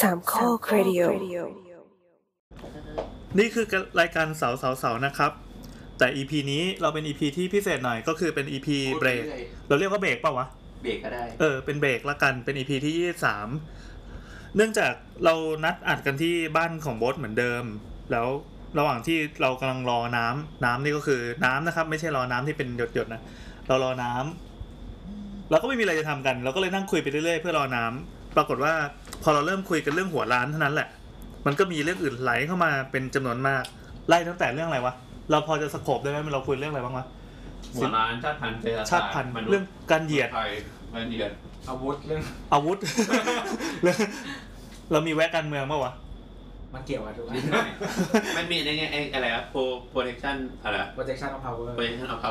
สามข้อครดิโอ นี่คือการรายการเสาเสาเสานะครับ แต่ EP นี้เราเป็น EP ที่พิเศษหน่อยก็คือเป็น EP เบรก พูดไปอย เราเรียกว่าเบรกเปล่าวะ เบรกก็ได้ เออ เป็นเบรกละกัน เป็น EP ที่ 23 เนื่องจากเรานัดอัดกันที่บ้านของโบสเหมือนเดิม แล้วระหว่างที่เรากำลังรอน้ำน้ำนี่ก็คือน้ำนะครับ ไม่ใช่รอน้ำที่เป็นหยดๆนะ เรารอน้ำเราก็ไม่มีอะไรจะทำกัน เราก็เลยนั่งคุยไปเรื่อยๆเพื่อรอน้ำปรากฏว่าพอเราเริ่มคุยกันเรื่องหัวร้านเท่านั้นแหละ มันก็มีเรื่องอื่นไหลเข้ามาเป็นจำนวนมาก ไล่ตั้งแต่เรื่องอะไรวะ เราพอจะสโคบได้ไหมเราคุยเรื่องอะไรบ้างวะ หัวล้านชาติพันธุ์เชื้อ ชาติพันธุ์ มนุษย์ เรื่องการเหยียด ไทยมันเหยีย ด อาวุธเรื่อง อาวุธ เรามีแวะการเมืองปะวะ มันเกี่ยวกับทุกอัน นิดหน่อยมันมีในไงไอ้อะไรอะโปรโปรเทคชั่นอะไร projection of power โปรเทคชั่นเอาเขา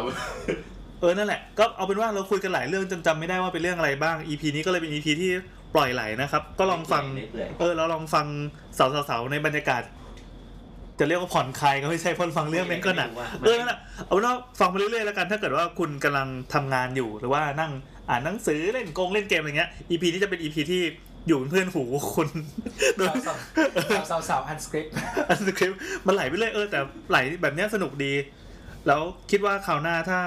เออ นั่นแหละ ก็เอาเป็นว่าเราคุยกันหลายเรื่องจนจำไม่ได้ว่าเป็นเรื่องอะไรบ้าง EP นี้ก็เลยเป็น EP ที่ปล่อยไหลนะครับ ก็ลองฟัง เรื่อย เออ เราลองฟังสาวสาวๆในบรรยากาศ จะเรียกว่าผ่อนคลายก็ไม่ใช่เพอนฟัง ๆ เรื่องแม่งก็หนัก ไม่รู้ว่า เออนั่นแหละเอาเป็นว่าฟังไปเรื่อยๆแล้วกัน ถ้าเกิดว่าคุณกำลังทำงานอยู่หรือว่านั่งอ่านหนังสือเล่นกงเล่นเกมอะไรเงี้ย EP นี้จะเป็น EP ที่อยู่เป็นเพื่อนหูคุณ โดย สาวสาวอันสคริปต์ อันสคริปต์มันไหลไปเรื่อยเออแต่ไหลแบบเนี้ยสนุกดี แล้วคิดว่าคราวหน้าถ้า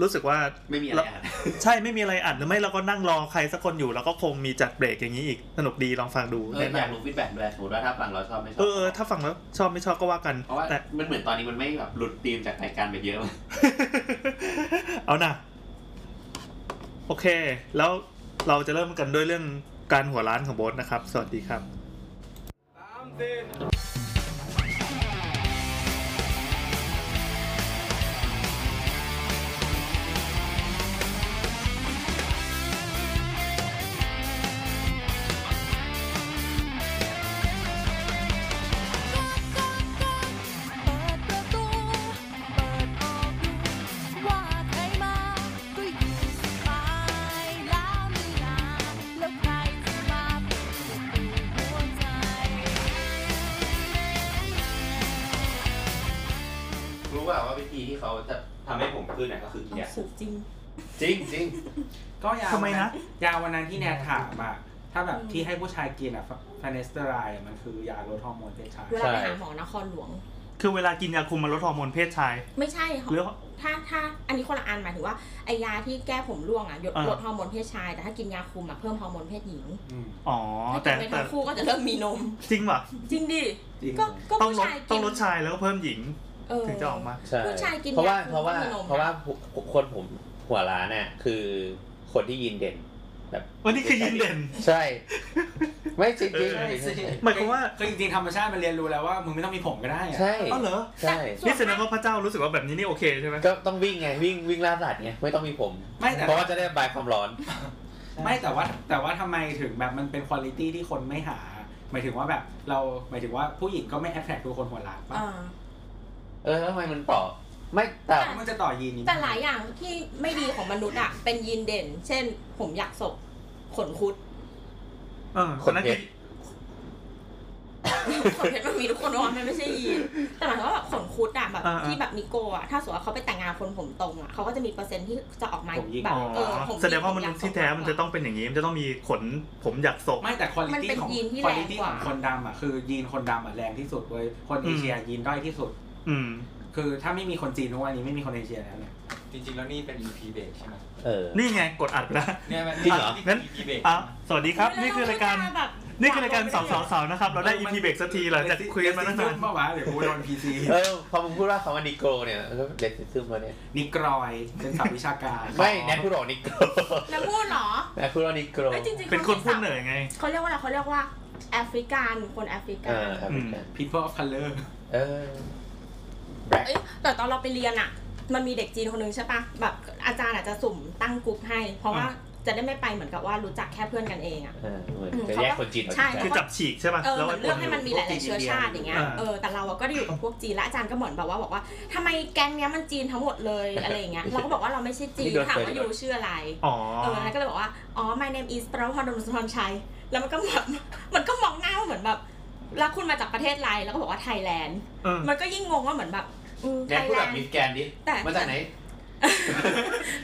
รู้สึกว่า ไม่มีอะไรอ่าน ใช่ไม่มีอะไรอัดหรือไม่เราก็นั่งรอใครสักคนอยู่เราก็คงมีจัดเบรกอย่างนี้อีกสนุกดีลองฟังดู เออ แนะ อยาก นำ รู้ฟีดแบ็กด้วยสมมติว่าถ้าฟังเราชอบไม่ชอบ เออเออถ้าฟังแล้วชอบไม่ชอบก็ว่ากัน เพราะว่า แต่ มันเหมือนตอนนี้มันไม่แบบหลุดธีมจากรายการไปเยอะ เอานะโอเค แล้วเราจะเริ่มกันด้วยเรื่องการหัวร้านของโบสนะครับ สวัสดีครับ เปิดประตู เปิดออกดูว่าใครมา ก็อยู่สบายแล้วไม่นานแล้วใครจะมาเปิดประตูหัวใจ รู้ว่าว่าวิธีที่เขาจะทำให้ผมขึ้นเนี่ยก็คือเกียร์ สุดจริง จริงจริง ก็ยาว ทำไมนะ ยาวันนั้นที่แนนถามอ่ะ ถ้าแบบที่ให้ผู้ชายกินอ่ะฟาเนสเตอไรด์มันคือยาลดฮอร์โมนเพศชาย เวลาไปหาหมอนครหลวง คือเวลากินยาคุมมันลดฮอร์โมนเพศชาย ไม่ใช่หรอก หรือ ถ้าถ้าอันนี้คนละอันหมายถึงว่าไอยาที่แก้ผมร่วงอ่ะหยด อ่า ลดฮอร์โมนเพศชาย แต่ถ้ากินยาคุมอ่ะเพิ่มฮอร์โมนเพศหญิง อืม อ๋อ ถ้ากิ แต่ นไป แต่ ทั้งคู่ก็จะเริ่มมีนม จริงป่ะ จริงดิ จริง ก็ก็ ต้องลผู้ด ชายกิน ต้องลดชายแล้วก็เพิ่มหญิง เ ถึงจะออกมา ใช่ ผู้ชายกิน เพราะว่าย าคุม เพราะว่า ก็มีนมนะ เพราะว่าคนผมหัวล้านน่ะคือคนที่ยินเด่น แบบ วันนี้คือยินเด่น ใช่ ไม่จริงจริง ใช่สิ หมายความว่า คือจริงๆธรรมชาติมันเรียนรู้แล้วว่ามึงไม่ต้องมีผมก็ได้อะ ใช่ อ๋อเหรอ ใช่ ส่ว นี่ น แสดง มาก ว่าพระเจ้ารู้สึกว่าแบบนี้นี่โอเคใช่ไหม ก็ต้องวิ่งไงวิ่งวิ่งล่าสัตว์ไงไม่ต้องมีผม ไม่แต่ เพราะว่าจะได้ระบายความร้อน ไม่แต่ว่าแต่ว่าทำไมถึงแบบมันเป็นคุณลิตี้ที่คนไม่หา หมายถึงว่าแบบเราหมายถึงว่าผู้หญิงก็ไม่แอ t แทกทุกคนหัวล้านป่ะ อ่า เออแล้วทำไมมันเปราะไม่แต่ มึงจะต่อยีนนี้ แต่หลายอย่างที่ไม่ดีของมนุษย์อ่ะ เป็นยีนเด่น เช่น ผมอยากศกขนคุด เออ คน นั้น เห็ คือ ด ขนเพชรมันมีทุกคนว่ามันไม่ใช่ยีนแต่หมายถึงว่าแบบขนคุดอะแบบที่แบบนิโกอะถ้าสมมติว่าเขาไปแต่งงานคนผมตรงอะเขาก็จะมีเปอร์เซ็นต์ที่จะออกมาแบบ อ๋อ เออผม แสดงว่ามนุษย์ที่แท้มันจะต้องเป็นอย่างนี้ มันจะต้องมีขนผมอยากศก ไม่แต่คุณลิ มัน ตี้ เป็น ของ ยีนที่ คุ แร ลิ ง ตี้ ก ข ว่า องคนดำอ่ะคือยีนคนดำอ่ะแรงที่สุดเว้ยคนเอเชียยีนด้อยที่สุด อืม คือถ้าไม่มีคนจีนทุกวันนี้ไม่มีคนเอเชียแล้วเนี่ย จริงๆ แล้วนี่เป็น EP เบรกใช่ไหม เออ นี่ไงกดอัดไปแล้ว เนี่ยมัน จริงเหรอ นี่ งั้ คือน อีพีเบรก อ่ะสวัสดีครับ นี่คือรายการ แบบ นี่คือรายการสาวสาวสาวนะครับ เราได้ EP เบรกสักทีหลังจากคุยกันมาตั้งนาน เมื่อวานเดี๋ยวกูโดนพีซี เออพอมึงพูดว่าคำว่านิโกรเนี่ยก็เลสซึมมาเนี่ย นิกรอยเป็นศัพท์วิชาการ ไม่แนทพูดออกนิโกร แล้วพูดเหรอ แนทพูดว่านิโกร ไม่จริงๆ เป็นคนพูดเหนื่อยไง เขาเรียกว่าอะไรเขาเรียกว่าแอฟริกันคนแอฟริ เอ กัน อครับ อืม พีเพิร์ฟคัลเลอร์ เออ เอ้ยแต่ตอนเราไปเรียนอะมันมีเด็กจีนคนนึงใช่ปะแบบอาจารย์อาจจะสุ่มตั้งกลุ่มให้ เพราะว่าจะได้ไม่ไปเหมือนกับว่ารู้จักแค่เพื่อนกันเองอะ เออเหมือนจะแยกคนจีนออกจาก ใช่ คือจับฉีกใช่ป่ะ เออเหมือนเลือกให้ ไอ้ มันมีหลายๆเชื้อชาติอย่างเงี้ย อ่า เออ แต่เราอะก็ได้อยู่กับพวกจีนและอาจารย์ก็เหมือนแบบว่าบอกว่าทำไมแก๊งเนี้ยมันจีนทั้งหมดเลยอะไรอย่างเงี้ย เราก็บอกว่าเราไม่ใช่ จีนถามว่าอยู่ชื่ออะไร อ๋อ เออแล้วก็เลยบอกว่า อ๋อ my name is ประพรดมสุธรชัย แล้วมันก็แบบ มันก็มองหน้าว่าเหมือนแบบ แล้วคุณมาจากประเทศอะไร แล้วก็บอกว่าไทยแลนด์ เออ มันก็ยิ่งงงว่าเหมือนแบบอืม แน ไท ท ย พูด แล แบ น บ ด์ มีสแกนดิ แต่ มาจากไหน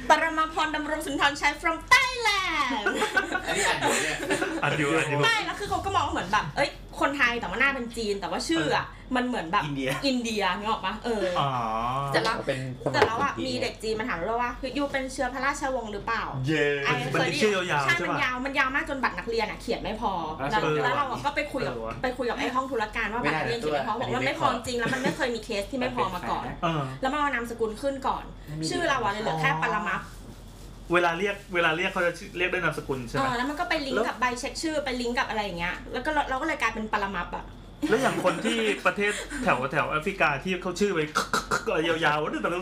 ปรมาพรดำรงสุนทรชัย from ไต้ แหละ อันนี้อัดอยู่เนี่ย อันอยู่อันอยู่ ไม่แล้วคือเขาก็มองว่าเหมือนแบบ เอ้ย คนไทยแต่ว่าหน้าเป็นจีน แต่ว่าชื่ออ่ะ มันเหมือนแบบ อินเดีย อินเดียนึกออกปะเออ อ๋อ แต่เรา เป็นสมัย แต่เราอ่ะ จีน มีเด็กจีนมาถามเราว่าคือยูเป็นเชื้อพระราชวงศ์หรือเปล่า เย่ ไอ้ มันมีชื่อยาวๆ ใช่ ใช่ มัน ป่ะ ยาว มันยาวมากจนบัตรนักเรียนอ่ะเขียนไม่พอ แล้วเออแล้วแล้วเราอะก็ไปคุยกับ เออวะ ไปคุยกับไอ้ห้องธุรการว่า ไม่ บัตร ได้ นักเรียนเขียนไม่พอ ด้วย บอกว่า อันนี้ ไม่พอ ไม่พอ จริงแล้วมันไม่เคยมีเคสที่ไม่พอมาก่อน เออ แล้วมันเอานามสกุลขึ้นก่อน ชื่อเราอะเลยเหลือแค่ปรมัตถ์ เวลาเรียกเวลาเรียกเขาจะเรียกด้วยนามสกุลใช่ เอ ไหม อแล้วมันก็ไปลิง แล้ ก์ ว กับใบเช็คชื่อไปลิงก์กับอะไรอย่างเงี้ย แล้วก็เราเราก็เลยกลายเป็นปรมัตถ์อะ แล้วอย่างคนที่ประเทศแถวแถวแอฟริกาที่เขาชื่อไป อะไรยาวๆนั่นแต่เรา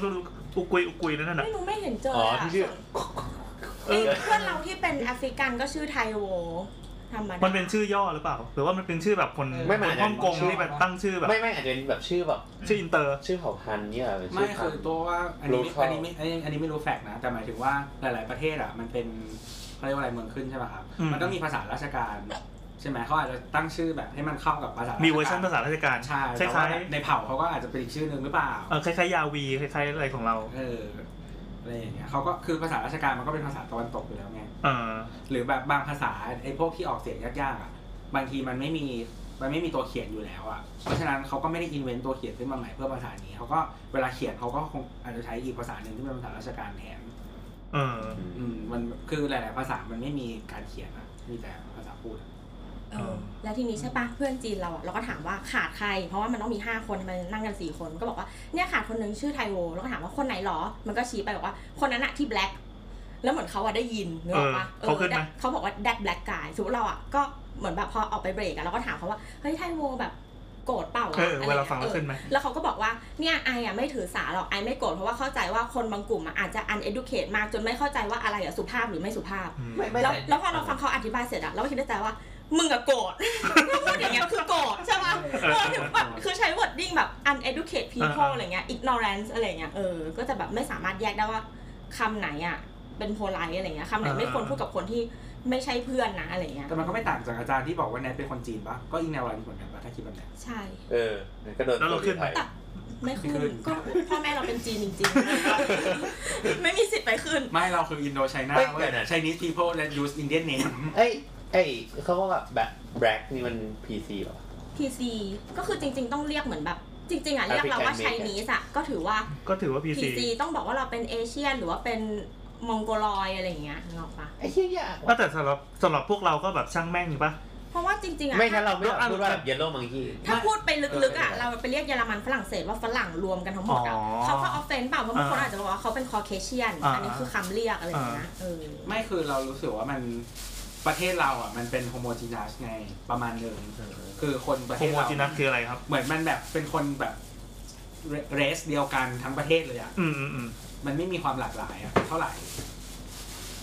อุกุยอุกุยนั่นน่ะ ไม่รู้ไม่เห็นเจอ อ๋อ อะ ที่ชื่อ เอ้ยเพื่อนเราที่เป็นแอฟริกันก็ชื่อไทโวธรรมดา มันเป็นชื่อย่อหรือเปล่า หรือว่ามันเป็นชื่อแบบคน ไม่ ค มัน น อาจจะ ฮ่องกงที่แบบตั้งชื่อแบบ ไม่ไม่อาจจะเป็นแบบชื่อแบบ ชื่ออินเตอร์ ชื่อเผ่าพันธุ์เนี่ยเป็น ไม่ ชื่อพั คื น อ ธุ์ ตัวว่าอันนี้ Local อันนี้ไม่อันนี้อันนี้ไม่รู้แฟกต์นะแต่หมายถึงว่าหลาย ๆ ประเทศอ่ะมันเป็นเขาเรียกว่าอะไรเมืองขึ้นใช่ป่ะครับ อืม มันต้องมีภาษาราชการใช่ไหมเขาอาจจะตั้งชื่อแบบให้มันเข้ากับภาษา มี มี เวอร์ชันภาษาราชการ ใช่ ค แต่ว่า ล้าย ในเผ่าเขาก็อาจจะเป็นอีกชื่อหนึ่งหรือเปล่า ๆเออคล้ายๆยาวีคล้ายๆอะไรของเรา เอออะไรอย่างเงี้ยเขาก็คือภาษาราชการมันก็เป็นภาษาตะวันตกอยู่แล้วไง เออ หรือแบบบางภาษาไอ้พวกที่ออกเสียงยากๆอ่ะบางทีมันไม่มีมันไม่มีตัวเขียนอยู่แล้วอ่ะเพราะฉะนั้นเขาก็ไม่ได้อินเวนต์ตัวเขียนขึ้นมาใหม่เพื่อภาษานี้เขาก็เวลาเขียนเขาก็คงอาจจะใช้อีกภาษาหนึ่งที่เป็นภาษาราชการแทน เออ อืมมันคือหลาย ๆ ภาษามันไม่มีการเขียนอ่ะมีแต่ภาษาพูดอะ เออแล้วทีนี้ใช่ปะเพื่อนจีนเราอะเราก็ถามว่าขาดใคร เพราะว่ามันต้องมี 5 คนมันนั่งกัน4คนก็บอกว่าเนี่ยขาดคนหนึงชื่อไทโวแล้วก็ถามว่าคนไหนหรอ มันก็ชี้ไปบอกว่าคนนั้นอะที่แบล็คแล้วเหมือนเขาอะได้ยินนึกออกปะ เออเขาขึ้นไหม ได้เขาบอกว่า that black guy สมมติเราอะก็เหมือนแบบพอออกไปเบรกอะเราก็ถามเขาว่าเฮ้ยไทโวแบบโกรธเปล่าเอออะะไร เวลา งี้ย ฟังแล้ว ออ ขึ้นไหม แล้วเขาก็บอกว่าเนี่ยไออ่ะไม่ถือสาหรอกไอไม่โกรธเพราะว่าเข้าใจว่าคนบางกลุ่มอะอาจจะ uneducate มากจนไม่เข้าใจว่าอะไรอะสุภาพหรือไม่สุภาพ ไม่ไม่ แล้วแล้วพอเราฟังเขาอธิบายเสร็จอะเราก็คิดในใจว่า มึงอะโกรธ ถ้าพูดอย่างเงี้ยคือโกรธใช่ปะ เออ เออถึงแบบคือใช้ wording แบบ uneducate เออ people อะไรเงี้ย ignorance อะไรเงี้ยเออก็จะแบบไม่สามารถแยกได้ว่าคำไหนอะเป็นโพลาอะไรเงี้ยคำไหนไม่ควรพูดกับคนที่ไม่ใช่เพื่อนนะอะไรเงี้ย แต่มันก็ไม่ต่างจากอาจารย์ที่บอกว่าแนทเป็นคนจีนปะก็อิงแนวรันเหมือนกันปะถ้าคิดแบบเนี้ย ใช่ เออมันก็โดน แล้วเราขึ้นไหม ไป ไม่ขึ้นก็พ่อแม่เราเป็นจีนจริงๆ ไม่มีสิทธิ์ไปขึ้น ไม่เราคืออินโดไชน่าเว้ย Chinese people that use Indian name เอ้ยเอ้ยเขาก็แบบแบบแบล็กนี่มันพีซีหรอ PC ก็คือจริง ๆ ต้องเรียกเหมือนแบบ จริง ๆอ่ะเรียกเราว่า African ไชนีสอ่ะ ก็ถือว่า ก็ถือว่า PC PC ต้องบอกว่าเราเป็นเอเชียนหรือว่าเป็นมองโกลอยอะไรอย่างเงี้ยนึกออกปะ ไอ้เหี้ยยาก ว่าแต่สำหรับสำหรับพวกเราก็แบบช่างแม่งอยู่ปะ เพราะว่าจริง ๆ อ่ะ ไม่งั้นเราไม่ต้องพูดว่าแบบเยลโล่มังคี ถ้าพูดไปลึกๆอ่ะ เราไปเรียกเยอรมันฝรั่งเศสว่าฝรั่งรวมกันทั้งหมดอ่ะ อ๋อ เขาก็ออฟเฟนเปล่าเพราะบางคนอาจจะบอกว่าเขาเป็นคอเคเชียน อ่า อันนี้คือคำเรียกอะไรอย่างเงี้ยเออ ไม่คือเรารู้สึกว่ามันประเทศเราอ่ะมันเป็นโฮโมจีนัสไงประมาณหนึ่งคือคนประ โฮ เทศ โม เรา จินัสคืออะไรครับ เหมือนมันแบบเป็นคนแบบเรสเดียวกันทั้งประเทศเลยอ่ะ อืมอืมอืม มันไม่มีความหลากหลายอ่ะเท่าไหร่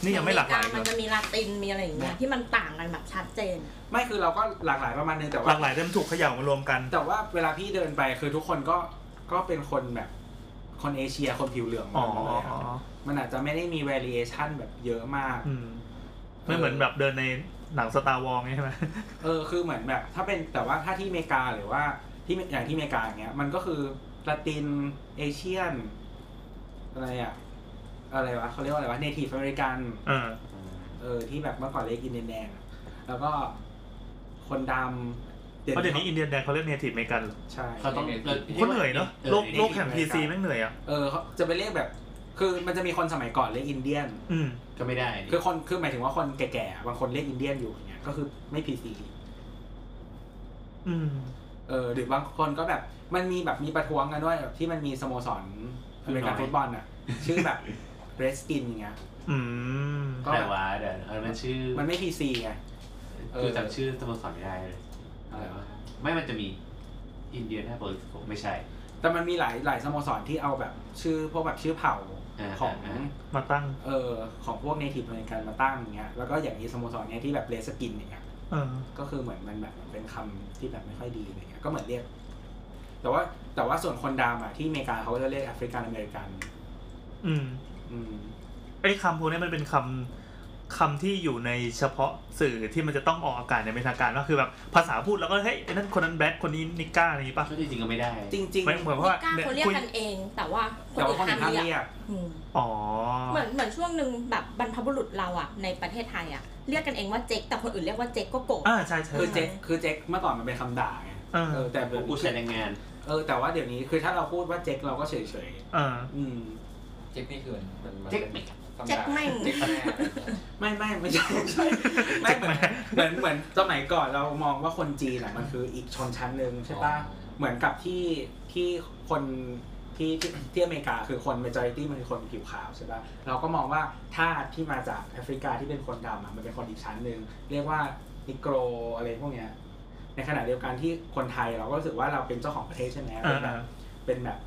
นี่ยังไม่หลากหลาย อเมัน เล จะ ย มีลาตินมีอะไรอย่างเงี้ยที่มันต่างกันแบบชัดเจน ไม่คือเราก็หลากหลายประมาณหนึงแต่ ห ว่า ลากหลายแต่มันถูกเขย่ามารวมกัน แต่ว่าเวลาพี่เดินไปคือทุกคนก็ก็เป็นคนแบบคนเอเชียคนผิวเหลืองหม อ๋อ ดเลยอะมันอาจจะไม่ได้มี variation แบบเยอะมาก อืมไม่เหมือนแบบเดินในหนังสตาร์วอลใช่ไหม เออคือเหมือนแบบถ้าเป็นแต่ว่าถ้าที่อเมริกาหรือว่าที่อย่างที่อเมริกาอย่างเงี้ยมันก็คือละตินเอเชียน อะไรอะอะไรวะเขาเรียกว่าอะไรวะเนทีฟอเมริกัน เออ เออที่แบบเมื่อก่อนเรียกอินเดียนแดงอะแล้วก็คนดำ เพราะเดี๋ยวนี้อินเดียนแดงเขาเรียกเนทีฟเมกันเหรอ ใช่ เขาต้อง โคนเหนื่อยเนาะโลกโลกแห่ง PC แม่งเหนื่อยอ่ะ เออเขาจะไปเรียกแบบ คือมันจะมีคนสมัยก่อนเรียกอินเดียน อืม ก็ไม่ได้ คือคนคือหมายถึงว่าคนแก่ๆอะบางคนเรียกอินเดียนอยู่อย่างเงี้ยก็คือไม่พีซี อืม เออหรือบางคนก็แบบมันมีแบบมีประท้วงกันด้วยแบบที่มันมีสโมสรอเมริกันฟุตบอลอ่ะ ชื่อแบบเรสกินอย่างเงี้ย อืม ก็ แต่ว่าเดี๋ยวนะมันชื่อ มันไม่พีซีไง เออ คือจำชื่อสโมสรไม่ได้เลย อะไรวะ ไม่มันจะมีอินเดียนาโพลิสไม่ใช่ แต่มันมีหลายหลายสโมสรที่เอาแบบชื่อพวกแบบชื่อเผ่า อ่า ของ อ่า มาตั้ง เออของพวกเนทีฟอเมริกันมาตั้งอย่างเงี้ยแล้วก็อย่างนี้สโมสรเนี้ยที่แบบเรสกินอย่างเงี้ย เออ ก็คือเหมือนมันแบบเป็นคำที่แบบไม่ค่อยดีอะไรเงี้ยก็เหมือนเรียก แต่ว่าแต่ว่าส่วนคนดำอ่ะที่อเมริกาเขาก็จะเรียกแอฟริกันอเมริกัน อืม อืม ไอ้คำพวกนี้มันเป็นคำ คำที่อยู่ในเฉพาะสื่อที่มันจะต้องออกอากาศในเป็นทางการก็คือแบบภาษาพูดแล้วก็เฮ้ยไอ้นั่นคนนั้นแบทคนนี้นิก้าอะไรอย่างงี้ปะ ก็จริงๆก็ไม่ได้ จริง ไม่เหมือนเพนิราะว่า ก้าเขาเรียก คุย กันเอง แต่ว่า ๆ คน แต่ อื่ ว่านคนอื่น ห้า ห้าม ม เรี เรี ยยกก อืม อ๋อ เหมือนเหมือนช่วงหนึ่งแบบบรรพบุรุษเราอะในประเทศไทยอะเรียกกันเองว่าเจ๊กแต่คนอื่นเรียกว่าเจ๊กก็โกะ อ่าใช่ใช่ คือเจ๊กคือเจ๊กเมื่อก่อนมันเป็นคำด่าไง เออ เออแต่แบบ กูใช้แรงงาน เออแต่ว่าเดี๋ยวนี้คือถ้าเราพูดว่าเจ๊กเราก็เฉย เออ ๆอืม เจ๊กนี่คือมันมันมัน เจ๊ก ธรรดา เจ๊กแม่ง เจ๊กแม่ง ไม่ไม่ไม่ใช่ไม่ใช่ไม่เหมือนเหมือนเหมือนสมัยก่อนเรามองว่าคนจีนอ่ะมันคืออีกชนชั้นหนึ่งใช่ปะเหมือนกับที่ที่คนที่ที่ที่อเมริกาคือคน majority มันคือคนผิวขาวใช่ปะเราก็มองว่าทาสที่มาจากแอฟริกาที่เป็นคนดำอ่ะมันเป็นคนอีกชั้นหนึ่งเรียกว่านิโกรอะไรพวกเนี้ยในขณะเดียวกันที่คนไทยเราก็รู้สึกว่าเราเป็นเจ้าของประเทศใช่ไหมเป็นแบบ อ่า เป็นแบบ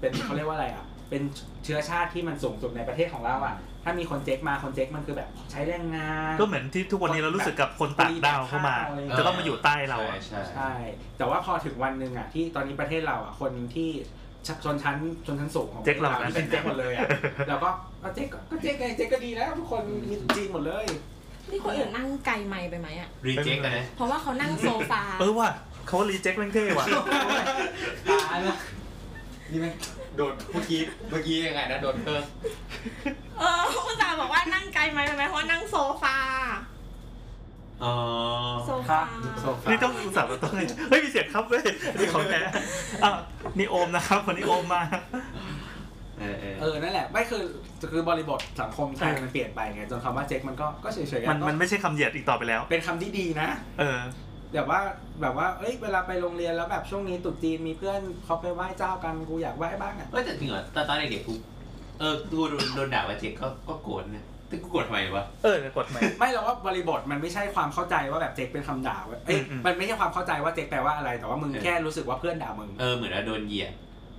เป็น เขาเรียกว่าอะไรอ่ะ เป็นเชื้อชาติที่มันสูงสุดในประเทศของเราอ่ะ ถ้ามีคนเจ๊กมาคนเจ๊กมันคือแบบใช้แรงงาน ก็เหมือนที่ทุกวันนี้เรารู้สึกกับคนต่างดาวเข้ามา จะต้องมาอยู่ใต้เราอะ ใช่ใช่ ใช่ แต่ว่าพอถึงวันหนึ่งอ่ะที่ตอนนี้ประเทศเราอ่ะคนที่ชชนชั้นชนชั้นสูงของ เจ๊กเรานะ ที่เป็นเจ๊กหมด เลยอ่ะเราก็เอาเจ๊กก็ก็เจ๊กไงเจ๊กก็ดีแล้วทุกคนมีจีนหมดเลย นี่คนอื่นนั่งไกลไมค์ไปไหมอะ รีเจ็คนะ เพราะว่าเขานั่งโซฟา เออว่ะเขารีเจ็คแม่งเท่ ว่ะ ตายละนี่ไหมงโดดเมื่อกี้เมื่อกี้ยังไงนะโดดเพิ่ม เออคุณตาห์บอกว่านั่งไกลไหมไปไหมเพราะว่านั่งโซฟา อ๋อ โซ ครั ฟา บ นี่ต้องอุตส่าห์มาต้องเลยเฮ้ยมีเสียงครับเว้ยนี่ของแท้อ่ะนี่โอมนะครับวันนี้โอมมา เออเออ เออนั่นแหละไม่คือคือบริบทสังคมไทยมันเปลี่ยนไปไงจนคำว่าเจ๊กมันก็ก็เฉยๆ มัน ก็ มันไม่ใช่คำเหยียดอีกต่อไปแล้ว เป็นคำที่ดีนะ เออ แบบว่าแบบว่า เอ้ย เวลาไปโรงเรียนแล้วแบบช่วงนี้ตรุ๊จีนมีเพื่อนเขาไปไหว้เจ้ากัน กูอยากไหว้บ้างอ่ะ เอ้ยแต่จริงเหรอตอนตอนเด็กๆกูเออกูโดนโดนด่าว่าเจ๊กก็ก็โกรธนะแต่กูโกรธทำไมวะ เออเดี๋ยวกดใหม่ ไม่เราว่าบริบทมันไม่ใช่ความเข้าใจว่าแบบเจ๊กเป็นคำด่าเว้ยเอ้ย อืม มันไม่ใช่ความเข้าใจว่าเจ๊กแปลว่าอะไร แต่ว่ามึงแค่รู้สึกว่าเพื่อนด่ามึง เออเหมือนว่าโดนเหยียด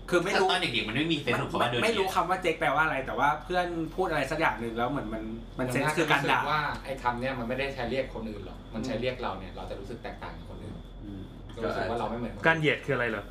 คือไม่รู้ ตอนเด็กๆมันไม่มีเซนส์ของคำว่าโดนเห ไม่ ยีย รู้ ด คำว่าเจ๊กแปลว่าอะไร แต่ว่าเพื่อนพูดอะไรสักอย่างหนึ่งแล้วเหมือนมันมันเซนส์คือการด่า สึว่าไอ้คำเนี่ยมันไม่ได้ใช้เรียกคนอื่นหรอก มันใช้เรียกเราเนี่ย เราจะรู้สึกแตกต่างจากคนอื่น อืม เรารู้สึกว่าเราไม่เหมือนคน การ อื่น เหยียดคืออะไรเหรอ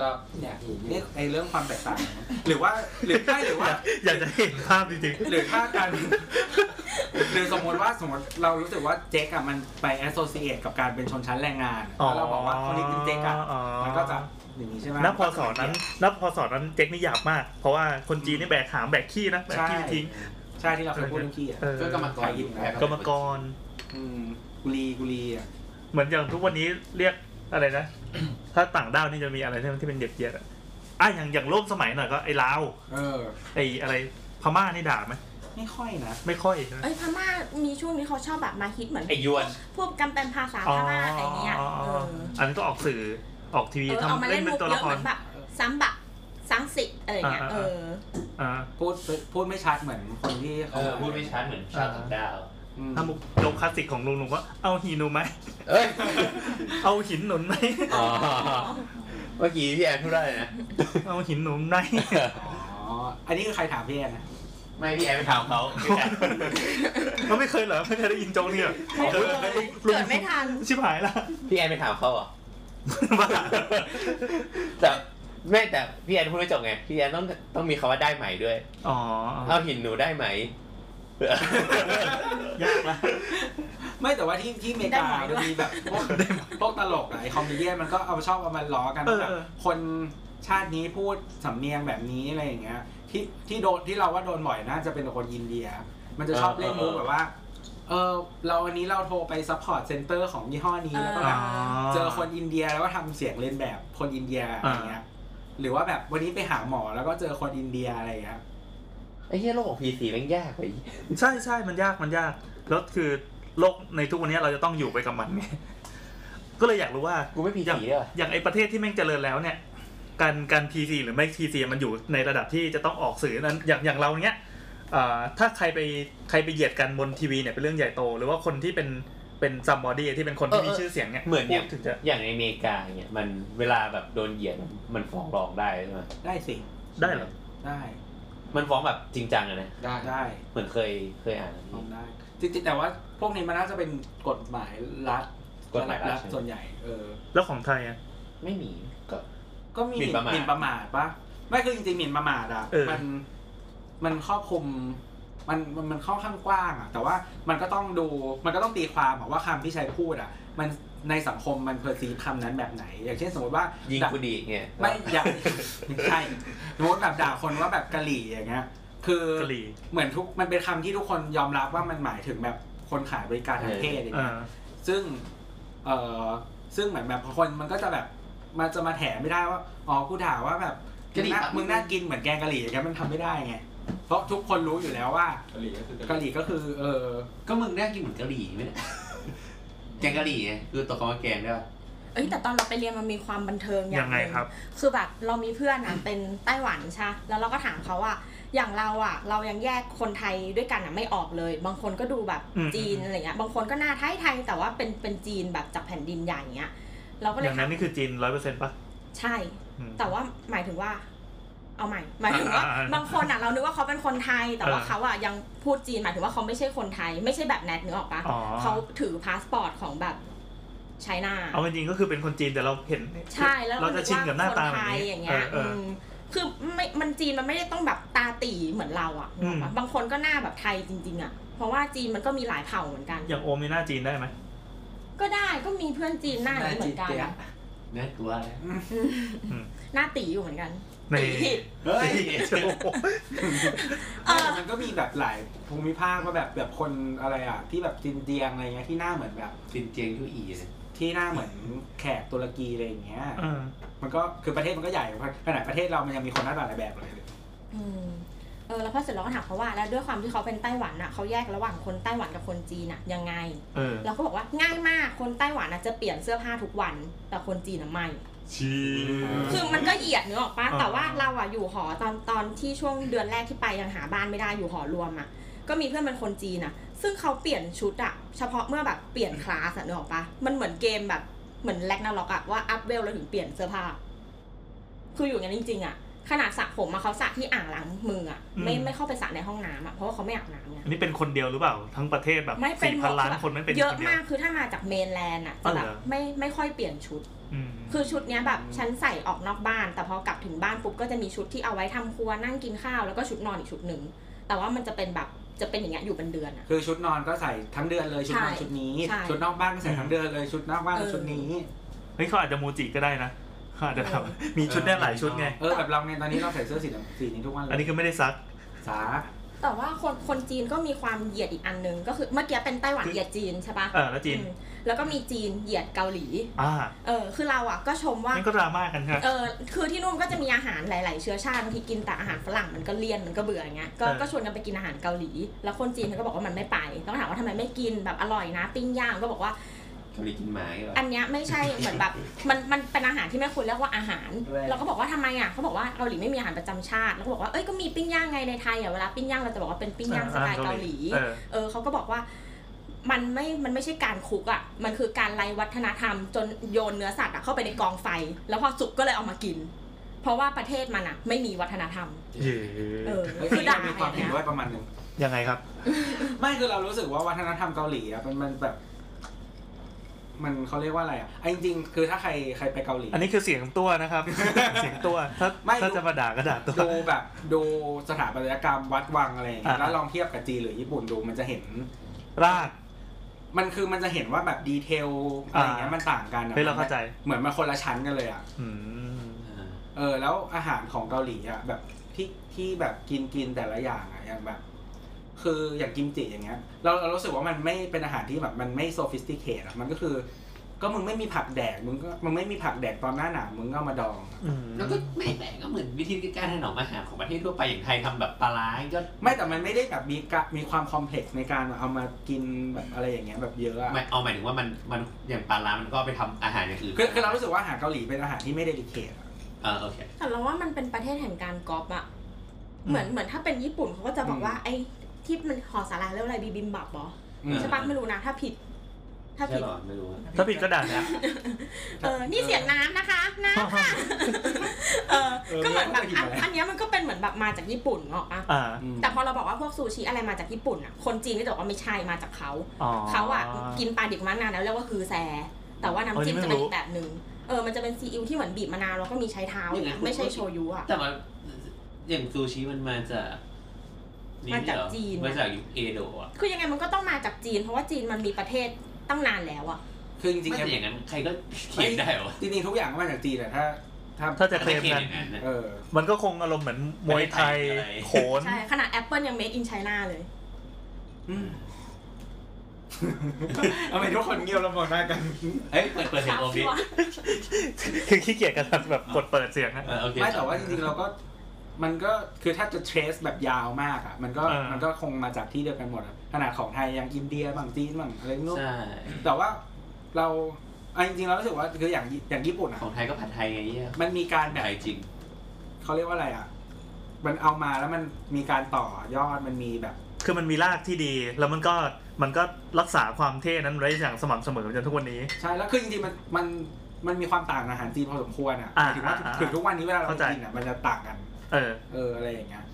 ก็ เนี่ เนี่ย ย นี่ไอเรื่องความแตกต่างเนี่ยหรือว่าหรือไม่หรือว่า อยากจะเห็นภาพจริง หรือถ้าการ หรือสมมติว่าสมมติเรารู้สึกว่าเจ๊กอะมันไปแอสโซเ a t e กับการเป็นชนชั้นแรงงาน ๆ แล้วเราบอกว่าคนนี้เป็นเจ๊กอะ อ๋อ มันก็จะอย่างนี้ใช่ไหม นับพอสอนั้นนับพอสอนั้นเจ๊กนี่หยาบมาก เพราะว่าคนจีนนี่แบกหามแบกขี้นะแบกขี้ทิ้ง ใช่ที่เราเคยพูดเรื่องขี้อะ เออ ก็กรรมกร ใครหยิบนะ กรรมกร อืมกุลีกุลีอะ เหมือนอย่างทุกวันนี้เรียกอะไรนะ ถ้าต่างด้าวนี่จะมีอะไรที่มันที่เป็นเหยียดเหยียดๆอะอ่ะอย่างอย่างร่วมสมัยหน่อยก็ไอ้ลาว เออ ไอ้อะไรพม่านี่ด่าไหม ไม่ค่อยนะ ไม่ค่อยใช่ไหม เอ้ยพม่ามีช่วงนี้เขาชอบแบบมาฮิตเหมือน ไอยวน พวกกำแปมภาษาพม่าอะไรเงี้ย อ๋อ เอ อ๋ออ๋อ อ อันนี้ก็ออกสื่อออกทีวี เออเอามา ทำ เล่ เล่ น นเป็นมุก ตัว เย ละ อะ ค เหมื ร อนแบบซ้ำบะซ้ำสิอะไรเงี้ย อ่า เออ อ่า พูดพูดไม่ชัดเหมือนคนที่ เอ เขา อพูดไม่ชัดเหมือนชาวต่างดาว อืม ถ้ามุกยกคลาสสิกของลุงลุงก็เอาหินหนุนไหม เอ้ย เอาหินหนุนไหม อ๋อ เมื่อกี้พี่แอนพูดได้นะ เอาหินหนุนไหม อ๋ออันนี้คือใครถามพี่แอนนะ ไม่พี่แอนไปถามเขาพี่แอน เราไม่เคยเหรอไม่เคยได้ยินโจงนี่เหรอ ไม่เคยเกิดไม่ทัน ชิบหายละ พี่แอนไปถามเขาเหรอ บ้า แต่ไม่แต่พี่แอนพูดไม่จบไง พี่แอนต้องต้องมีคำว่าได้ไหมด้วย อ๋อ เอาหินหนูได้ไหม ยากละ ไม่แต่ว่าที่ที่อเมริ ได้ กา หมอด้ มัน วย มีแบบพวกพวกตลกอะไอคอมเมดี้มันก็เอาชอบเอามาล้อกัน เอ ว่า อ แบบ เออ คนชาตินี้พูดสำเนียงแบบนี้อะไรอย่างเงี้ยที่ที่โดนที่เราว่าโดนบ่อยน่าจะเป็นคนอินเดีย มันจะชอบ เออ เล่น เออ มุกแบบว่าเออเราวันนี้เราโทรไปซัพพอร์ตเซ็นเตอร์ของยี่ห้อนี้แล้วก็ อ๋ แบ อ บเจอคนอินเดียแล้วก็ทำเสียงเล่นแบบคนอินเดียอะไรเงี้ยหรือว่าแบบวันนี้ไปหาหมอแล้วก็เจอคนอินเดียอะไรเงี้ย ไอ้เหี้ยโลกของพีซีมันยากไป ใช่ใช่มันยากมันยาก แล้วคือโลกในทุกวันนี้เราจะต้องอยู่ไปกับมันไง ก็เลยอยากรู้ว่า กูไม่พี อย่าง ซีด้วยว่ะ อย่างไอประเทศที่แม่งเจริญแล้วเนี่ย การการ PC หรือไม่ PC มันอยู่ในระดับที่จะต้องออกสื่อนั้นอย่างอย่างเราเนี้ยเอ่อถ้าใครไปใครไปเหยียดกันบนทีวีเนี่ยเป็นเรื่องใหญ่โต หรือว่าคนที่เป็นเป็นซัมบอดี้ที่เป็นคนที่มีชื่อเสียงเนี่ย เหมือนอย่าง พูดถึงจะ อย่างในอเมริกาเนี่ยมันเวลาแบบโดนเหยียดมันมันฟ้องร้องได้ใช่ไหม ได้สิ ได้เหรอ ได้ มันฟ้องแบบจริงจังอะนะ ได้ ได้ เหมือนเคยเคยอ่านนะ ล พี่ องได้จริงๆแต่ว่าพวกนี้มันน่าจะเป็นกฎหมายรัฐ กฎหมายรัฐ ส่วนใหญ่เออ แล้วของไทยอ่ะ ไม่มีก็ ก็มี หมิ่นประมาท หมิ่นประมาทปะไม่คือจริงๆหมิ่นประมาทอ่ะ เออ มันมันครอบคลุม มันมันมันเข้าข้างกว้างอ่ะ แต่ว่ามันก็ต้องดูมันก็ต้องตีความอะว่าคำที่ใช้พูดอ่ะ มันในสังคมมันเพอร์ซีฟคำนั้นแบบไหน อย่างเช่นสมมติว่า ยิง ด่า กูดีเงี้ย ไม่อยาก ใช่สมมติแบบด่าคนว่าแบบกะหรี่อย่างเงี้ยคือ กะหรี่ เหมือนทุกมันเป็นคำที่ทุกคนยอมรับว่ามันหมายถึงแบบคนขายบริการทางเพศอย่าง อ่า เงี้ยซึ่งเออซึ่งเหมือนแบบคนมันก็จะแบบมันจะมาแถไม่ได้ว่าอ๋อกูด่าว่าแบบ กะหรี่ มึงน่ามึงปะน่ากินเหมือนแกงกะหรี่อย่างเงี้ยมันทำไม่ได้ไงเพราะทุกคนรู้อยู่แล้วว่าก ะหรี่ก็คือก ะหรี่ก็คือเออ ก็มึงน่ากินเหมือนกะหรี่ไหมเนี่ยแกงกะหรี่ไงคือตกคำว่าแกงด้วยปะ เอ้ยแต่ตอนเราไปเรียนมันมีความบันเทิงอ ยั ย่าง ง ไง หนึ่ง ครับ คือแบบเรามีเพื่อนอะเป็นไต้หวันใช่ปะแล้วเราก็ถามเขาว่าอย่างเราอะเรายังแยกคนไทยด้วยกันอะไม่ออกเลย บางคนก็ดูแบบ อืม จีนอะไรเงี้ย บางคนก็หน้าไทยไทยๆแต่ว่าเป็นเป็นจีนแบบจากแผ่นดินใหญ่เงี้ย เราก็เล อย ย่าง ถา นั้ ม นนี่คือจีนร้อยเปอร์เซ็นต์ป่ะ ใช่ อืม แต่ว่าหมายถึงว่า เอาใหม่ หมายถึงว่า อ่าอ่าอ่า บางคนอะเรานึกว่าเขาเป็นคนไทย แต่ว่า เออ เขาอะยังพูดจีนหมายถึงว่าเขาไม่ใช่คนไทย ไม่ใช่แบบแนทนึกออกปะ อ๋อ เขาถือพาสปอร์ตของแบบไชน่า เอาจริงๆก็คือเป็นคนจีนแต่เราเห็น ใช่แล้ว เราจะชินกับหน้าตา ค แบ ไท บ ย นี้ อย่างเงี้ย เออ มคือไม่มันจีนมันไม่ได้ต้องแบบตาตีเหมือนเราอะ อืม บางคนก็หน้าแบบไทยจริง ๆอะเพราะว่าจีนมันก็มีหลายเผ่าเหมือนกัน อย่างโอมนี่หน้าจีนได้ไหม ก็ได้ก็มีเพื่อนจีนหน้าอย่างนี้เหมือนกัน หน้าจีนเตี้ย น่ากลัวเลย อืมหน้าตีอยู่เหมือนกัน ใน ตี เฮ้ย เออ มันก็มีแบบหลายภูมิภาคว่าแบบแบบคนอะไรอะที่แบบจีนเดียงอะไรเงี้ยที่หน้าเหมือนแบบ ตินเจียงยูอีเลย ที่หน้าเหมือนแขกตุรกีอะไรอย่างเงี้ย เออ มันก็คือประเทศมันก็ใหญ่ขนาดประเทศเรามันยังมีคนหน้าตาหลายแบบเลย อืมเออแล้วพอเสร็จเราก็ถามเขาว่า แล้วด้วยความที่เขาเป็นไต้หวันอะเขาแยกระหว่างคนไต้หวันกับคนจีนอะยังไง เออ เราก็บอกว่าง่ายมากคนไต้หวันอะจะเปลี่ยนเสื้อผ้าทุกวัน แต่คนจีนอะไม่ ชีส คือมันก็เหยียดเนื้อออกปะ อ่า แต่ว่าเราอะอยู่หอตอนตอนที่ช่วงเดือนแรกที่ไปยังหาบ้านไม่ได้อยู่หอรวมอะก็มีเพื่อนเป็นคนจีนอะซึ่งเขาเปลี่ยนชุดอะเฉพาะเมื่อแบบเปลี่ยนคลาสอะเนื้อออกปะมันเหมือนเกมแบบเหมือนแลกนาล็อกอะว่าอัพเวลแล้วถึงเปลี่ยนเสื้อผ้า คืออยู่อย่างนั้นจริงๆอะขนาดสระผมอะเขาสระที่อ่างล้างมืออะไม่ไม่เข้าไปสระในห้องน้ำอะเพราะว่าเขาไม่อาบน้ำไง อันนี้เป็นคนเดียวหรือเปล่า ทั้งประเทศแบบ ไม่เป็น สี่ หม พั ด นล้าน แบบ คนไม่เป็น เยอะ คนดีว มากคือถ้ามาจากเมนแลนด์อ่ะจะ อ๋อเหร แบ อ บไม่ไม่ค่อยเปลี่ยนชุด อืม คือชุดเนี้ยแบบฉันใส่ออกนอกบ้าน แต่พอกลับถึงบ้านปุ๊บก็จะมีชุดที่เอาไว้ทำครัวนั่งกินข้าวแล้วก็ชุดนอนอีกชุดหนึ่งแต่ว่ามันจะเป็นแบบจะเป็นอย่างเงี้ยอยู่เป็นเดือนอะ คือชุดนอนก็ใส่ทั้งเดือนเลยชุดนอน ใช่ ชุดนี้ ใช่ ชุดนอกบ้านก็ใส่ทั้งเดือนเลยชุดนอกบ้าน เออ ชุดนี้ เฮ้ยเขาอาจจะโมจิก็ได้นะเขาอาจจะแบบมีชุดได้หลายชุดไง เออแบบเราเนี่ยตอนนี้เราใส่เสื้อสีน้ำสีนี้ทุกวันเล อันนี้ ย ก็ไม่ได้ซัก สา แต่ว่าคนคนจีนก็มีความเหยียดอีกอันหนึงก็คือเมื่อกี้เป็นไต้หวันเหยียดจีนใช่ปะ เออแล้วจีน อืมแล้วก็มีจีนเหยียดเกาหลี อ่า เออคือเราอะก็ชมว่า นั่นก็ดราม่ากันใช่ไหม เออคือที่นู่นก็จะมีอาหารหลาย ๆ เชื้อชาติบางทีกินแต่อาหารฝรั่งมันก็เลี่ยนมันก็เบื่ออย่างเงี้ยก็ เออ ก็ชวนกันไปกินอาหารเกาหลี แล้วคนจีนเขาก็บอกว่ามันไม่ไปแล้วก็ถามว่าทำไมไม่กินแบบอร่อยนะ ปิ้งย่างก็บอกว่า กะหรี่กินหมาอย่างเงี้ยเหรอ อันเนี้ยไม่ใช่เหมือนแบบมันมันเป็นอาหารที่ไม่ควรเรียกว่าอาหาร เราก็บอกว่าทำไมอ่ะเขาบอกว่าเกาหลีไม่มีอาหารประจำชาติ แล้วก็บอกว่าเอ้ยก็มีปิ้งย่างไงในไทยอ่ะเวลาปิ้งย่างเราจะบอกว่าเป็นปิ้งย่างสไตล์เกาหลี เออ เออเขาก็บอกว่ามันไม่ มันไม่ใช่การคุกอ่ะ มันคือการไล่วัฒนธรรม จนโยนเนื้อสัตว์อะเข้าไปในกองไฟ แล้วพอสุกก็เลยเอามากิน เพราะว่าประเทศมันอ่ะ ไม่มีวัฒนธรรม เย่ เออ เฮ้ย คือด่า มีความ อย่าง เห็น เงี้ย ด้วยประมาณหนึ่ง ยังไงครับ ไม่คือเรารู้สึกว่าวัฒนธรรมเกาหลีอ่ะมันมันแบบ มันเขาเรียกว่าอะไรอ่ะอ่ะจริงๆ คือถ้าใครใครไปเกาหลี อันนี้คือเสียงตัวนะครับ เสียงตัว ถ้า ไม่ ถ้าจะมาด่าก็ด่าตัว ดูแบบดูสถาปัตยกรรมวัดวังอะไรอย่างเงี้ย อ่า แล้วลองเทียบกับจีนหรือญี่ปุ่นดูมันจะเห็น ราก มันคือมันจะเห็นว่าแบบดีเทลอะไรอย่างเงี้ย อ่ามั มันต่างกันอะ เฮ้ยเราเข้าใจ เหมือนมันคนละชั้นกันเลยอ่ะ อืม เออแล้วอาหารของเกาหลีอ่ะแบบที่ที่แบบกินกินแต่ละอย่างอ่ะอย่างแบบ คืออย่างกิมจิอย่างเงี้ยเราเรารู้สึกว่ามันไม่เป็นอาหารที่แบบมันไม่โซฟิสติเคทอ่ะมันก็คือ ก็มึงไม่มีผักแดกมึงก็มึงไม่มีผักแดกตอนหน้าหนาวมึงก็เอามาดองอะ อืม แล้วก็ไม่แปลกก็เหมือนวิธีการถนอมอาหารของประเทศทั่วไปอย่างไทยทำแบบปลาร้าก็ ไม่แต่มันไม่ได้แบบมีกะมีความคอมเพล็กซ์ในการเอามากินแบบอะไรอย่างเงี้ยแบบเยอะอ่ะ ไม่เอาหมายถึงว่ามันมันอย่างปลาร้ามันก็ไปทำอาหารอย่างอื่น คือคือเรารู้สึกว่าอาหารเกาหลีเป็นอาหารที่ไม่เดลิเคทอะ เออโอเค แต่เราว่ามันเป็นประเทศแห่งการก๊อปอะเหมือนเหมือนถ้าเป็นญี่ปุ่นเขาก็จะบอกว่าไอ้ที่มันห่อสาหร่ายเรียกอะไรบีบิมบับเหรอ อืม ใช่ปะไม่รู้นะถ้าผิด ถ้า ใช่ ผิด หรอไม่รู้อะ ถ้าผิดก็ด่าแล้ว เออ นี่เสียงน้ำนะคะ น้ำค่ะ เออ ก็เหมือนแบบอันอันเนี้ยมันก็เป็นเหมือนแบบมาจากญี่ปุ่นเนาะอะ อ่า อืม แต่พอเราบอกว่าพวกซูชิอะไรมาจากญี่ปุ่นอ่ะ คนจีนก็จะบอกว่าไม่ใช่มาจากเขา อ๋อ เขาอ่ะกินปลาดิบมานานแล้วเรียกว่าคือแซ แต่ว่าน้ำจิ้ม เออนี่ จะ ไม่ เป็น รู้ อีกแบบหนึ่งเออ มันจะเป็นซีอิ๊วที่เหมือนบีบมะนาวแล้วก็มีใช้เท้าอย่างเงี้ยไม่ใช่โชยุอ่ะ แต่ว่าอย่างซูชิมันมาจาก มาจากจีน มาจากยุคเอโดะอะ คือยังไงมันก็ต้องมาจากจีน เพราะว่าจีนมันมีประเทศตั้งนานแล้วอะ คือจริงๆไม่แต่อย่างนั้นใครก็เขียนได้เหรอ จริงๆทุกอย่างก็มาจากจีนแหละถ้าถ้า ถ้าจะเคลม ขีย กัน อย่างนั้นนะ เออ มันก็คงอารมณ์เหมือนมวยไทย ไม่ได้ไทยอะไร โขน ใช่ ขนาด Apple ยัง made in China เลย อืม ทำไมทุกคนเงียบแล้วมองหน้ากัน เฮ้ย เปิดเปิดเสียงโอบิ คือขี้เกียจกันแบบ กดเปิดเสียงนะ เออโอเค ไม่แต่ว่าจริงๆเราก็ มันก็คือถ้าจะ trace แบบยาวมากอ่ะ มันก็ อ่ามั มันก็คงมาจากที่เดียวกันหมดอะขนาดของไทยยังอินเดียบางจีนบางอะไรไม่รู้ ใช่ แต่ว่าเราเอาจริงๆเรารู้สึกว่าคืออย่างอย่างญี่ปุ่นอ่ะ ของไทยก็ผัดไทยไงเหี้ย มันมีการแบบ ไทยจริง เขาเรียกว่าอะไรอ่ะ มันเอามาแล้วมันมีการต่อยอด มันมีแบบ คือมันมีรากที่ดี แล้วมันก็มันก็รักษาความเท่นั้นไว้อย่างสม่ำเสมอมาจนทุกวันนี้ ใช่ แล้วคือจริงๆ มัน มัน มันมีความต่างอาหารจีนพอสมควรอ่ะ อ่า ถึงว่า อ่าอ่า ถึงทุกวันนี้เวลาเรา เข้าใจ กินอ่ะ มันจะต่างกัน เออ เออ อะไรอย่างเงี้ย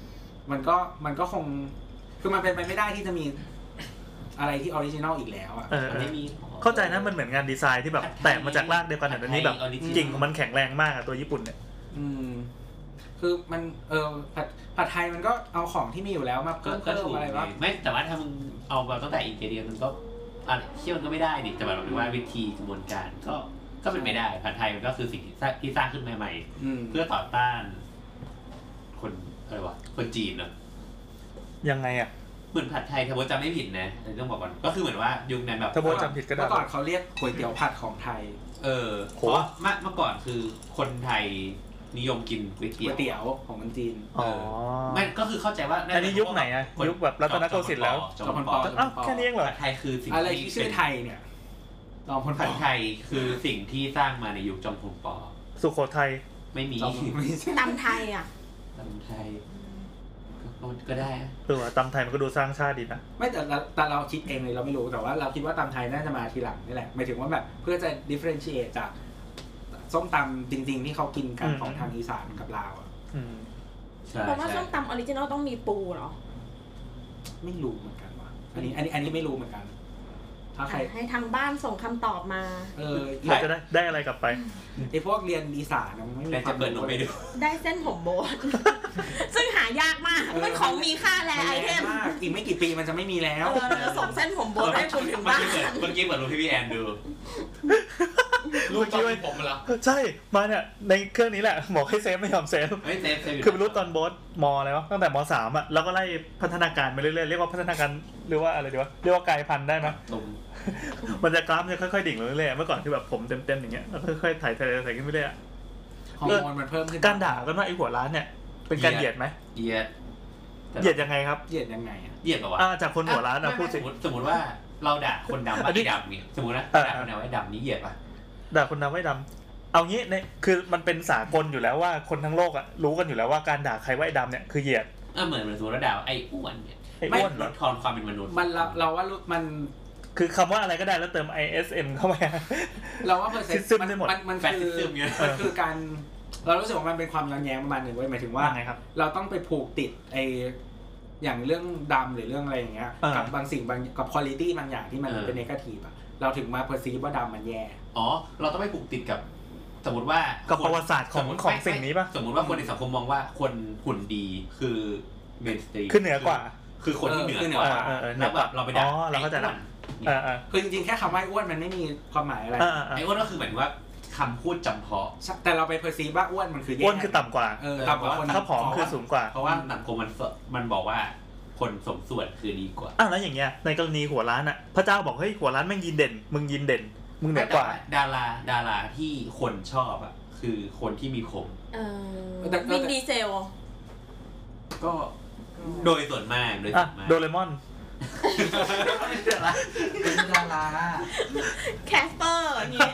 มันก็ มันก็คง คือมันเป็นไปไม่ได้ที่จะมีอะไรที่ออริจินอลอีกแล้วอ่ะ เออ มันไม่มี เข้าใจนะมันเหมือนงานดีไซน์ที่แบบแตกมาจากรากเดียวกันแต่อันนี้แบบ ไทย original กิ่งของมันแข็งแรงมากอะตัวญี่ปุ่นเนี่ย อืม คือมัน เออผัดผัดไทยมันก็เอาของที่มีอยู่แล้วมา ก็ เพิ่ม ก็ เพิ่ม ถูก อะไร ไง วะ ไม่แต่ว่าถ้ามึงเอามาตั้งแต่อินเดียมันก็อะไรเชี่ยมันก็ไม่ได้ดิแต่แบบว่าวิธีกระบวนการก็ก็เป็นไม่ได้ผัดไทยมันก็คือสิ่งที่สร้างที่สร้างขึ้นใหม่ อืม ๆ เพื่อต่อต้าน คนอะไรวะคนจีนเนอะ ยังไงอะ เหมือนผัดไทยถ้าโบทจำไม่ผิดนะแต่ต้องบอกก่อนก็คือเหมือนว่ายุคนั้นแบบ ถ้าโบทจำผิดก็ได้ เมื่อก่อนเขาเรียกก๋วยเตี๋ยวผัดของไทย เออเพ โห ราะว่าเมื่อเมื่อก่อนคือคนไทยนิยมกินก๋วย ก๋ เตี๋ วย ยเตี๋ยวของคนจีน อ๋อ ไม่ก็คือเข้าใจว่าาจะ อันนี้ยุคไหนอะ คน ยุคแบบรัตนโกสินทร์แล้ว จอมพลป จอมพลป อ้าวแค่นี้เองเหรอ ผัดไทยคือสิ่ง อะไรที่ชื่อไทยเนี่ยลองคน ผั ผั ด ด ไทยคือสิ่งที่สร้างมาในยุคจอมพลปอ สุโขทัย ไม่มี จอมพลไม่ใช่ ตำไทยอะ ตำไทยก็ก็ได้อะ เออว่ะตำไทยมันก็ดูสร้างชาติดีนะ ไม่แต่เราแต่เราคิดเองเลยเราไม่รู้แต่ว่าเราคิดว่าตำไทยน่าจะมาทีหลังนี่แหละหมายถึงว่าแบบเพื่อจะ differentiate จากส้มตำจริง ๆ ที่เขากินกัน อืม ของทางอีสานกับลาวอะ อืม ใช่ เพราะว่า ใช่ ส้มตำออริจินอลต้องมีปูเหรอ ไม่รู้เหมือนกันว่ะอันนี้อันนี้อันนี้ไม่รู้เหมือนกัน ถ้าใคร ให้ทางบ้านส่งคำตอบมา เออ เราจะได้ได้อะไรกลับไป ไอพวกเรียนอีสานอะมันไม่มี แต่ ค จะ วาม เปิดหนูไม่ ดู ได้เส้นผมโบท ซึ่งหายากมาก มันของมีค่าแลไอเทม แรงากอีกไม่กี่ปีมันจะไม่มีแล้ เอ ว อเราจะส่งเส้นผมโบทให้คุณถึงบ้าน เมื่อกี้เปิดเมื่อกี้เปิดรูปพี่พี่แอนดู รูปตอนผมเหรอ ใช่ มาเนี่ย ในเครื่องนี้แหละบอกให้เซฟไม่ยอมเซฟ เฮ้ยเซฟเซฟยู่ะ คือเป็นรูปตอนโบสมอะไรวะตั้งแต่มสามอะแล้วก็ไล่พัฒนาการไปเรื่อยๆเรียกว่าพัฒนาการหรือว่าอะไรดีวะเรียกว่ากายพันธุ์ได้ไหม ตุ่ม มันจะกราฟจะค่อยๆดิ่งลงเรื่อยๆเมื่อก่อนคือแบบผมเต็มๆอย่างเงี้ยแล้วค่อยๆถ่ายถ่ายถ่ายขึ้นไปเรื่อยอะ ฮอร์โมนมันเพิ่มขึ้น การด่ากันว่าไอ้หัวร้านเนี่ยเป็นการเหยียดไหม เหยียด เหยียดยังไงครับ เหยียดยังไงอะ เหยียดเหรอวะ อ่าจากคนหัวร้านอะ ไม่ พูด ส สิ มมติสมมติว่าเราด่าคนดำ อั ว่าน นี้ ไอ้ดำเนี่ยสมมตินะ เออ ด่าคนดำว่าไอ้ดำนี่เหยียดป่ะ ด่าคนดำไว้ดำเอางี้ในคือมันเป็นสากลอยู่แล้วว่าคนทั้งโลกอะรู้กันอยู่แล้วว่าการด่าใครว่าไอ้ดำเนี่ยคือเหยียด เออเหมือนเหมือนสมมติเราด่าว่าไอ้อ้วนเนี่ย ไอ้ ไม่ อ้วนเห ล รอ ดทอนความเป็นมนุษย์ มันเราเราว่ารู้มัน คือคำว่าอะไรก็ได้แล้วเติม ISM เข้าไป เราว่าเปอร์เซ็นต์ ซึมๆได้หมด มันมัน แฟน คือ ซึมเนี่ย มันคือการเรารู้สึกว่ามันเป็นความย้อนแย้งประมาณหนึ่งเว้ยหมายถึงว่า ว่าไงครับ เราต้องไปผูกติดไออย่างเรื่องดำหรือเรื่องอะไรอย่างเงี้ย อ่ากั กับบางสิ่งบางกับคุณ i t y บางอย่างที่มัน เออ เป็นเนกาทีฟอะเราถึงมา perceive ว่าดำมันแย่ อ๋อ เราต้องไม่ผูกติดกับ สมมติว่า กับ คน ประวัติศาสตร์ของ มมติ ของ ไม่ สิ่งนี้ป่ะ สมมติว่าคนในสังคมมองว่าคนหุ่นดีคือเมนสตรี คือเหนือกว่า คือคนที่ เออ เหนือ คือเหนือกว่า เออเออเหนื แล้ อ ว ก แบ ว่า บเราไปด่า อ๋อเราเข้าใจละ ไ เออเออ คือจริงๆ แค่คำว่าอ้วนมันไม่มีความหมายอะไร เออเอ อ้อ้วนไอ้ อ อ้วนก็คือเหมือนว่าคำพูดจำเพาะ ใช่แต่เราไป perceive ว่าอ้วนมันคือแย่ อ้วนคือต่ำกว่า เออต่ำกว่าคน ถ้าผอมคือสูงกว่า เพราะว่าสังคมมันเสมันบอกว่า คนสมส่วนคือดีกว่า อ้าวแล้วอย่างเงี้ย ในกรณีหัวร้านอ่ะ พระเจ้าบอก เฮ้ย หัวร้านแม่งยินเด่น มึงยินเด่น มึงเหนือกว่า ดาราดาราที่คนชอบอ่ะ คือคนที่มีผม เออวินดีเซล ก็โดยส่วนมากโดย อ่ะ ส่วนมาก โดเรมอน เป็นดารา แคสเปอร์นี่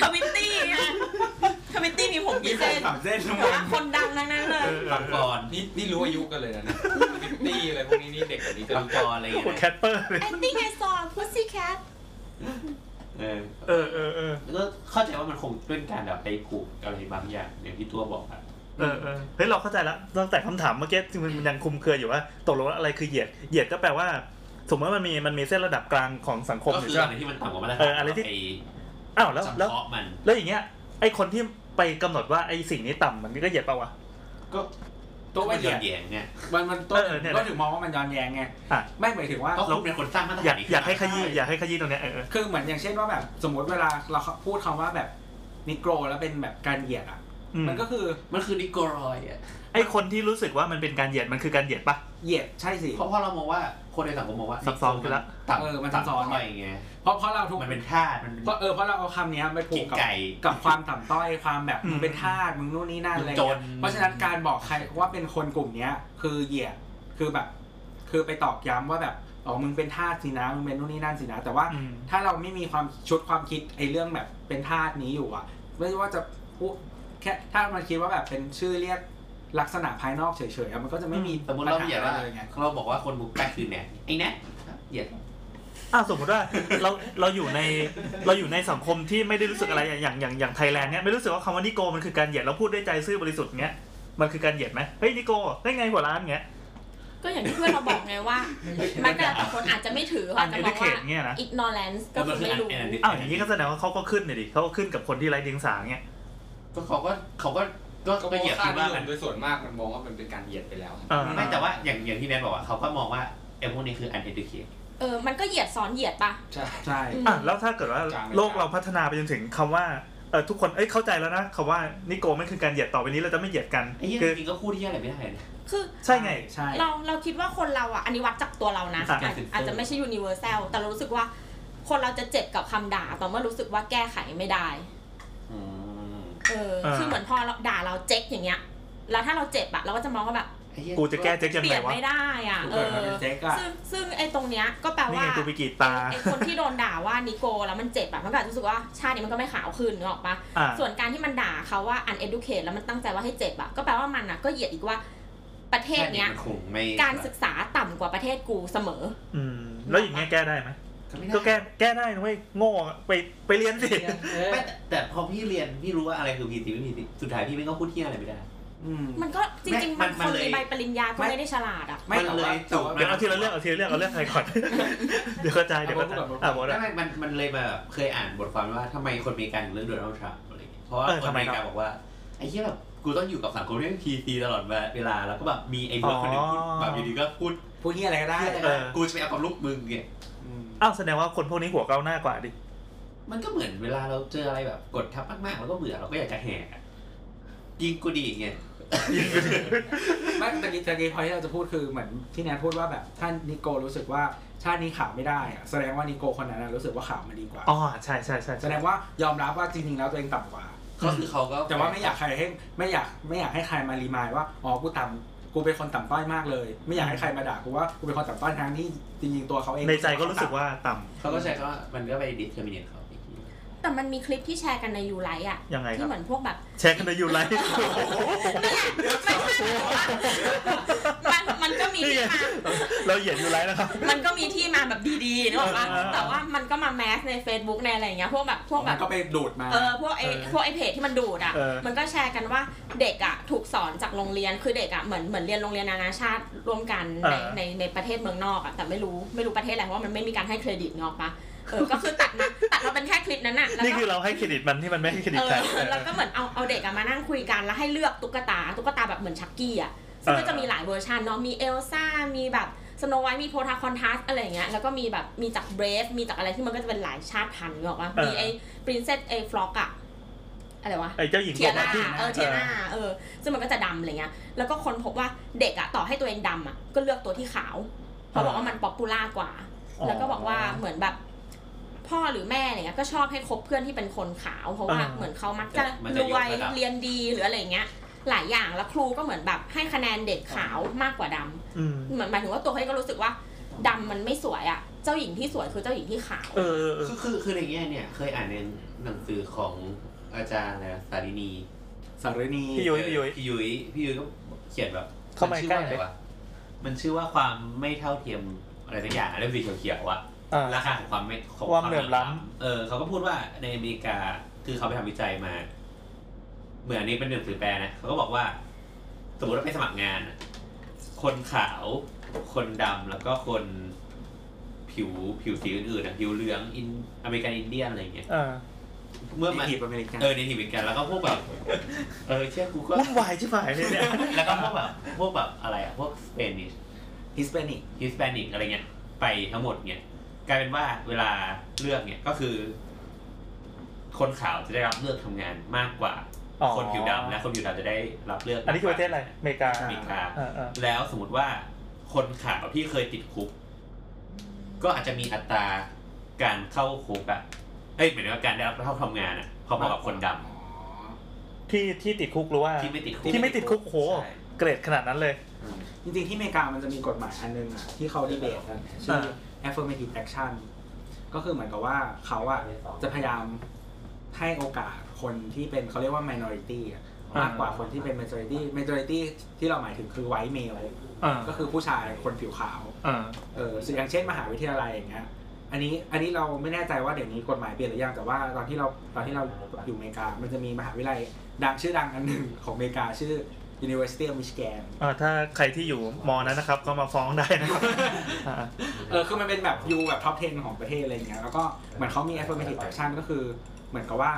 ทวินตี้ ทวินตี้มีผมกี่เส้ น สามเส้นลง แต่ว่าคนดังทั้งนั้นเลย ปังกร นี่นี่รู้อายุกันเลยนะเนี่ยฟิฟตี้อะไรพวกนี้นี่เด็กกว่านี้จะ ปัง รู้ กรอะไรอย่าง โอ้ เงี้ แค ย ทเปอร์เลย acting I saw pussy cat เออ เออเออเออ แล้วก็เข้าใจว่ามันคงเป็นการแบบไปผูกอะไรบางอย่างอย่างที่ตัวบอกอ่ะ เออเออเฮ้ย เราเข้าใจละตั้งแต่คำถามเมื่อกี้จริงๆมันยังคลุมเครืออยู่ว่า ตกลงว่าอะไรคือเหยียด เหยียดก็แปลว่า สมมติว่ามันมี มันมีเส้นระดับกลางของสังคม ก็ อยู่ คือ ใช่ อะไร ไหม ที่มันต่ำกว่ามาตรฐาน เอออะไรที่ ป อ้าวแล้ว แล้ว จำเพาะมัน แล้วอย่างเงี้ย ไอคนที่ไปกำหนดว่าไอสิ่งนี้ต่ำมันก็เหยียดปะวะ ก็ โต๊ะ มั ละ น เอียด แย้งเนี่ย มันมันโต๊ะ เออเนี่ย ก็ถึงมองว่ามันย้อนแย้งไง อ่ะ ไม่หมายถึงว่า เพราะคุณเป็นคนสร้างมาตร อยา ฐาก นนี้ อยากให้ขยี้อยากให้ขยี้ตรงเนี้ยเออเออ คือเหมือนอย่างเช่นว่าแบบสมมติเวลาเราพูดคำว่าแบบนิโกรแล้วเป็นแบบการเหยียดอ่ะ อืม มันก็คือ มันคือนิโกรอยอ่ะ ไอคนที่รู้สึกว่ามันเป็นการเหยียดมันคือการเหยียดปะ เหยียดใช่สิ เพราะเพราะเรามองว่าคนในสังคมมองว่า ซับซ้อนกันละ ต่ำ เออมันซับซ้อน ต่ำต้อยไง เพราะเพราะเราทุก มันเป็นธาตุมันเป็น เพราะเออเพราะเราเอาคำเนี้ยไปผูกกับ กินไก่ กับความต่ำต้อยความแบบ อืม มึงเป็นทาสมึงนู่นนี่นั่นอะไร จ เงี้ น ยเพราะฉะนั้นการบอกใครว่าเป็นคนกลุ่มเนี้ย คือเหยียดคือแบบ คือไปตอกย้ำว่าแบบอ๋อมึงเป็นทาสสินะมึงเป็นนู่นนี่นั่นสินะแต่ว่า อืม ถ้าเราไม่มีความชุดความคิดไอ้เรื่องแบบเป็นธาตุนี้อยู่อะไม่ว่าจะพูดแค่ถ้ามันคิดว่าแบบเป็นชื่อเรียกลักษณะภายนอกเฉยๆอะมันก็จะไม่มี สมมติเราเหยียดว่า ปัญหอะไรไง เราบอกว่าคนบุกแปกคือแนทไอ้แนทเหยียด อ่าสมมติว่า เราเราอยู่ในเราอยู่ในสังคมที่ไม่ได้รู้สึกอะไรอย่างอย่างอย่างอย่างไทยแลนด์เนี้ยไม่รู้สึกว่าคำว่านิโกมันคือการเหยียดเราพูดด้วยใจซื่อบริสุทธิ์เนี้ยมันคือการเหยียดไหมเฮ้ยนิโกได้ไงหัวร้านเงี้ย ก็อย่างที่เพื่อนเราบอกไงว่า มันก็แล้วแต่คนอาจจะไม่ถือ อันเขาอาจจะ เอเดมอง เค ว่า ทเงี้ยนะ ignorance ก็คือไม่รู้ มันคือ อ้าวอย่างนี้ก็แสดงว่าเขาก็ขึ้นเลยดิเขาก็ขึ้นกับคนที่ไร้เดียงสาเงี้ย ก็เขาก็เขาก็ก็ก็เหยียด ค่า คิดว่า นิย กั ม น โดยส่วนมากมันมองว่ามันเป็นการเหยียดไปแล้ว เออ ไม่แต่ว่าอย่างอย่างที่แนทบอกว่าเขาก็มองว่าไอ้พวกนี้คือ uneducated เออ มันก็เหยียดซ้อนเหยียดปะ ใช่ ใช่ อ่ะแล้วถ้าเกิดว่าโลกเราพัฒนาไปจนถึงคำว่าเออทุกคนเอ้ยเข้าใจแล้วนะคำว่านิโกมันคือการเหยียดต่อไปนี้เราจะไม่เหยียดกัน ไอ้เหี้ย คือ จริงๆก็พูดที่อะไรไม่ได้เลยนะ คือ ใช่ไง ใช่ เราเราคิดว่าคนเราอ่ะ อันนี้วัดจากตัวเรานะ ครับ อาจอาจจะไม่ใช่ universal แต่เรารู้สึกว่า คนเราจะเจ็บกับคำด่าต่อเมื่อรู้สึกว่าแก้ไขไม่ได้ เออ อ่า คือเหมือนพอเราด่าเราเจ๊กอย่างเงี้ย แล้วถ้าเราเจ็บอะเราก็จะมองว่าแบบ กูจะแก้เจ๊กยัง เป ไง ลี่ยน วะ ไม่ได้อ่ะ เอ เกิดมา อ เป็นเซ็กอะ ซึ่งซึ่งไอ้ตรงเนี้ยก็แปล นี่ ว่า ไงกูไปกรีดตา ไอ้คนที่โดนด่าว่านิโกแล้วมันเจ็บอะมันก็อาจจะรู้สึกว่าชาตินี้มันก็ไม่ขาวขึ้นนึกออกปะ อ่า ส่วนการที่มันด่าเขาว่า uneducate แล้วมันตั้งใจว่าให้เจ็บอะก็แปลว่ามันอะก็เหยียดอีกว่าประเทศเนี้ย มันคงไม่ การศึกษาต่ำกว่าประเทศกูเสมอ อืมแล้วอย่างเงี้ยแก้ได้ไหมก็แก้แก้ได้นะเว้ยโง่อะไปไปเรียนสิ ไม่แต่แต่พอพี่เรียนพี่รู้ว่าอะไรคือพีซีไม่พีซีสุดท้ายพี่ไม่ก็พูดที่อะไรไม่ได้ อืม มันก็จริงๆ มั มัน น มั คน น เลย มีใบปริญญาก็ ไม่ ไม่ได้ฉลาดอะ ไม่แต่ว่าแต่ว่า มันลย เดี๋ยวเอาทีละเรื่องเอาทีละเรื่องเอาเรื่องใครก่อน เดี๋ยวเข้าใจเดี๋ยวเข้าใจ เอาบทก่อน อ่ะบท ไม่ อ่ะ ไม่มันมันเลยมาแบบเคยอ่านบทความว่าทำไมคนอเมริกันถึงเรื่องโดนัลด์ทรัมป์อะไรอย่างเงี้ยเพราะว่า เออ คน ทำ อ ไม เมริ ครั กับ นบอกว่าไอ้เหี้ยแบบกูต้องอยู่กับสังคมเรื่องพีซีตลอดเวลาแล้วก็แบบมีไอ้เพื่อนคนหนึงพูดแบบอยู่ดีก็พูด พูดที่อะไรก็ได้ เออ กูจะไปเอาความลูกมึงเนี่ย ม อ้าวแสดงว่าคนพวกนี้หัวก้าวหน้ากว่าดิ มันก็เหมือนเวลาเราเจออะไรแบบกดทับมากๆแล้วก็เบื่อเราก็อยากจะแหกอะยิงกูดีอย่างเงี้ย ไม่แต่กี้แต่กี้พอที่เราจะพูดคือเหมือนที่แนนพูดว่าแบบท่านนิโกรู้สึกว่าชาตินี้ขาวไม่ได้อะแสดงว่านิโกคนนั้นอะรู้สึกว่าขาวมันดีกว่า อ๋อใช่ใช่ใช่ แส ใช่ ดงว่ายอมรับว่าจริงๆแล้วตัวเองต่ำกว่า ก็คือเขาก็ แต่ว่าไม่อยากใครให้ไม่อยากไม่อยากให้ใครมารีมายว่าอ๋อกูต่ำกูเป็นคนต่ำต้อยมากเลย ไม่อยากให้ใครมาด่ากูว่ากูเป็นคนต่ำต้อยทั้งที่จริงๆตัวเขาเอง ในใจก็รู้สึกว่าต่ำ เขาก็ใช้คำว่ามันก็ไปดิสเทอร์มิเนตเขาอีกที แต่มันมีคลิปที่แชร์กันในยูไลอะ ยังไงค ที่ รับ เหมือนพวกแบบ แชร์กันในยูไลฟ์ มันมันก็มี นี่ ที่ ไง มา เราเหยียดยูไลฟ์นะครับ มันก็มีที่มาแบบดีๆนึกออกปะ เออเออ แต่ว่ามันก็มาแมสใน Facebook ในอะไรอย่างเงี้ยพวกแบบพวกแบ มัน บ ก็ไปดูดมา เออพวกไอ เออ พวกไอเพจที่มันดูดอ่ะ เออ มันก็แชร์กันว่าเด็กอ่ะถูกสอนจากโรงเรียนคือเด็กอ่ะเหมือนเหมือนเรียนโรงเรียนนานาชาติร่วมกันในในในประเทศเมืองนอกอ่ะแต่ไม่รู้ไม่รู้ประเทศอะไรเพราะว่ามันไม่มีการให้เครดิตเงาะปะเออก็คือตัดนะตัดมาเป็นแค่คลิปนั้นอ่ะแล้ว นี่ ก็ คือเราให้เครดิตมันที่มันไม่ให้เครดิตเออ ใคร แล้วก็เหมือนเอาเอาเด็กอ่ะมานั่งคุยกันแล้วให้เลือกตุ๊กตาตุ๊กตาแบบเหมือนชักกี้อ่ะซึ่งก็จะมีหลายเวอร์ชันเนาะมีเอลซ่ามีแบบสโนไวท์มีโพธาคอนทัสอะไรอย่างเงี้ยแล้วก็มีแบบมีจากเบรฟมีจากอะไรที่มันก็จะเป็นหลายชาติพันธุ์เนาะปะ เออ มีไอปรินเซสไอฟล็อกอ่ะอะไรวะ ไอ้เจ้าหญิง เทีย มา ร่า ที่ เออเทียร่าเออ ซึ่งมันก็จะดำอะไรเงี้ย แล้วก็คนพบว่าเด็กอะต่อให้ตัวเองดำอะก็เลือกตัวที่ขาวเพราะบอกว่ามันป๊อปปูล่ากว่า แล้วก็บอกว่าเหมือนแบบ พ่อหรือแม่เนี่ยก็ชอบให้คบเพื่อนที่เป็นคนขาว เพราะว่าเหมือนเขามักจะรวยเรียนดีหรืออะไรเงี้ย หลายอย่างแล้วครูก็เหมือนแบบให้คะแนนเด็กขาวมากกว่าดำ อืม เหมือนหมายถึงว่าตัวเขาเองก็รู้สึกว่าดำมันไม่สวยอะเจ้าหญิงที่สวยคือเจ้าหญิงที่ขาว เออเออเออ คือคือคือในแง่เนี่ยเคยอ่านในหนังสือของอาจารย์อะไรนะสารินี สารณี พี่ยุ้ยพี่ยุ้ย พี่ยุ้ยพี่ยุ้ยก็เขียนแบบ เข้ามาใกล้ น เลยชื่อว่อะไรวะมันชื่อว่าความไม่เท่าเทียมอะไรสักอย่างอะเรื่องสีเขียวๆอะ อ่า ราคาของความไม่ของ ความเหลื่อมล้ำ เออเขาก็พูดว่าในอเมริกาคือเขาไปทำวิจัยมา เหมือนอันนี้เป็นหนังสือแปลนะเขาก็บอกว่า สมมติว่าไปสมัครงานอะคนขาว คนดำแล้วก็คนผิวผิวสีอื่นๆอะผิวเหลืองอินอเมริกันอินเดียนอะไรอย่างเงี้ย อ่า เมื่อมัน Native American เออในทีวีกันแล้วก็พวกแบบเออเชื่อกูก็ วุ่นวายชิบหายเลยเนี่ย แล้วก็พวกแบบพวกแบบอะไรอะพวกสเปนิช Hispanic ฮิสแปนิกอะไรเงี้ยไปทั้งหมดเนี่ยกลายเป็นว่าเวลาเลือกเนี่ยก็คือ คนขาวจะได้รับเลือกทำงานมากกว่า อ๋อ คนผิวดำและคนผิวดำจะได้รับเลือก อันนี้คือประเทศอะไรอเมริกา อเมริกา เออเออ แล้วสมมติว่าคนขาวที่เคยติดคุก ก็อาจจะมีอัตราการเข้าคุกอะเอ้ยหมายถึงว่าการได้รับเข้าทำงานอะพอๆกับคนดำ อ๋อ ที่ที่ติดคุกหรือว่า ที่ไม่ติดคุก ที่ไม่ติดคุกโห ใช่ เกรดขนาดนั้นเลย จริงๆที่อเมริกามันจะมีกฎหมายอันนึงอ่ะที่เขาดีเบตกันชื่อ affirmative action ก็คือเหมือนกับว่าเขาอ่ะจะพยายามให้โอกาสคนที่เป็นเขาเรียกว่า minority อะ อ่าม มากกว่าคนที่เป็น majority majority ที่เราหมายถึงคือ white male อ่า ก็คือผู้ชายคนผิวขาว อ่า เอออย่างเช่นมหาวิทยาลัยอย่างเงี้ย อันนี้ อันนี้เราไม่แน่ใจว่าเดี๋ยวนี้กฎหมายเปลี่ยนหรือยัง แต่ว่าตอนที่เรา ตอนที่เราอยู่อเมริกา มันจะมีมหาวิทยาลัยดังชื่อดังอันหนึ่งของอเมริกาชื่อ University of Michigan อ่าถ้าใครที่อยู่มอนั้นนะครับ ก็มาฟ้องได้นะครับอ่า เออ คือมันเป็นแบบยูแบบท็อป 10 ของประเทศอะไรอย่างเงี้ย แล้วก็เหมือนเขามี affirmative action ก็คือเหมือนกับว่า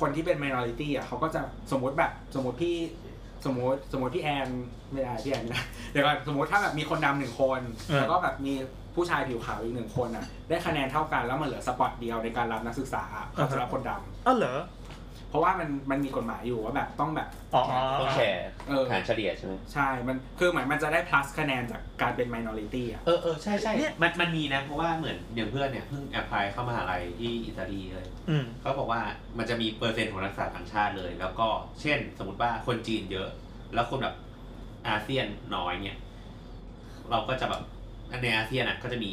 คนที่เป็น minority อ่ะเขาก็จะสมมติแบบสมมติพี่สมมติสมมติพี่แอนไม่ได้พี่แอนไม่ได้เดี๋ยวก่อนสมมติถ้าแบบมีคนดำหนึ่งคน เออ แล้วก็แบบมีผู้ชายผิวขาวอีกหนึ่งคนอ่ะได้คะแนนเท่ากันแล้วมันเหลือสปอตเดียวในการรับนักศึกษาอ่ะเขาจะรับคนดำ อ้าวเหรอ เพราะว่ามันมันมีกฎหมายอยู่ว่าแบบต้องแบบ อ๋ออ๋อ ต้องแชร์ เออ ฐานเฉลี่ยใช่ไหม ใช่มันคือเหมือนมันจะได้ plus คะแนนจากการเป็น minority อ่ะ เออเออใช่ใช่ เนี่ยมันมันมีนะ เพราะว่าเหมือนอย่างเพื่อนเนี่ยเพิ่งแอพพลายเข้ามหาลัยที่อิตาลีเลย อืม เขาบอกว่ามันจะมีเปอร์เซ็นต์ของนักศึกษาต่างชาติเลย แล้วก็เช่น สมมติว่าคนจีนเยอะ แล้วคนแบบอาเซียนน้อยเนี่ย เราก็จะแบบในอาเซียนอ่ะก็จะมี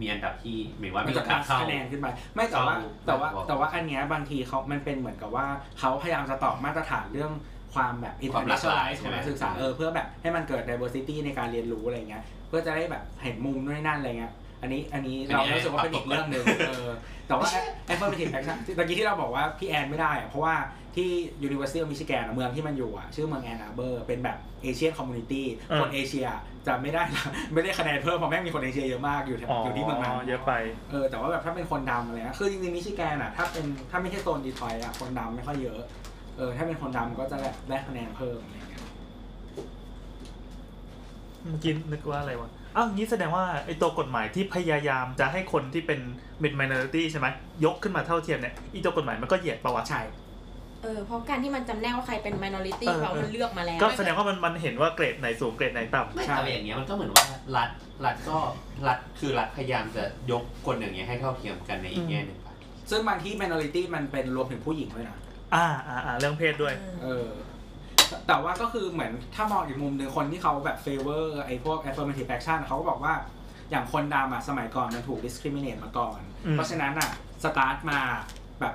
มีอันดับที่หมายว่า มั มี น โอ จะ กาส plus เข้า คะแนนขึ้นไปไม่แต่ว่า เข้า แต่ว่า เข้า แต่ว่าอันเนี้ยบางทีเขามันเป็นเหมือนกับว่าเขาพยายามจะตอบมาตรฐานเรื่องความแบบ ความหลากหลาย internationalize ใช่ ข ไหม องนักศึกษาเออเพื่อแบบให้มันเกิด diversity ในการเรียนรู้อะไรเงี้ยเพื่อจะได้แบบเห็นมุมนู่นนนั่นอะไรเงี้ยอันนี้อันนี้เรารู้สึกว่าเป็นอีกเรื่องหนึ่งเออแต่ว่า affirmative action ที่ตะกี้ที่เราบอกว่าพี่แอนไม่ได้อะเพราะว่าที่ University of Michigan อะเมืองที่มันอยู่อะชื่อเมืองแอนอาเบอร์เป็นแบบ Asian Community คนเอเชียจะไม่ได้ไม่ได้คะแนนเพิ่มเพราะแม่งมีคนเอเชียเยอะมากอยู่แถวอยู่ที่เมืองนั้น เยอะไป เออแต่ว่าแบบถ้าเป็นคนดำอะไรเงี้ยคือจริงๆมิชิแกนอ่ะถ้าเป็นถ้าไม่ใช่โซนดีทรอยต์อ่ะคนดำไม่ค่อยเยอะเออถ้าเป็นคนดำก็จะแบบได้คะแนนเพิ่มอะไรเงี้ย เมื่อกี้นึกว่าอะไรวะ อ้าวงี้แสดงว่าไอ้ตัวกฎหมายที่พยายามจะให้คนที่เป็น mid minority ใช่ไหมยกขึ้นมาเท่าเทียมเนี่ยไอีตัวกฎหมายมันก็เหยียดประวัติ ใช่ เออเพราะการที่มันจำแนกว่าใครเป็น minority เออ เพราะมันเลือกมาแล้ว ก็แสดงว่ามันมันเห็นว่าเกรดไหนสูงเกรดไหนต่ำ ไม่แต่อย่างเงี้ยมันก็เหมือนว่ารัฐรัฐก็รัฐคือรัฐพยายามจะยกคนอย่างเงี้ยให้เท่าเทียมกันในอีกแง่หนึ่งปะ ซึ่งบางที่ minority มันเป็นรวมถึงผู้หญิงด้วยนะ อ่าอ่าอ่าเรื่องเพศด้วย เออแต่แต่ว่าก็คือเหมือนถ้ามองอีกมุมหนึ่งคนที่เขาแบบ favor ไอ้พวก affirmative action เขาก็บอกว่าอย่างคนดำอ่ะสมัยก่อนมันถูก discriminate มาก่อน อืม เพราะฉะนั้นอ่ะสตาร์ทมาแบบ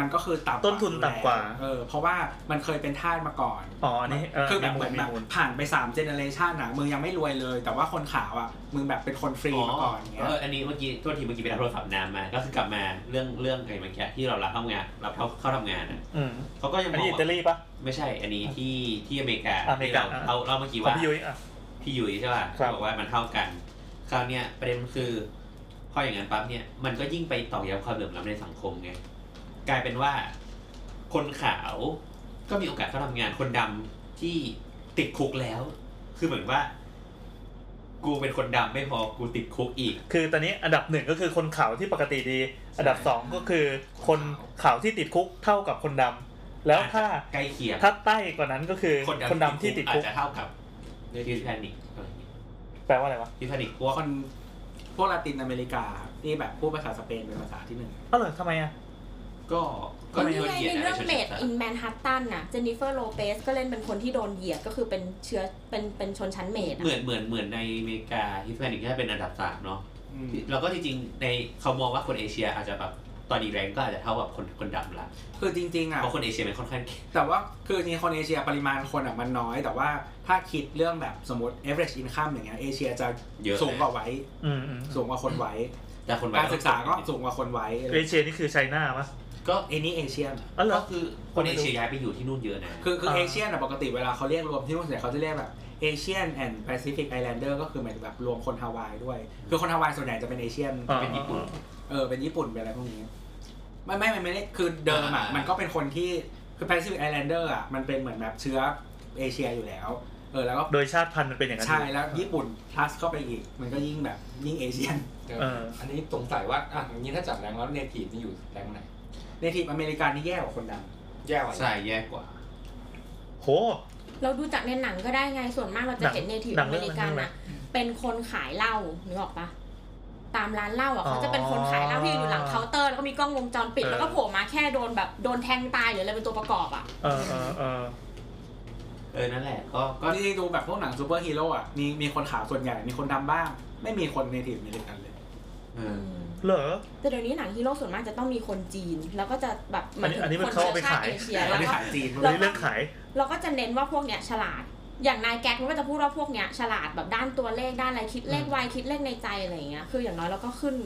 มันก็คือต่ำกว่า ต้นทุนต่ำกว่า เออเพราะว่ามันเคยเป็นทาสมาก่อน อ๋ออันนี้เ คือแบบ มี เหมือนแบบ มูล ผ่านไปสามเจเนอเรชันอะมึงยังไม่รวยเลย แต่ว่าคนขาวอะมึงแบบเป็นคนฟรีมาก่อนอย่างเงี้ เอย ออันนี้เมื่อกี้โทษทีเมื่อกี้ไปรับโทรศัพท์นามมาก็คือกลับมาเรื่องเรื่องไอ้เมื่อกี้ที่เรารับเข้างานรับเข้าเข้าทำงานอะ อืม เขาก็ยังบ อัน อก นี้อิตา ว่า ลีปะ ไม่ใช่อันนี้ที่ที่อเมริกา อเมริกา ที่เราเราเมื่อกี้ ของ ว่า พี่ยุ้ยอ่ะ พี่ยุ้ยใช่ป่ะ ครับ บอกว่ามันเท่ากัน คราวเนี้ยประเด็นมันคือพออย่างนั้นปั๊บเนี่ยมันก็ยิ่งไปตอกย้ำความเหลื่อมล้ำในสังคมไงกลายเป็นว่า คนขาวก็มีโอกาสเข้าทำงานคนดำที่ติดคุกแล้ว คือเหมือนว่า กูเป็นคนดำไม่พอกูติดคุกอีก คือตอนนี้อันดับหนึ่งก็คือคนขาวที่ปกติดี อันดับสองก็คือคนขาวที่ติดคุกเท่ากับคนดำแล้วถ้า ใกล้เคียง ถ้าใต้กว่านั้นก็คือคนดำที่ติดคุก อาจจะเท่ากับฮิสแพนิกอะไรอย่างเงี้ย แปลว่าอะไรวะ ฮิสแพนิกพวก คนพวกลาตินอเมริกาที่แบบพูดภาษาสเปนเป็นภาษาที่หนึ่ง อ้าวเหรอทำไมอ่ะ ก็ก็ ก็ ไม่ นี่ โดน ไง เหยียด ใน นะ เรื่อง ไม่ เม ใช่ ด ชา อินแมนฮัตตันน่ะเจนนิเฟอร์โลเปสก็เล่นเป็นคนที่โดนเหยียดก็คือเป็นเชื้อเป็นเป็นชนชั้นเมด เหมือนเหมือนเหมือนในอเมริกาฮิสแปนิกจะเป็นอันดับสามเนาะแล้วก็จริงๆในเขามองว่าคนเอเชียอาจจะแบบตอนนี้แรงก็อาจจะเท่ากับคนคนดำละ คือจริงๆอะ เพราะคนเอเชียมันค่อนข้างเก่ง แต่ว่าคือจริงๆคนเอเชียปริมาณคนอะมันน้อย แต่ว่าถ้าคิดเรื่องแบบสมมติ average income อย่างเงี้ยเอเชียจะ เยอะ สูงกว่าไว้ อืมอืม สูงกว่าคนไว้ แต่คนไว้ การศึกษาก็สูงกว่าคนไว้ เอเชียนี่คือไชน่าปะ ก็ เอนี่เอเชีย อ้าวเหร ก็ อ คือคนเอเชียย้ายไปอยู่ที่นู่นเยอะนะ คือคือ เออ เอเชียน่ะปกติเวลาเขาเรียกรวมที่นู่นส่วนใหญ่เขาจะเรียกแบบเอเชียนแอนด์แปซิฟิกไอแลนเดอร์ก็คือเหมือนแบบรวมคนฮาวายด้วย คือคนฮาวายส่วนใหญ่จะเป็นเอเชียน อ๋อ เป็นญี่ปุ่น เออเป็นญี่ปุ่นเป็นอะไรพวกนี้ ไม่ไม่มันไม่ได้คือเดิมอ่ะ อ่ามั มันก็เป็นคนที่คือ Pacific Islander อ่ะมันเป็นเหมือนแบบเชื้อเอเชียอยู่แล้ว เออแล้วก็ โดยชาติพันธุ์มันเป็นอย่างนั้น ใช่แล้วญี่ปุ่น plus เข้าไปอีก มันก็ยิ่งแบบยิ่งเอเชียน เออ อันนี้สงสัยว่าอ่ะอย่างนี้ถ้าจับแรงแล้วเนทีฟนี่อยู่แรงไหน ในทีมอเมริกันนี่แย่กว่าคนด แย่กว่า ใช่แย่กว่า โห เราดูจากในหนังก็ได้ไงส่วนมากเราจะเห็น หนัง เนทีฟ หนั อง เม เรื่อง ริกัน อะไร อะเป็นคนขายเหล้านึกออกปะตามร้านเหล้าอะ อ๋อ เขาจะเป็นคนขายเหล้าที่อยู่หลังเคาน์เตอร์แล้วก็มีกล้องวงจรปิด เออ แล้วก็โผล่มาแค่โดนแบบโดนแทงตายหรืออะไรเป็นตัวประกอบอะ เออเออเออ เออนั่นแหละก็ก็ ำจริงๆดูแบบพวกหนังซูเปอร์ฮีโร่อ่ะมีมีคนขาวส่วนใหญ่มีคนดำบ้าง ไม่มีคนในทีมอเมริกันเลย เออ เหรอ แต่เดี๋ยวนี้หนังฮีโร่ส่วนมากจะต้องมีคนจีน แล้วก็จะแบบหมายถึง อันนี้อันนี้มั คน น เข้า เชื้อ ไป ชา ขายติเอเชีย ไม่ แล้ว ได้ ก็ ขายจีน อันนี้เรื่องขาย เราก็จะเน้นว่าพวกเนี้ยฉลาด อย่างนายแก๊กมันก็จะพูดว่าพวกเนี้ยฉลาดแบบด้านตัวเลขด้านอะไรคิดเลขไวคิดเลขในใจอะไรอย่างเงี้ย คืออย่างน้อยเราก็ขึ้น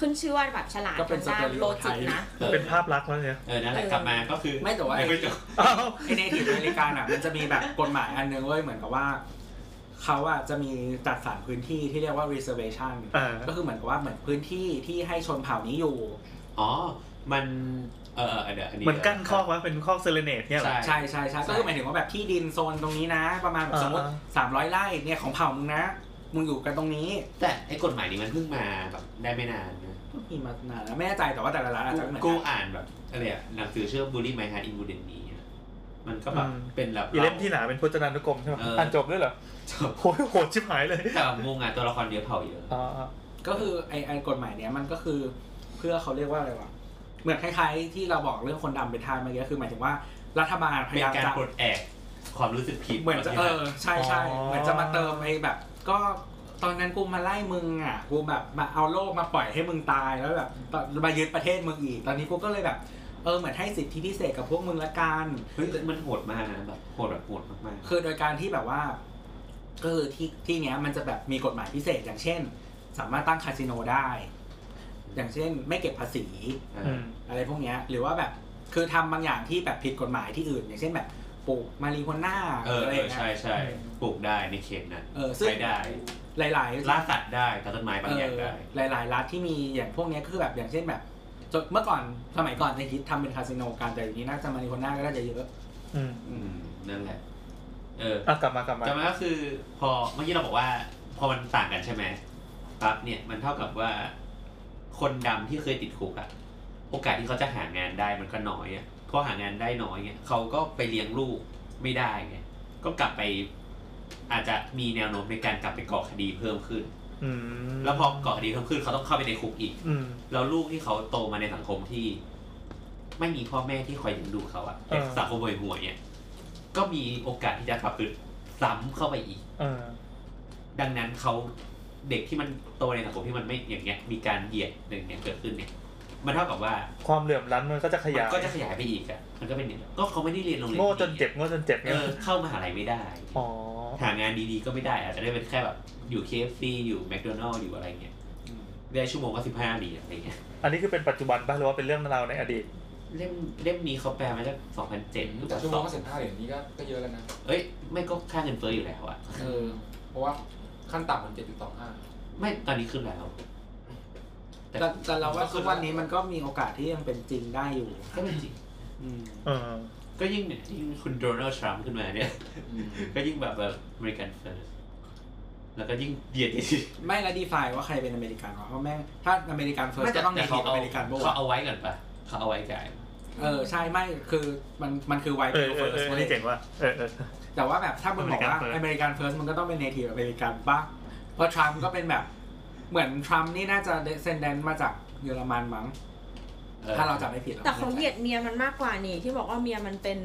ขึ้นชื่อว่าแบบฉลาด ก็เป็น ทางด้าน stereotype โลจิกนะ เออ เป็นภาพลักษณ์แล้วเนี่ย เออนั่นแหละกลับมาก็คือ ไม่แต่ว่าไอ้ ไม่จบ อ้าว ไอในทีมอเมริกันอ่ะมันจะมีแบบกฎหมายอันนึงเว้ยเหมือนกับว่าเขาอ่ะจะมีจัดสรรพื้นที่ที่เรียกว่า reservation อ่า ก็คือเหมือนกับว่าเหมือนพื้นที่ที่ให้ชนเผ่านี้อยู่ อ๋อ มันเออเออเดี๋ยวอันนี้ มันกั้นคอกวะเป็นคอกเซเลเนตเนี่ยเหรอ ใช่ ใช่ใช่ใช่ก็คือหมายถึงว่าแบบที่ดินโซนตรงนี้นะ ประมาณแบบ อ่า สมมติสามร้อยไร่เนี่ยของเผ่ามึงนะ มึงอยู่กันตรงนี้ แต่ไอ้กฎหมายนี้มันเพิ่งมาแบบได้ไม่นานนะ มีมานานแล้วไม่แน่ใจแต่ว่าแต่ละร้านอาจจะไม่เหมือน กู กัน อ่านแบบอะไรอะหนังสือชื่อ Bully My Heart in Wooden Knee อะมันก็แบบ อืม เป็นแบบ อีเล่ม รา ที่หนาเป็นพจนานุกรมใช่ไหม เอออ่ อ่านจบด้วยเหรอ จบ โหยโหดชิบหายเลย แต่งงอ่ะตัวละครเดียวเผ่าเยอะ อ่า ก็คือไอไอกฎหมายเนี้ยมันก็คือเพื่อเขาเรียกว่าอะไรวะเหมือนคล้ายๆที่เราบอกเรื่องคนดำเป็นทาสเมื่อกี้คือหมายถึงว่ารัฐบาลพ เป็ ยานยาม การ จะ ปลดแอกความรู้สึกผิด เหมือนจะ ขง เอ ที่ อใช่ใช่ อ๋อ เหมือนจะมาเติมไอ้แบบ ก็ตอนนั้นกูมาไล่มึงอ่ะกูแบบมาเอาโลกมาปล่อยให้มึงตายแล้วแบบตอนมายึดประเทศมึงอีก ตอนนี้กูก็เลยแบบเออเหมือนให้สิทธิพิเศษกับพวกมึงละกัน เฮ้ยมันโหดมากนะแบบโหดแบบโหดมากๆ คือโดยการที่แบบว่าก็คือที่ที่เนี้ยมันจะแบบมีกฎหมายพิเศษอย่างเช่น สามารถตั้งคาสิโนได้ อย่างเช่น ไม่เก็บภาษี เอ อื อ ม อะไรพวกเนี้ยหรือว่าแบบคือทำบางอย่างที่แบบผิดกฎหมายที่อื่น อย่างเช่นแบบปลูกมารีโฮน่า เออ อะไร เอ อ อย่าง เงี้ ใช่ ย ใช่ปลูกได้ในเขตนั้น เออซึ่ง ใช้ได้ หลาย ๆ ล่าสัตว์ได้ตัดต้นไม้บางอย่างได้ เออหลายๆรัฐที่มีอย่างพวกเนี้ยคือแบบอย่างเช่นแบบจนเมื่อก่อนสมัยก่อนจะคิดทำเป็นคาสิโนกันแต่อย่างนี้น่าจะมาริโคน่าก็น่าจะเยอะ อืม อืมนั่นแหละ เออ อ่ะกลับมากลับมา จำไว้ก็คือพอเมื่อกี้เราบอกว่า พอมันต่างกันใช่ไหมปั๊บเนี่ยมันเท่ากับว่า คนดำที่เคยติดคุกอะโอกาสที่เขาจะหางานได้มันก็น้อยอะพอหางานได้น้อยเนี่ยเขาก็ไปเลี้ยงลูกไม่ได้ไงก็กลับไป อาจจะมีแนวโน้มในการกลับไปก่อคดีเพิ่มขึ้น อืม แล้วพอก่อคดีเพิ่มขึ้นเขาต้องเข้าไปในคุกอีก อืม แล้วลูกที่เขาโตมาในสังคมที่ ไม่มีพ่อแม่ที่คอยเลี้ยงดูเขาอะ เออ สังคมห่วยห่วยๆเนี่ยก็มีโอกาสที่จะขับขึ้นซ้ำเข้าไปอีก เออ ดังนั้นเขาเด็กที่มันโตในสังคมที่มันไม่อย่างเงี้ย มีการเหยียดอย่างเงี้ยเกิดขึ้นเนี่ย มันเท่ากับว่า ความเหลื่อมล้ำมันก็จะข มั ยาย นก็จะขยายไปอีกอะมันก็เป็นอย่างเงี้ยก็เขาไม่ได้เรียนโรงเรียน โง่จน ดีๆ เจ็บโง่จนเจ็บ เอ เนี่ย อเข้ามหาลัยไม่ได้ อ๋อ หางานดีๆก็ไม่ได้ อาจจะได้เป็นแค่แบบอยู่ KFC อยู่ McDonald's อยู่อะไรเงี้ยได้ชั่วโมงก็สิบห้าดีอะไรเงี้ย อันนี้คือเป็นปัจจุบันป่ะหรือว่าเป็นเรื่องราวในอดีต เล่มเล่มนี้เขาแปลมาจากสองพันเจ็ดหรือเป แต่ ล่า ชั่วโมงก็สิบห้าเหรียญนี่ก็ก็เยอะแล้วนะ เอ้ย ไม่ก็ค่าเงินเฟ้ออยู่แล้วอะ เออ เพราะว่าขั้นต่ำมันเจ็ดจุดสองห้า ไม่ตอนนี้ขึ้นแล้ว แต่ แต่แต่เราว่า ก็คื ทุ อ กวันนี้มันก็มีโอกาสที่ยังเป็นจริงได้อยู่ ก็เป็นจริง อืม เออ ก็ยิ่งเนี่ยยิ่งคุณโดนัลด์ทรัมป์ขึ้นมาเนี่ย ก็ยิ่งแบบแบบอเมริกันเฟิร์สแล้วก็ยิ่งเหยียดอีก ไม่ละดีไฟว่าใครเป็นอเมริกันวะเพราะแม่งถ้าอเมริกันเฟิร์สก็ต้องมี แต่เขา อ เอา เมริกันบ้ เขาเอาไว้ก่อนปะเขาเอาไว้ก่อน เออใช่ไม่คือมันมันคือไวท์ เออเฟิร์ เออเอออันนี้ ส เจ๋งว่ะเออเออ แต่ว่าแบบถ้ามึงบอกว่า American first อเมริกันเฟิร์สมันก็ต้องเป็นเนทีฟอเมริกันปะเพราะทรัมป์ก็เป็นแบบเหมือนทรัมป์นี่น่าจะเดเซนแดนมาจากเยอรมันมั้ง ออ ถ้าเราจำไม่ผิด แต่เขาเหยียดเมียมันมากกว่านี่ที่บอกว่าเมียมันเป็น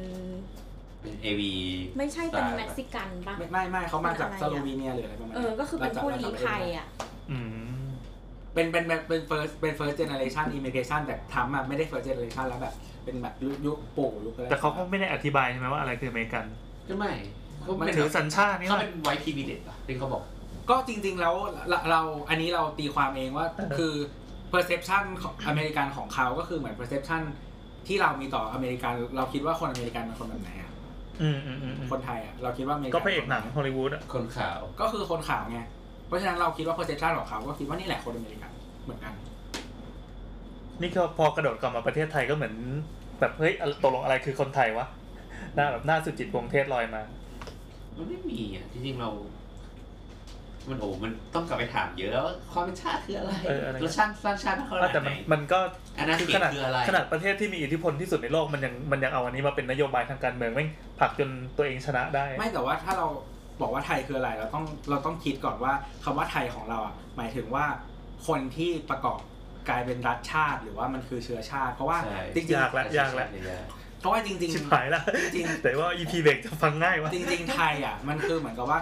เป็นเอวี ไม่ใช่เป็น ตายละ เม็กซิกันปะ ไม่ไม่ไม่เขามาจาก เป็นอะไร ส อะ โลวีเนียหรืออะไรประมาณ เออ ก็คือเป็นผู้ลี้ภัยอ่ะ อืม เป็นเป็นเป็นเป็น first เป็น first generation immigration แต่ทำอ่ะไม่ได้ first generation แล้วแบบ เป็นแบบยุคยุคปู่ยุคอะไร แต่เขาก็ไม่ได้อธิบายใช่ไหมว่าอะไรคืออเมริกัน ก็ไม่เขา มัน เป็น ถือสัญชาตินี่ เขา แห เป็ ละ นไวท์พีวีเด็ดปะที่เขาบอก ก็จริง ๆ แล้วเราเราอันนี้เราตีความเองว่าคือ perception ของอเมริกันของเขาก็คือเหมือน perception ที่เรามีต่ออเมริกัน เราคิดว่าคนอเมริกันเป็นคนแบบไหนอ่ะ อืมอืมอืมอืม คนไทยอ่ะเราคิดว่าอเมริกัน ก็พระเอกหนังฮอลลีวูดอ่ะ คนขาว ก็คือคนขาวไงเพราะฉะนั้นเราคิดว่า perception ของเขาก็คิดว่านี่แหละคนอเมริกันเหมือนกัน อ นี่ก็พอกระโดดกลับมาประเทศไทยก็เหมือน แบบเฮ้ยอะไรตกลงอะไรคือคนไทยวะหน้าแบบหน้าสุจิตวงศ์เทศลอยมา มันไม่มีอ่ะที่จริงเรา มันโอ้มันต้องกลับไปถามเยอะแล้วว่าความเป็นชาติคืออะไร เอออะไร แล้วชาติสร้างชาติเขาขนาด แต่ ไห มัน น มันก็ อาณาเขต ขนาด คืออะไร ขนาดประเทศที่มีอิทธิพลที่สุดในโลกมันยังมันยังเอาอันนี้มาเป็นนโยบายทางการเมืองแม่งผลักจนตัวเองชนะได้ ไม่แต่ว่าถ้าเราบอกว่าไทยคืออะไรเราต้องเราต้องคิดก่อนว่าคำว่าไทยของเราอ่ะหมายถึงว่าคนที่ประกอบกลายเป็นรัฐชาติ หรือว่ามันคือเชื้อชาติ เพราะว่า ใช่ จริง ยากละยากละ ๆเพราะว่าจริง ชิบ ๆ หายละ จริง แต่ว่า EP เบรกจะฟังง่ายวะ จริงๆ ไทยอ่ะมันคือเหมือนกับว่า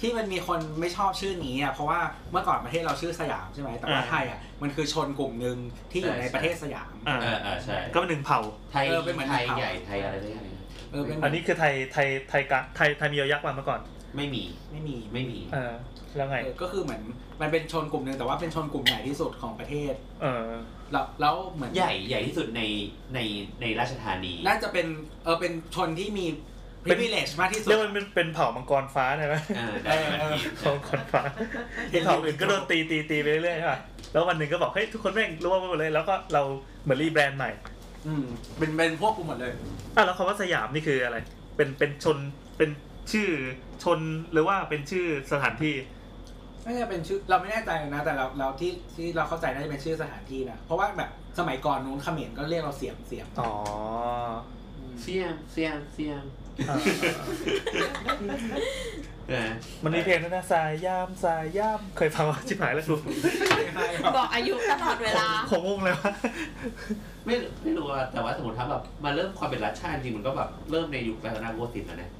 ที่มันมีคนไม่ชอบชื่อนี้อ่ะเพราะว่าเมื่อก่อนประเทศเราชื่อสยามใช่ไหมแต่ว่าไทยอ่ะมันคือชนกลุ่มหนึ่งที่อยู่ในประเทศสยาม อ่า เออเออใช่ ก็เป็นหนึ่งเผ่า ไทย เออเป็นเหมือน ไทย เขา ใหญ่ไทยอะไรได้ยังไง เออเป็น อันนี้คือไทยไทยไทยกะไทยไทยมียักษ์มาเมื่อก่อน ไม่มี ไม่มี ไม่มี เออแล้วไง เออก็คือเหมือนมันเป็นชนกลุ่มหนึ่งแต่ว่าเป็นชนกลุ่มใหญ่ที่สุดของประเทศ เออ แล้วแล้วเหมือน ใหญ่ใหญ่ที่สุดในในในราชธานี น่าจะเป็นเออเป็นชนที่มี เป็ พิ น เวเลชมากที่สุด เรียกว่ามันเป็นเป็นเผ่ามังกรฟ้าใช่ไหม เออได้มา เออ ที่ เผ่ามังกรฟ้าที่เผ่าอื่นก็โดนตีตีตีไปเรื่อยๆใช่ป่ะแล้ววันหนึ่งก็บอกเฮ้ยทุกคนแม่งรวมกันหมดเลย แล้วก็เราเหมือนรีแบรนด์ใหม่ อืมเป็นเป็นพวกกูหมดเลย อ่ะแล้วคำว่าสยามนี่คืออะไร เป็นเป็นชนเป็นชื่อชนหรือว่าเป็นชื่อสถานที่ น่าจะเป็นชื่อเราไม่แน่ใจนะ แต่เราเราที่ที่เราเข้าใจน่าจะเป็นชื่อสถานที่นะเพราะว่าแบบสมัยก่อนนู้นเขมรก็เรียกเราเสียมเสียม อ๋อ เสียมเสียมเสียม อ่า เออ มันมีเพลงด้วยนะสายยามสายยามเคยฟังว่าชิบหายแล้วกู บอกอายุตลอดเวลา ของงงเลยวะ ไม่ไม่รู้อะแต่ว่าสมมติถ้าแบบมาเริ่มความเป็นรัชชาติจริงมันก็แบบเริ่มในยุครัตนโกสินทร์แล้วนะ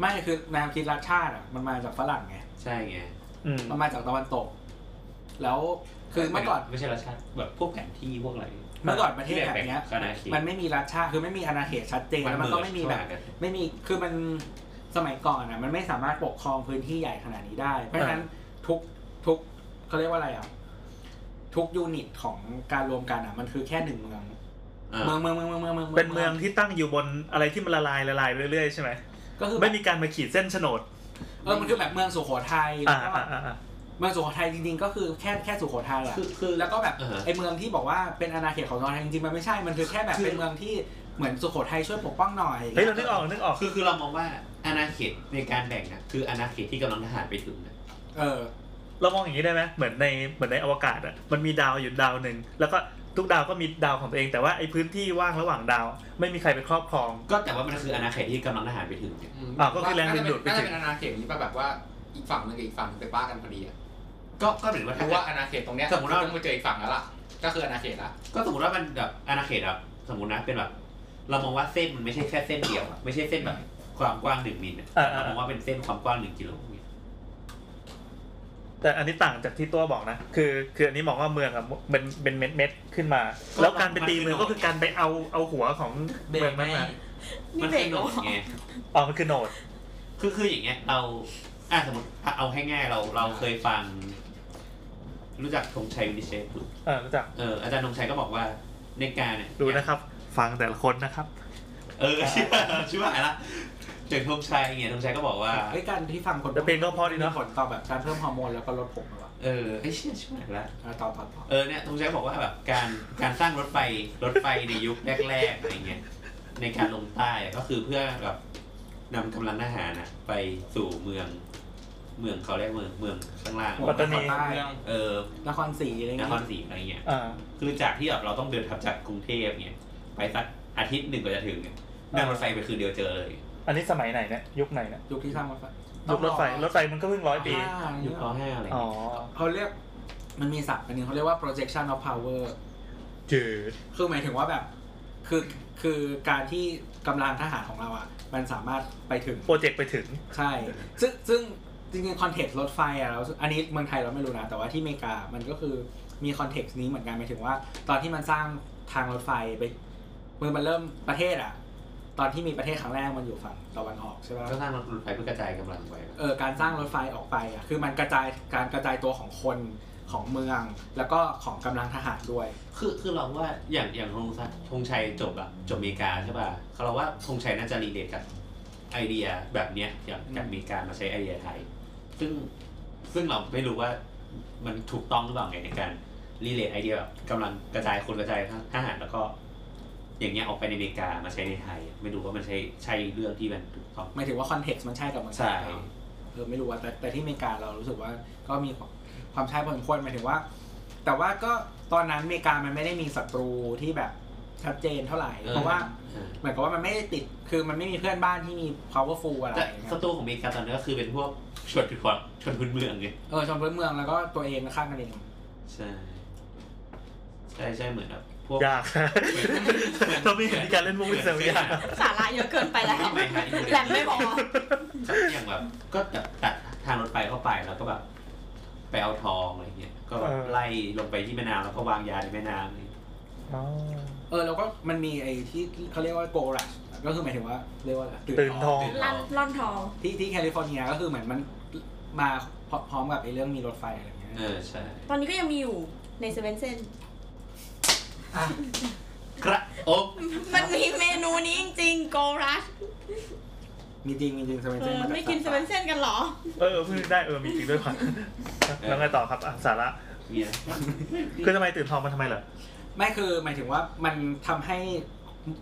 ไม่คือแนวคิดรัฐชาติอ่ะมันมาจากฝรั่งไง ใช่ไง อืม มันมาจากตะวันตก แล้วคือเมื่อก่อน ไม่ใช่รัชชาติแบบพวกแผนที่พวกอะไร เมื่อก่อนประเทศแบบเนี้ย ที่แบ่งอาณาเขต มันไม่มีรัฐชาติคือไม่มีอาณาเขตชัดเจนแล้วมันก็ไม่มีแบบ ไม่มี คือมันสมัยก่อนอ่ะ มันไม่สามารถปกครองพื้นที่ใหญ่ขนาดนี้ได้ เพราะฉะนั้นทุกทุกเขาเรียกว่าอะไรอ่ะ ทุกยูนิตของการรวมกันอ่ะ มันคือแค่หนึ่งเมือง อ่า เมืองเมืองเมืองเมืองเมืองเมือง เป็นเมืองที่ตั้งอยู่บนอะไรที่มันละลายละลายไปเรื่อยๆใช่ไหม ก็คือแบ ไม่ บ มีการมาขีดเส้นโฉนด เออ มันคือแบบเมืองสุโขทัย อ่า แล้วก็ อ่าอ่าอ่า เมืองสุโขทัยจริงๆ ก็คือแค่แค่สุโขทัยอ่ะ คือคือ แล้วก็แบบ อ่าฮะ ไอ้เมืองที่บอกว่าเป็นอาณาเขตของสุโขทัยจริงๆ มันไม่ใช่ มันคือแค่แบบ คือ เป็นเมืองที่เหมือนสุโขทัยช่วยปกป้องหน่อย เฮ้ยเรานึกออกนึกออก คือคือเรามองว่าอาณาเขตในการแบ่งนะคืออาณาเขตที่กำลังทหารไปถึงนะ เออ เรามองอย่างนี้ได้ไหมเหมือนในเหมือนในอวกาศอ่ะ มันมีดาวอยู่ดาวหนึ่ง แล้วก็ทุกดาวก็มีดาวของตัวเอง แต่ว่าไอ้พื้นที่ว่างระหว่างดาว ไม่มีใครไปครอบครอง ก็แต่ว่ามันคืออาณาเขตที่กำลังทหารไปถึงเนี่ย อ่าก็คือแรงดึงดูดไป น่า ถึ จะ ง เป็นอาณาเขตนี้ป่ะแบบว่าอีกฝั่งหนึงกับอีกฝั่งหนึงไปป้ากันพอดีอะ ก็ก็เหมือนว่า เพ ถ้าเกิราะว่า ด อาณาเขตตรงเนี้ย สมมุติว่า ต้องมาเจออีกฝั่งแล้วล่ะ ก็คืออาณาเขตละ ก็สมมติว่ามันแบบอาณาเขตแบบสมมตินะเป็นแบบเรามองว่าเส้นมันไม่ใช่แค่เส้นเดียวอะไม่ใช่เส้นแบบความกว้างหนึ่งมิลอะ อ่าอ่า เรามองว่าเป็นเส้นความกว้างหนึ่งกิโลเนี่ย แต่อันนี้ต่างจากที่ตัวบอกนะ คือคืออันนี้มองว่าเมืองอ่ะเป็นเป็นเม็ดเม็ดๆขึ้นมา แล้วการไปตีเมืองก็คือการไปเอาเอาหัวของเมืองนั้นมา นี่ มั เบร คื ก โหน แล้ว ดไง อ๋อมันคือโหนด คือคืออย่างเงี้ยเราอ่ะสมมติเอาให้ง่ายเราเราเคยฟัง รู้จักธงชัยวินิจฉัยปุต เออรู้จัก เอออาจารย์ธงชัยก็บอกว่าในการเนี่ย ดูนะครับ ฟังแต่ละคนนะครับ เอ อชื่อชื่อหายละเจากธงชัยเนี่ยธงชัยก็บอกว่า เฮ้ยการที่ฟังคน แต่เพลงก็เพราะดีเนอะ มีผลต่อแบบการเพิ่มฮอร์โมนแล้วก็ลดผมหรอวะ เออไอ้ยเชี่ยชื่อหายละ เอาต่อต่อต่อ เออเนี่ยธงชัยบอกว่าแบบการการสร้างรถไฟรถไฟในยุคแรกๆอะไรเงี้ยในการลงใต้อะก็คือเพื่อแบบนำกำลังทหารนะไปสู่เมือง เมืองเขาเรียกเมืองเมืองข้างล่าง ปัตตานี ใต้ เออน ครศรีอะไร น เงี้ คร ย ศรีอะไรเงี้ย อ่า คือจากที่แบบเราต้องเดินทับจากกรุงเทพเนี่ยไปสักอาทิตย์หนึ่งกว่าจะถึงเนี่ยนั่งรถไฟไปคืนเดียวเจอเลย อันนี้สมัยไหนเนี่ยยุคไหนเนี่ย ยุคที่สร้างรถไฟ ยุครถไฟรถไฟมันก็เพิ่งร้อยปี อ่า ยุคปห้าอะไร อ๋อ เงี้ย เขาเรียกมันมีศัพท์อันหนึงเขาเรียกว่า projection of power จืด คือหมายถึงว่าแบบคือคือการที่กำลังทหารของเราอ่ะ มันสามารถไปถึง โปรเจกต์ไปถึง ใช่ ซึ่งซึ่งจริงๆ คอนเทกต์รถไฟอ่ะเราอันนี้เมืองไทยเราไม่รู้นะ แต่ว่าที่อเมริกา มันก็คือมีคอนเทกต์นี้เหมือนกันหมายถึงว่า ตอนที่มันสร้างทางรถไฟไปเมืองมันเริ่มประเทศอ่ะ ตอนที่มีประเทศครั้งแรกมันอยู่ฝั่งตะวันออกใช่ปะ ก็สร้างรถไฟเพื่อกระจายกำลังไป เออการสร้างรถไฟออกไปอ่ะคือมันกระจายการกระจายตัวของคนของเมือง แล้วก็ของกำลังทหารด้วย คือคือเราว่าอย่างอย่างธงชัยธงชัยจบอะจบอเมริกาใช่ป่ะเขาเราว่าธงชัยน่าจะรีเลทกับไอเดียแบบเนี้ยอย่างจากอเมริกามาใช้ไอเดียไทย ซึ่งซึ่งเราไม่รู้ว่ามันถูกต้องหรือเปล่าไงในการ รีเลทไอเดียแบบกำลังกระจายคนกระจายทหารแล้วก็ อย่างเงี้ยออกไปในอเมริกามาใช้ในไทย ไม่รู้ว่ามันใช่ใช่เรื่องที่มันถูกต้อง หมายถึงว่าคอนเท็กซ์มันใช่กับมัน ใช่ เออไม่รู้ว่าแต่แต่ที่อเมริกาเรารู้สึกว่าก็มีความใช่พอสมควรหมายถึงว่า แต่ว่าก็ตอนนั้นอเมริกามันไม่ได้มีศัตรูที่แบบชัดเจนเท่าไหร่ เพราะว่า เออ เหมือนกับว่ามันไม่ได้ติดคือมันไม่มีเพื่อนบ้านที่มี powerful อะไร แต่ นะ ศัตรูของอเมริกาตอนนี้ก็คือเป็นพวกชนพื้นชนพื้นเมืองไง เออชนพื้นเมืองแล้วก็ตัวเองข้างกันเอง ใช่ ใช่ใช่เหมือนแบบพวก ย ากเราไม่เห็นการเล่นมุกเป็นเซลล์ยาก สาระเยอะเกินไปแล้ว ไม่ใช่ แหลมไม่พอ อย่างแบบ ก็แบบตัดทางรถไฟเข้าไปแล้วก็แบบไปเอาทองอะไรเงี้ยก็แบบ เออ ไล่ลงไปที่แม่น้ำแล้วก็วางยาในแม่น้ำอะไรเงี้ย อ๋อ เออแล้วก็มันมีไอ้ที่เขาเรียกว่า g o r a s h ก็คือหมายถึงว่าเรียกว่าอะไร ตื่นทอง ลั่นล่อนทอง ที่ที่แคลิฟอร์เนียก็คือเหมือนมันมาพร้อมกับไอ้เรื่องมีรถไฟอะไรอย่างเงี้ย เออใช่ ตอนนี้ก็ยังมีอยู่ในเซเว่นเซน กระโอ๊บ มันมีเมนูนี้จริงๆ โกรัช มีจริงมีจริงเซเว่นเซนมาจาก ไม่กินเซเว่นเซนกันเหรอ เออเพิ่งนึกได้เออมีจริงด้วยว่ะแล้วไงต่อครับอ่ะสาระ เนี่ย คือทำไมตื่นทองมันทำไมเหรอ ไม่คือหมายถึงว่ามันทำให้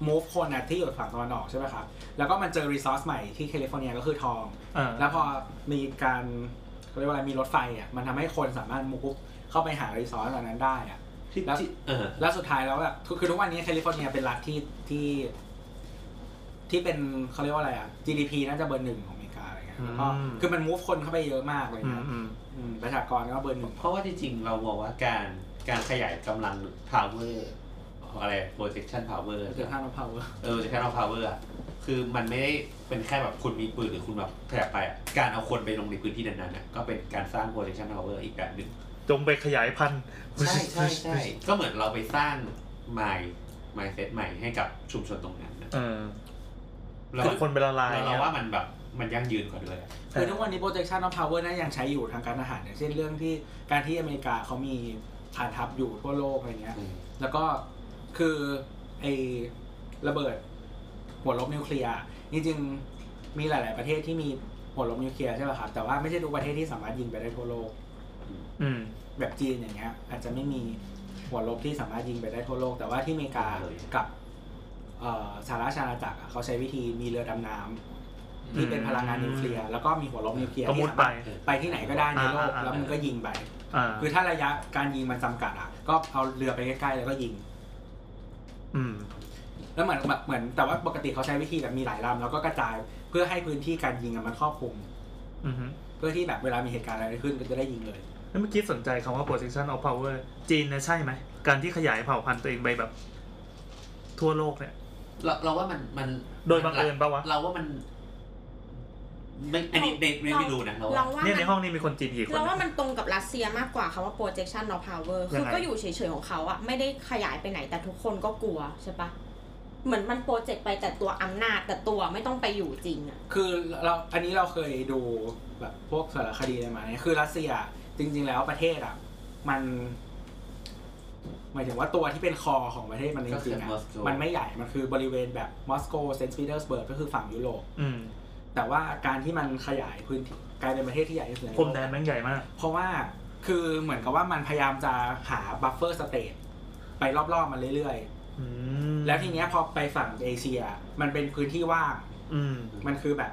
move คนอะที่อยู่ฝั่งตะวันออกใช่ไหมครับ แล้วก็มันเจอ resource ใหม่ที่แคลิฟอร์เนียก็คือทอง อ่า แล้วพอมีการเขาเรียกว่าอะไรมีรถไฟอ่ะมันทำให้คนสามารถ move เข้าไปหา resource เหล่านั้นได้อ่ะ ที่ แล้ว ที่เออ แล้วสุดท้ายแล้วแบบคือคือทุกวันนี้แคลิฟอร์เนียเป็นรัฐที่ที่ ที่เป็นเขาเรียกว่าอะไรอ่ะ GDP น่าจะเบอร์หนึ่งของอเมริกาอะไรเงี้ยแล้วก็ อืม คือมัน move คนเข้าไปเยอะมากเลย อืม นะ อืม อืมประชากรก็เบอร์หนึ่ง เพราะว่าจริงๆ เราบอกว่าการการขยายกำลัง power อะไร projection power เจอค่าน้ำเผาเว้ย เออ projection of power อะคือมันไม่ได้เป็นแค่แบบคุณมีปืนหรือคุณแบบขยับไปอะการเอาคนไปลงในพื้นที่นั้นๆอะก็เป็นการสร้าง projection power อีกแบบหนึ่ง จงไปขยายพันธุ์ ก็เหมือนเราไปสร้าง mind mindset ใหม่ให้กับชุมชนตรงนั้นนะ เออ เรา กับคนเป็นละลาย เราว่ามันแบบมันยั่งยืนกว่าด้วยอะ คือทุกวันนี้ projection of power นั้นยังใช้อยู่ทางการทหารอย่างเช่นเรื่องที่การที่อเมริกาเขามีฐานทัพอยู่ทั่วโลกอะไรเงี้ย อืม แล้วก็คือไอ้ระเบิดหัวลบนิวเคลียร์จริงๆมีหลาย ๆ ประเทศที่มีหัวลบนิวเคลียร์ใช่ป่ะครับ แต่ว่าไม่ใช่ทุกประเทศที่สามารถยิงไปได้ทั่วโลก อืม แบบจีนอย่างเงี้ยอาจจะไม่มีหัวลบที่สามารถยิงไปได้ทั่วโลก แต่ว่าที่อเมริกากับเอ่อสหราชอาณาจักรอะเขาใช้วิธีมีเรือดำน้ำที่เป็นพลังงานนิวเคลียร์แล้วก็มีหัวลบนิวเคลียร์ ก็มุดที่สา ไป มารถไปที่ไหนก็ได้ในโลก อ่าอ่าอ่า แล้วมันก็ยิงไป อ่า คือถ้าระยะการยิงมันจำกัดอ่ะก็เอาเรือไปใกล้ๆแล้วก็ยิง อืม แล้วเหมือนแบบเหมือนแต่ว่าปกติเขาใช้วิธีแบบมีหลายลำแล้วก็กระจายเพื่อให้พื้นที่การยิงอะมันครอบคลุม อือฮึ เพื่อที่แบบเวลามีเหตุการณ์อะไรขึ้นก็จะได้ยิงเลย แล้วเมื่อกี้สนใจคำว่า projection of power จีนเนะใช่ไหม การที่ขยายเผ่าพันธุ์ตัวเองไปแบบ ทั่วโลกเนี่ย เราเราว่ามันมัน โดยบังเอิญปะวะ เราว่ามันไม่อันนี้ในในไม่รู้นะเราว่า เราว่า เนี่ยใน มัน ห้องนี้มีคนจีนกี่คน เรา นะ ว่ามันตรงกับรัสเซียมากกว่าคำว่า projection of power ยั คื ง อ ไง ก็อยู่เฉยๆของเขาอะไม่ได้ขยายไปไหนแต่ทุกคนก็กลัวใช่ปะเหมือนมันโปรเจกต์ไปแต่ตัวอำนาจแต่ตัวไม่ต้องไปอยู่จริงอะ คือเราอันนี้เราเคยดูแบบพวกสารคดีอะไรมาเนี่ยคือรัสเซียจริง ๆ แล้วประเทศอ่ะมันหมายถึงว่าตัวที่เป็นคอของประเทศมันจ ก็คื ริ อง ๆอะ มอสโก มันไม่ใหญ่มันคือบริเวณแบบมอสโกเซนต์ปีเตอร์สเบิร์กก็คือฝั่งยุโรป อืม แต่ว่าการที่มันขยายพื้นที่กลายเป็นประเทศที่ใหญ่ที่สุดใน พรม โลก แดนแม่งใหญ่มาก เพราะว่าคือเหมือนกับว่ามันพยายามจะหาบัฟเฟอร์สเตทไปรอบๆมันเรื่อย อืม ๆ แล้วทีเนี้ยพอไปฝั่งเอเชีย มันเป็นพื้นที่ว่าง อืม มันคือแบบ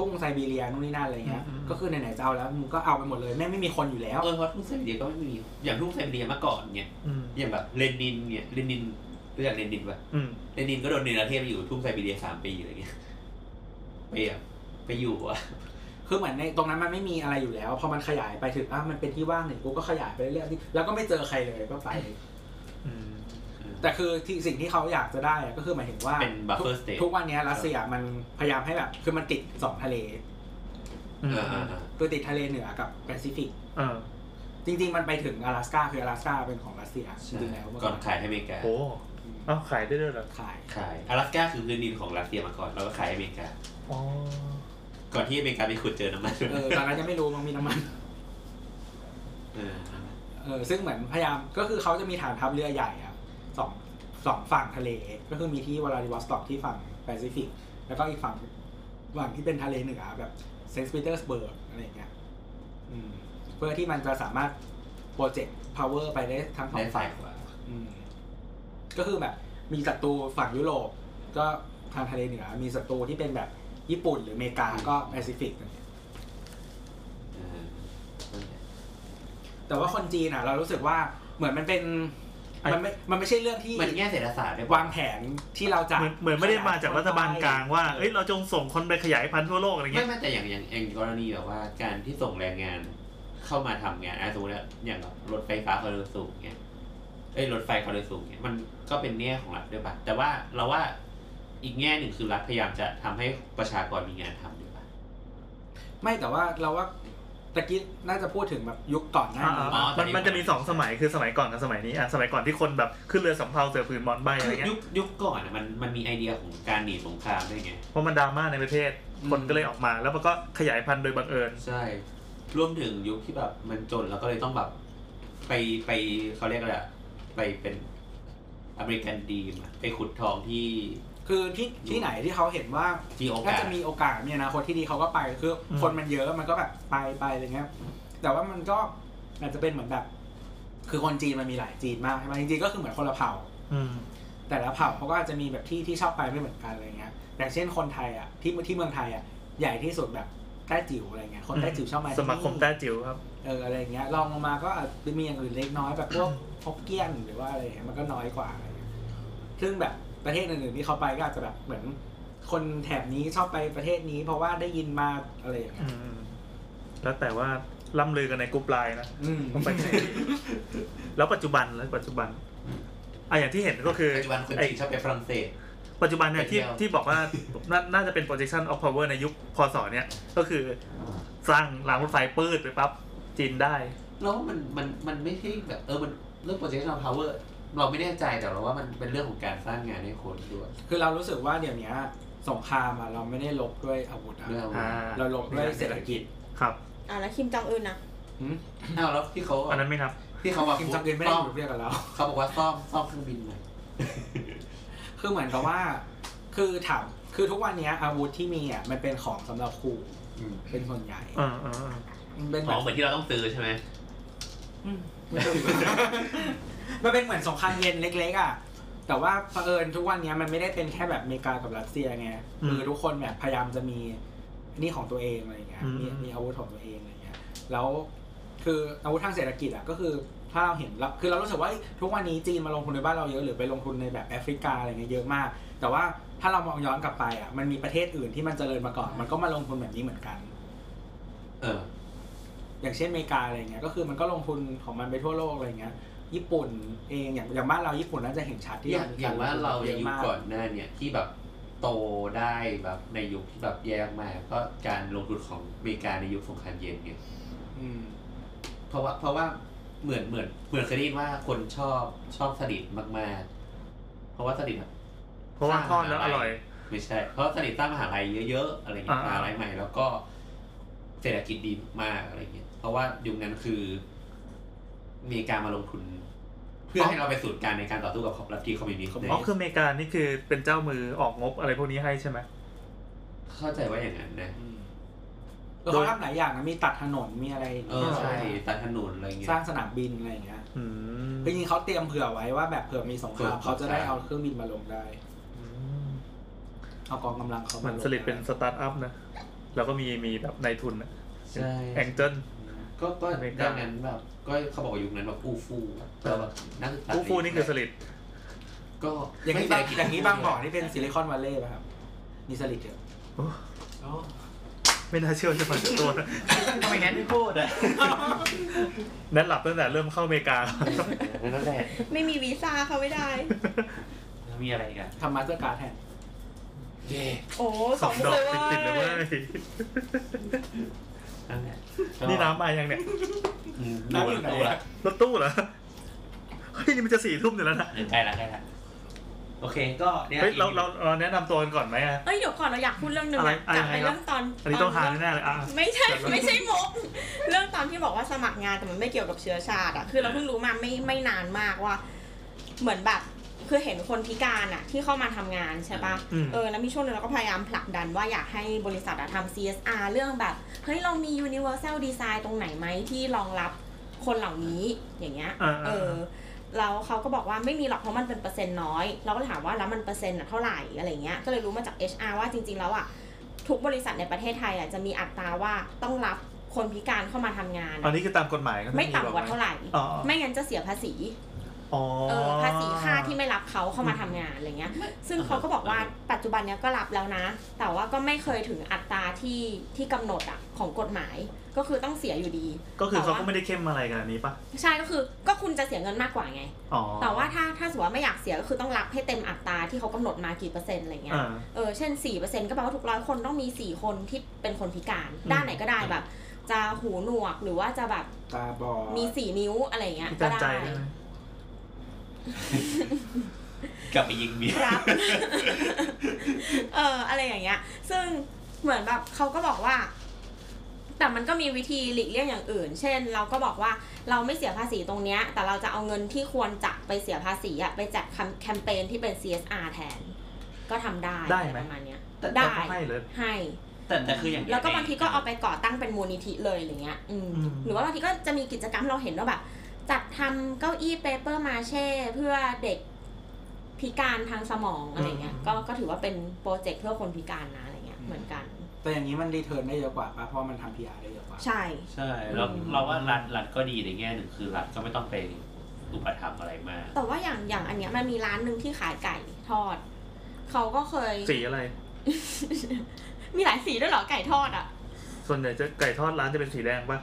ทุ่งไซบีเรียนู่นนี่นั่นอะไรเงี้ย อืมอืม ก็คือไหนๆจะเอาแล้วมึงก็เอาไปหมดเลยแม่งไม่มีคนอยู่แล้ว เออเพราะทุ่งไซบีเรียก็ไม่มีอย่างทุ่งไซบีเรียเมื่อก่อนเนี่ย อืม อย่างแบบเลนินเนี่ยเลนินรู้จักเลนินปะ อืม เลนินก็โดนเนรเทศไปอยู่ทุ่งไซบีเรียสามปีอะไรเงี้ย ไปแบบไปอยู่อะ คือเหมือนในตรงนั้นมันไม่มีอะไรอยู่แล้วพอมันขยายไปถึงอ่ะมันเป็นที่ว่างหนึ่งกูก็ขยายไปเรื่อยๆแล้วก็ไม่เจอใครเลยก็ไป อืม แต่คือที่สิ่งที่เขาอยากจะได้อะก็คือหมายถึงว่า เป็นบัฟเฟอร์สเตท ทุกทุกวันเนี้ยรัสเซียมันพยายามให้แบบคือมันติดสองทะเล อืม อ่าอ่าอ่า คือติดทะเลเหนือกับแปซิฟิก เออ จริง ๆ มันไปถึง阿拉斯าคือ阿拉斯าเป็นของรัสเซียจ ใช่ ริงๆแล้วเมื่อ ก่ ก่ อ อน น ขายให้อเมริกา โหเอ้าขายได้ด้วยเหรอ ขาย ขายอลาสก้าคือพื้นดินของรัสเซียมาก่อนแล้วก็ขายให้อเมริกา อ๋อ ก่อนที่อเมริกาไปขุดเจอน้ำ มัน เออตอนนั้นยังไม่รู้มันมีน้ำมัน เออ เออซึ่งเหมือนพยายามก็คือเขาจะมีฐานทัพเรือใหญ่อะสองสองฝั่งทะเล ก็คือมีที่วลาดิวอสต็อกที่ฝั่งแปซิฟิก แล้วก็อีกฝั่งฝั่งที่เป็นทะเลเหนือแบบเซนต์ปีเตอร์สเบิร์กอะไรอย่างเงี้ยอืมเพื่อที่มันจะสามารถ โปรเจกต์ power ไปได้ทั้งสอง ได้ ฝ่า ฝ่าย ยขวา อืมก็คือแบบมีศัตรูฝั่งยุโรป ก็ทางทะเลเหนือ มีศัตรูที่เป็นแบบญี่ปุ่นหรืออเมริกาก็แปซิฟิกนั่นเอง เออนั่นแหละ แต่ว่าคนจีนอ่ะ เรารู้สึกว่าเหมือนมันเป็นมันไม่มันไม่ใช่เรื่องที่ มันแง่เศรษฐศาสตร์ด้วยปะ วางแผนที่เราจะ เหมือนเหมือนไม่ได้มาจากรัฐบาลกลางว่า เอ้ยเราจงส่งคนไปขยายพันธุ์ทั่วโลกอะไร ไม่ เงี้ย ไม่แต่อย่างอย่างอย่างกรณีแบบว่าการที่ส่งแรงงานเข้ามาทำงานอ่ะสมมติว่าอย่างรถไฟฟ้าความเร็วสูงเงี้ยเอ้ยรถไฟความเร็วสูงเงี้ยมันก็เป็นแง่ของรัฐด้วยป่ะแต่ว่าเราว่าอีกแง่หนึ่งคือรัฐพยายามจะทำให้ประชากรมีงานทำด้วยป่ะ ไม่แต่ว่าเราว่าตะกี้น่าจะพูดถึงแบบยุคก่อนหน้านี้ อ่ามันมันจะมีสองสมัยคือสมัยก่อนกับสมัยนี้อ่ะสมัยก่อนที่คนแบบขึ้นเรือสำเภาเสือผืนหมอนใบอะ คื ไร อ เงี้ย ยุคยุคก่อนอ่ะมันมันมีไอเดียของการหนีสงครามด้วยไง เพราะมันดราม่าในประเทศ คนก็เลยออกมา แล้วมันก็ขยายพันธุ์โดยบังเอิญ ใช่ รวมถึงยุคที่แบบมันจนแล้วก็เลยต้องแบบ ไปไปเขาเรียกอะไรอะไปเป็นอเมริกันดีมอะไปขุดทองที่ คือที่ที่ไหนที่เขาเห็นว่า มีโอ น่าก าส จะมีโอกาสมีอนาคตที่ดีเขาก็ไปคืออ ม คนมันเยอะมันก็แบบไปไปอะไรเงี้ยแต่ว่ามันก็อาจจะเป็นเหมือนแบบ คือคนจีนมันมีหลายจีนมากใช่ไหมจริงๆก็คือเหมือนคนละเผ่า อืม แต่ละเผ่าเขาก็อาจจะมีแบบที่ที่ชอบไปไม่เหมือนกันอะไรเงี้ยอย่างเช่นคนไทยอ่ะที่ที่เมืองไทยอ่ะใหญ่ที่สุดแบบแต้จิ๋วอะไรเงี้ยคนแต้จิ๋วชอบมาที่ ส นี่ มาคมแต้จิ๋วครับ เอออะไรเงี้ยลองลงมาก็อาจจะมีอย่างอื่นเล็กน้อยแบบพวกฮกเกี้ยนหรือว่าอะไรเงี้ยมันก็น้อยกว่าอะไรเงี้ยซึ่งแบบประเทศอื่นๆที่เขาไปก็อาจจะแบบเหมือน คนแถบนี้ชอบไปประเทศนี้ เพราะว่าได้ยินมาอะไรอย่างเงี้ อื ย ม แล้วแต่ว่าล่ำลือกันในกรุ๊ปไลน์นะ อืม ต้องไป แล้วปัจจุบันแล้วปัจจุบันอ่ะอย่างที่เห็นก็คือ ปัจจุบันคน ไอ้ จีนชอบไปฝรั่งเศส ปัจจุบันเนี่ยที่ ไปเที่ยว ที่บอกว่า น่าน่าจะเป็น projection of power ในยุคพศเนี่ย ก็คือสร้างรางรถไฟปืดไปปั๊บจีนได้ แล้วว่ามันมันมันไม่ใช่แบบเออมันเรื่อง projection power เราไม่แน่ใจแต่เราว่ามันเป็นเรื่องของการสร้างงานให้คนด้วย คือเรารู้สึกว่าเดี๋ยวเนี้ยสงครามอ่ะเราไม่ได้ลบด้วยอาวุธอะ เรื่องอะไร อ่า เราลบด้วยเศรษฐกิจ ครับ อ่าแล้วคิมจองอึนนะ หืม อ้าวแล้วที่เขา อันนั้นไม่นับ ที่เขาบอก กิมจ ซ่ องอึนไม่ได้ อ อ ม ยู่เรียกกับเรา เขาบอกว่าซ่อมซ่อมเครื่องบินหน่อย คือเหมือนกับว่า คือถาม คือทุกวันเนี้ยอาวุธที่มีอ่ะ มันเป็นของสำหรับครู อืม เป็นส่วนใหญ่ อ่าอ่าอ่า มันเป็น ข แบ อง บ เหมือนที่เราต้องซื้อใช่ไหม อืมไม่ถูก มันเป็นเหมือนสงครามเย็นเล็กๆอ่ะ แต่ว่าเผอิญทุกวันเนี้ยมันไม่ได้เป็นแค่แบบอเมริกากับรัสเซียไง คือทุกคนแบบพยายามจะมีนี่ของตัวเองอะไรอย่างเงี้ย มีมีอาวุธของตัวเองอะไรอย่างเงี้ย แล้วคืออาวุธทางเศรษฐกิจอ่ะก็คือถ้าเราเห็นแล้วคือเรารู้สึกว่าเอ้ยทุกวันนี้จีนมาลงทุนในบ้านเราเยอะหรือไปลงทุนในแบบแอฟริกาอะไรเงี้ยเยอะมาก แต่ว่าถ้าเรามองย้อนกลับไปอ่ะมันมีประเทศอื่นที่มันเจริญมาก่อน มันก็มาลงทุนแบบนี้เหมือนกัน เออ อย่างเช่นอเมริกาอะไรเงี้ยก็คือมันก็ลงทุนของมันไปทั่วโลกอะไรเงี้ยญี่ปุ่นเองอย่างอย่างบ้านเราญี่ปุ่นน่าจะเห็นชัดที่ อย่าง มี อก ย่างว่าเรา ลงทุน อ เยอะย่างยุค มาก ก่อนหน้าเนี่ยที่แบบโตได้แบบในยุคที่แบบแย่มากก็การลงทุนของอเมริกาในยุคสงครามเย็นไง อืม เพราะว่าเพราะว่าเหมือนเหมือนเหมือนเคยได้ยินว่าคนชอบชอบสลิดมากๆ เพราะว่าสลิดอะ เพราะว่าทอดแล้วอร่อย ไม่ใช่ เพราะสลิดสร้างมหาลัยเยอะๆอะไรเงี้ย อ่าม ม หาลัยใหม่ แล้วก็เศรษฐกิจดีมากๆอะไรเงี้ยเพราะว่ายุคนั้นคืออเมริกามาลงทุน เพื่อให้เราไปนศูนย์กลางในการต่อสู้กับลัทธิคอมมิวนิสต์ใน อ๋อคืออเมริกานี่คือเป็นเจ้ามือออกงบอะไรพวกนี้ให้ใช่ไหม เข้าใจว่าอย่างนั้นนะ แล้วเขาทำหลายอย่างนะมีตัดถนนมีอะไร เออใช่ตัดถนนอะไร อย่างเงี้ย เงี้ย สร้างสนามบินอะไรอย่างเงี้ย อืม จริงๆเขาเตรียมเผื่อไว้ว่าแบบเผื่อมีสงคราม เผื่อ เขาจะได้เอาเครื่องบินมาลงได้ อืม เอากองกำลังเขาา เหมือนสลิดเป็นสตาร์ทอัพนะ แล้วก็มีมีแบบนายทุนอะ ใช่ แองเจิล ก็ก็ อเมริกา ดังนั้นแบบก็เขาบอกว่ายุคนั้นแบบอู้ฟู่แต่แบบนักศึกษา ฟูฟูนี่คือสลิด ก็ อย่างนี้ ไม่ บาง ได้คิด อย่างนี้บางบ่อนี่เป็นซิลิคอนวัลเลย์ป่ะครับมีสลิดเยอะ ไม่น่าเชื่อจะมาจากตัวนะ ทำไมแนทไม่พูดอ่ะ แนทหลับตั้งแต่เริ่มเข้าอเมริกา นั่นแหละ ไม่มีวีซ่าเขาไม่ได้ แล้วมีอะไรอีกัน ทำมาสเตอร์การ์ดแทน เย่ โอ้ส ส อ อง งดอก มุก ติดๆเลยเว้ย นั่นแหละ นี่น้ำมายังเนี่ย อืมดูละดูละ รถตู้เหรอ เฮ้ย นี่มันจะสี่ทุ่มอยู่แล้วนะ หรือใกล้ละใกล้ละโอเคก็เนี่ย เฮ้ยเราเราเราแนะนำตัวกันก่อนไหมอะ เอ้ยเดี๋ยวก่อนเราอยากพูดเรื่องหนึง อะไร อะจากไป อะไรครับ เรื่องตอน อันนี้ต้องหาแน่ๆเลยอ่ะ ไม่ใช่ ไม่ใช่มุกเรื่องตอนที่บอกว่าสมัครงานแต่มันไม่เกี่ยวกับเชื้อชาติอะคือเราเพิ่งรู้มาไม่ไม่นานมากว่า เหมือนแบบคือเห็นคนพิการอะที่เข้ามาทำงานใช่ปะ อืม เออแล้วมีช่วงหนึงเราก็พยายามผลักดันว่าอยากให้บริษัทอะทำ CSR เรื่องแบบเฮ้ยเรามี universal design ตรงไหนไหมที่รองรับ คนเหล่านี้อย่างเงี้ย อ่าๆ เออแล้วเขาก็บอกว่าไม่มีหรอกเพราะมันเป็นเปอร์เซ็นต์น้อย เราก็เลยถามว่าแล้วมันเปอร์เซ็นต์น่ะเท่าไหร่อะไรเงี้ยก็เลยรู้มาจาก HR ว่าจริง ๆ แล้วอ่ะทุกบริษัทในประเทศไทยอ่ะจะมีอัตราว่าต้องรับคนพิการเข้ามาทำงาน อันนี้คือตามกฎหมายก็ ไม่ บอก ต่ำกว่าเท่าไหร่ อ๋อ ไม่งั้นจะเสียภาษี อ๋อ เออภาษีค่าที่ไม่รับเขาเข้ามาทำงานอะไรเงี้ย ซึ่งเขาก็บอกว่าปัจจุบันเนี้ยก็รับแล้วนะ แต่ว่าก็ไม่เคยถึงอัตราที่ที่กำหนดอ่ะของกฎหมาย ก็คือต้องเสียอยู่ดี ก็คือเขาก็ แต่ว่ ไม่ได้เข้มอะไรกันอันนี้ปะ ใช่ก็คือก็คุณจะเสียเงินมากกว่าไง อ๋อ แต่ว่าถ้าถ้าสมมติว่าไม่อยากเสียก็คือต้องรับให้เต็มอัตราที่เขากำหนดมากี่เปอร์เซ็นต์อะไรเงี้ย อ่า เออ เช่น 4%ก็แปลว่าทุกร้อยคนต้องมี 4 คนที่เป็นคนพิการ อืม ด้านไหนก็ได้แบบ จะหูหนวกหรือว่าจะแบบ ตาบอด มี 4 นิ้วอะไรเงี้ย พิ ก็ การ ได้ ใจได้ไหม กลับไปยิงเมีย ครับ เอออะไรอย่างเงี้ย ซึ่งเหมือนแบบเขาก็บอกว่า แต่มันก็มีวิธีหลีกเลี่ยงอย่างอื่น เช่น เราก็บอกว่าเราไม่เสียภาษีตรงเนี้ย แต่เราจะเอาเงินที่ควรจะไปเสียภาษีอะไปจัดแคมแคมเปญที่เป็น CSR แทน ก็ทำได้ ได้ไหม ประมาณเนี้ย แต่ ได้ แต่ก็ให้เลย ให้ แต่แต่คืออย่างเดีย แล้วก็บางทีก็เอาไปก่อตั้งเป็นมูลนิธิเลยอย่างเงี้ยอืม อืม หรือว่าบางทีก็จะมีกิจกรรมเราเห็นว่าแบบ จัดทำเก้าอี้เปเปอร์มาเช่ เพื่อเด็กพิการทางสมองอะไรเงี้ย ก็ก็ถือว่าเป็นโปรเจกต์เพื่อคนพิการนะอะไรเงี้ยเหมือนกัน แต่อย่างนี้มันรีเทิร์นได้เยอะกว่าปะเพราะมันทำพีอาร์ได้เยอะกว่า ใช่ ใช่แล้วเราว่ารัฐรัฐก็ดีในแง่หนึ่งคือรัฐก็ไม่ต้องไปอุปถัมภ์อะไรมาก แต่ว่าอย่างอย่างอันเนี้ยมันมีร้านหนึ่งที่ขายไก่ทอด เขาก็เคย สีอะไร มีหลายสีด้วยเหรอไก่ทอดอ่ะ ส่วนใหญ่จะไก่ทอดร้านจะเป็นสีแดงปะ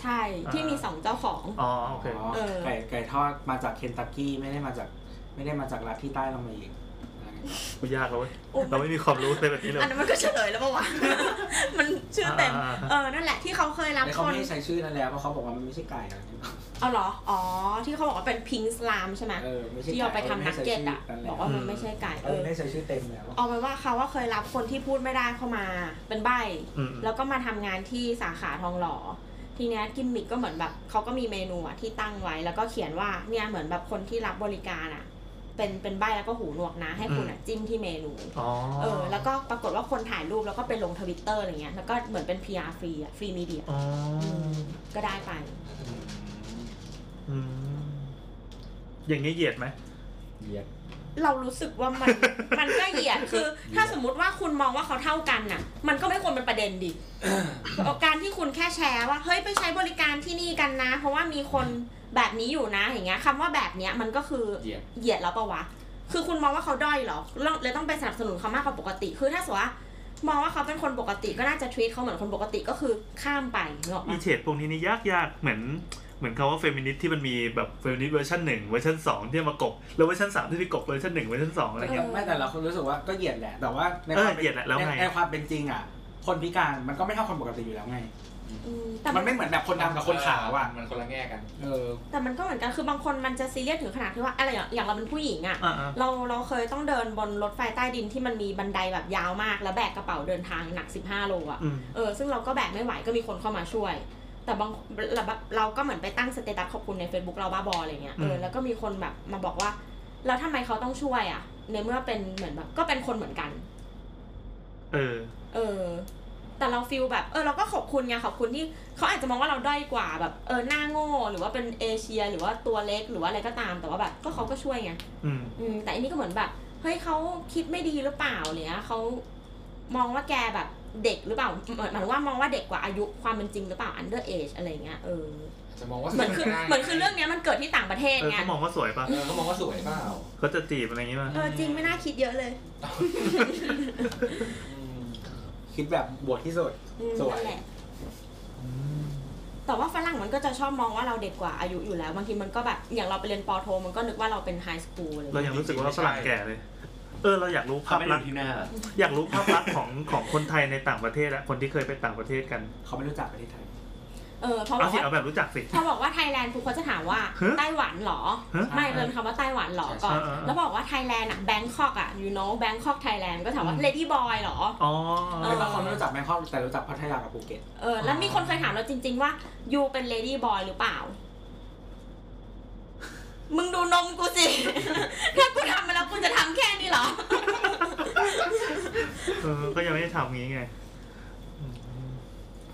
ใช่ที่มี อ่า สองเจ้าของ อ๋อโอเค เออ ไก่ไก่ทอดมาจากเคนตักกี้ไม่ได้มาจากไม่ได้มาจากรัฐที่ใต้ลงมาอีกอะไรเงี้ย กูยากแล้วเว้ย โอ้ย เราไม่มีความรู้ในแบบนี้เลย อันนั้นมันก็เฉลยแล้วปะวะ มันชื่อเต็ม อ่า เออ นั่นแหละที่เขาเคยรับ แต่ ค เขา น ไม่ได้ใช้ชื่อนั้นแล้วเพราะเขาบอกว่ามันไม่ใช่ไก่อะไรเงี้ย เอาเหรอ อ๋อ ที่เขาบอกว่าเป็นพิงสลามใช่ไหม เออไม่ใช่ ที่เอาไปทำนักเก็ตอ่ะ บบ อ อก ก ว่า ว่า มันไม่ใช่ไก่ เอ เอ อ อ ไม่ได้ใช้ชื่อเต็มแล้ว เอาไปนว่าเขาว่าเคยรับคนที่พูดไม่ได้เข้ามา เป็นใบ อืม แล้วก็มาทำงานที่สาขาทองหล่อ ทีเนี้ยกิมมิกก็เหมือนแบบเขาก็มีเมนูอะที่ตั้งไว้ แล้วก็เขียนว่าเนี่ยเหมือนแบบคนที่รับบริการอ่ะ เป็นเป็นใบแล้วก็หูหนวกนะ ให้คุณอ่ะจิ้มที่เมนู อ๋อ เออ แล้วก็ปรากฏว่าคนถ่ายรูปแล้วก็ไปลงทวิตเตอร์อะไรเงี้ย แล้วก็เหมือนเป็น PR ฟรีอะฟรีมีเดีย อ๋อ ก็ได้ไป อืมอย่างนี้เหยียดไหม เหยียด เรารู้สึกว่า มัน มันก็เหยียดคือ ถ้าสมมติว่าคุณมองว่าเขาเท่ากันน่ะ มันก็ไม่ควรเป็นประเด็นดิ การที่คุณแค่แชร์ว่าเฮ้ยไปใช้บริการที่นี่กันนะ เพราะว่ามีคนแบบนี้อยู่นะอย่างเงี้ยคำว่าแบบเนี้ยมันก็คือ เหยียด เหยียดแล้วปะวะคือคุณมองว่าเขาด้อยเหรอแล้วเลยต้องไปสนับสนุนเขามากกว่าปกติ คือถ้าสมมติว่ามองว่าเขาเป็นคนปกติก็น่าจะทวีตเขาเหมือนคนปกติก็คือข้ามไปเนกอะ อีเฉดพวกนี้นี่ยากยากๆเหมือนเหมือนคำว่าเฟมินิสต์ที่มันมีแบบเฟมินิสต์เวอร์ชันหนึ่งเวอร์ชันสองที่มากบแล้วเวอร์ชันสามที่ไปกบเวอร์ชันหนึ่งเวอร์ชันสองอะไร ไม่แต่เรารู้สึกว่าก็เหยียดแหละ แต่ว่าใน เออ ความป็น เหยียดแหละแล้วไง ในในความเป็นจริงอ่ะ คนพิการมันก็ไม่เท่าคนปกติอยู่แล้วไง อืมแต่ มันไม่เหมือนแบบคนดำกับคนขาวอ่ะ มันคนละแง่กัน เออ แต่มันก็เหมือนกันคือบางคนมันจะซีเรียสถึงขนาดที่ว่าอะไรอย่างอย่างเราเป็นผู้หญิงอะ อ่าอ่า เราเราเคยต้องเดินบนรถไฟใต้ดินที่มันมีบันไดแบบยาวมาก แล้วแบกกระเป๋าเดินทางหนัก 15 โลอะ่ะ อืม เออซึ่งเราก็แบกไม่ไหวก็มีคนเข้ามาช่วย แต่บางเราเราก็เหมือนไปตั้งสเตตัสขอบคุณใน Facebook เราบ้าบออะไรเงี้ยเออแล้วก็มีคนแบบมาบอกว่า แล้วทำไมเขาต้องช่วยอะ่ะ ในเมื่อเป็นเหมือนแบบก็เป็นคนเหมือนกัน เออ เออ แต่เราฟิลแบบ เออ เราก็ขอบคุณไงขอบคุณที่เขาอาจจะมองว่าเราด้อยกว่าแบบเออหน้าโง่หรือว่าเป็นเอเชียหรือว่าตัวเล็กหรือว่าอะไรก็ตามแต่ว่าแบบก็เขาก็ช่วยไง อืม อืมแต่อันนี้ก็เหมือนแบบ เฮ้ยเขาคิดไม่ดีหรือเปล่าอะไรเนี่ยเขามองว่าแกแบบเด็กหรือเปล่าเหมือนเหมือนว่ามองว่าเด็กกว่าอายุความเป็นจริงหรือเปล่า under age อะไรเงี้ยเออ จะมองว่าส เห ว มือย นคือ ได้ เหมือนคือเรื่องเนี้ยมันเกิดที่ต่างประเทศ เออ ไง เขามองว่าสวยปะ เออเขามองว่าสวยเปล่า เขาจะจีบอะไรอย่างงี้ปะ เออจริงไม่น่าคิดเยอะเลย อืม คิดแบบบวกที่สุด อืม สวย นั่นแหละแต่ว่าฝรั่งมันก็จะชอบมองว่าเราเด็กกว่าอายุอยู่แล้วบางทีมันก็แบบอย่างเราไปเรียนปอโท มันก็นึกว่าเราเป็นไฮสคูลอะไร เรา เลย ยังรู้สึกว่าฝรั่งแก่เลย เออเราอยากรู้ เขา ภาพ ไม่ ลั ได้ กษณ์ ที่หน้าหรอ อยากรู้ภาพลักษณ์ของของคนไทยในต่างประเทศและคนที่เคยไปต่างประเทศกัน เขาไม่รู้จักประเทศไทย เออเพราะ เอา บอก สิ ว่า เอาแบบรู้จักสิ พอบอกว่าไทยแลนด์ทุกคนจะถามว่า ฮะ ไต้หวันเหรอ ฮะ ไม่เป็นคำว่าไต้หวันเหรอก่อน ใช่ใช่ แล้วบอกว่าไทยแลนด์อะแบงคอกอะ you know แบงคอกไทยแลนด์ก็ถามว่า lady boy เหรอ อ๋อ เออ บางคนไม่รู้จักแบงคอกแต่รู้จักพัทยากับภูเก็ต เออ แล้วมีคนเคยถามเราจริง ๆ ว่า you เป็น lady boy หรือเปล่า มึงดูนมกูสิ ถ้ากูทำมาแล้วกูจะทำแค่นี้เหรอ เออก็ยังไม่ได้ทำงี้ไง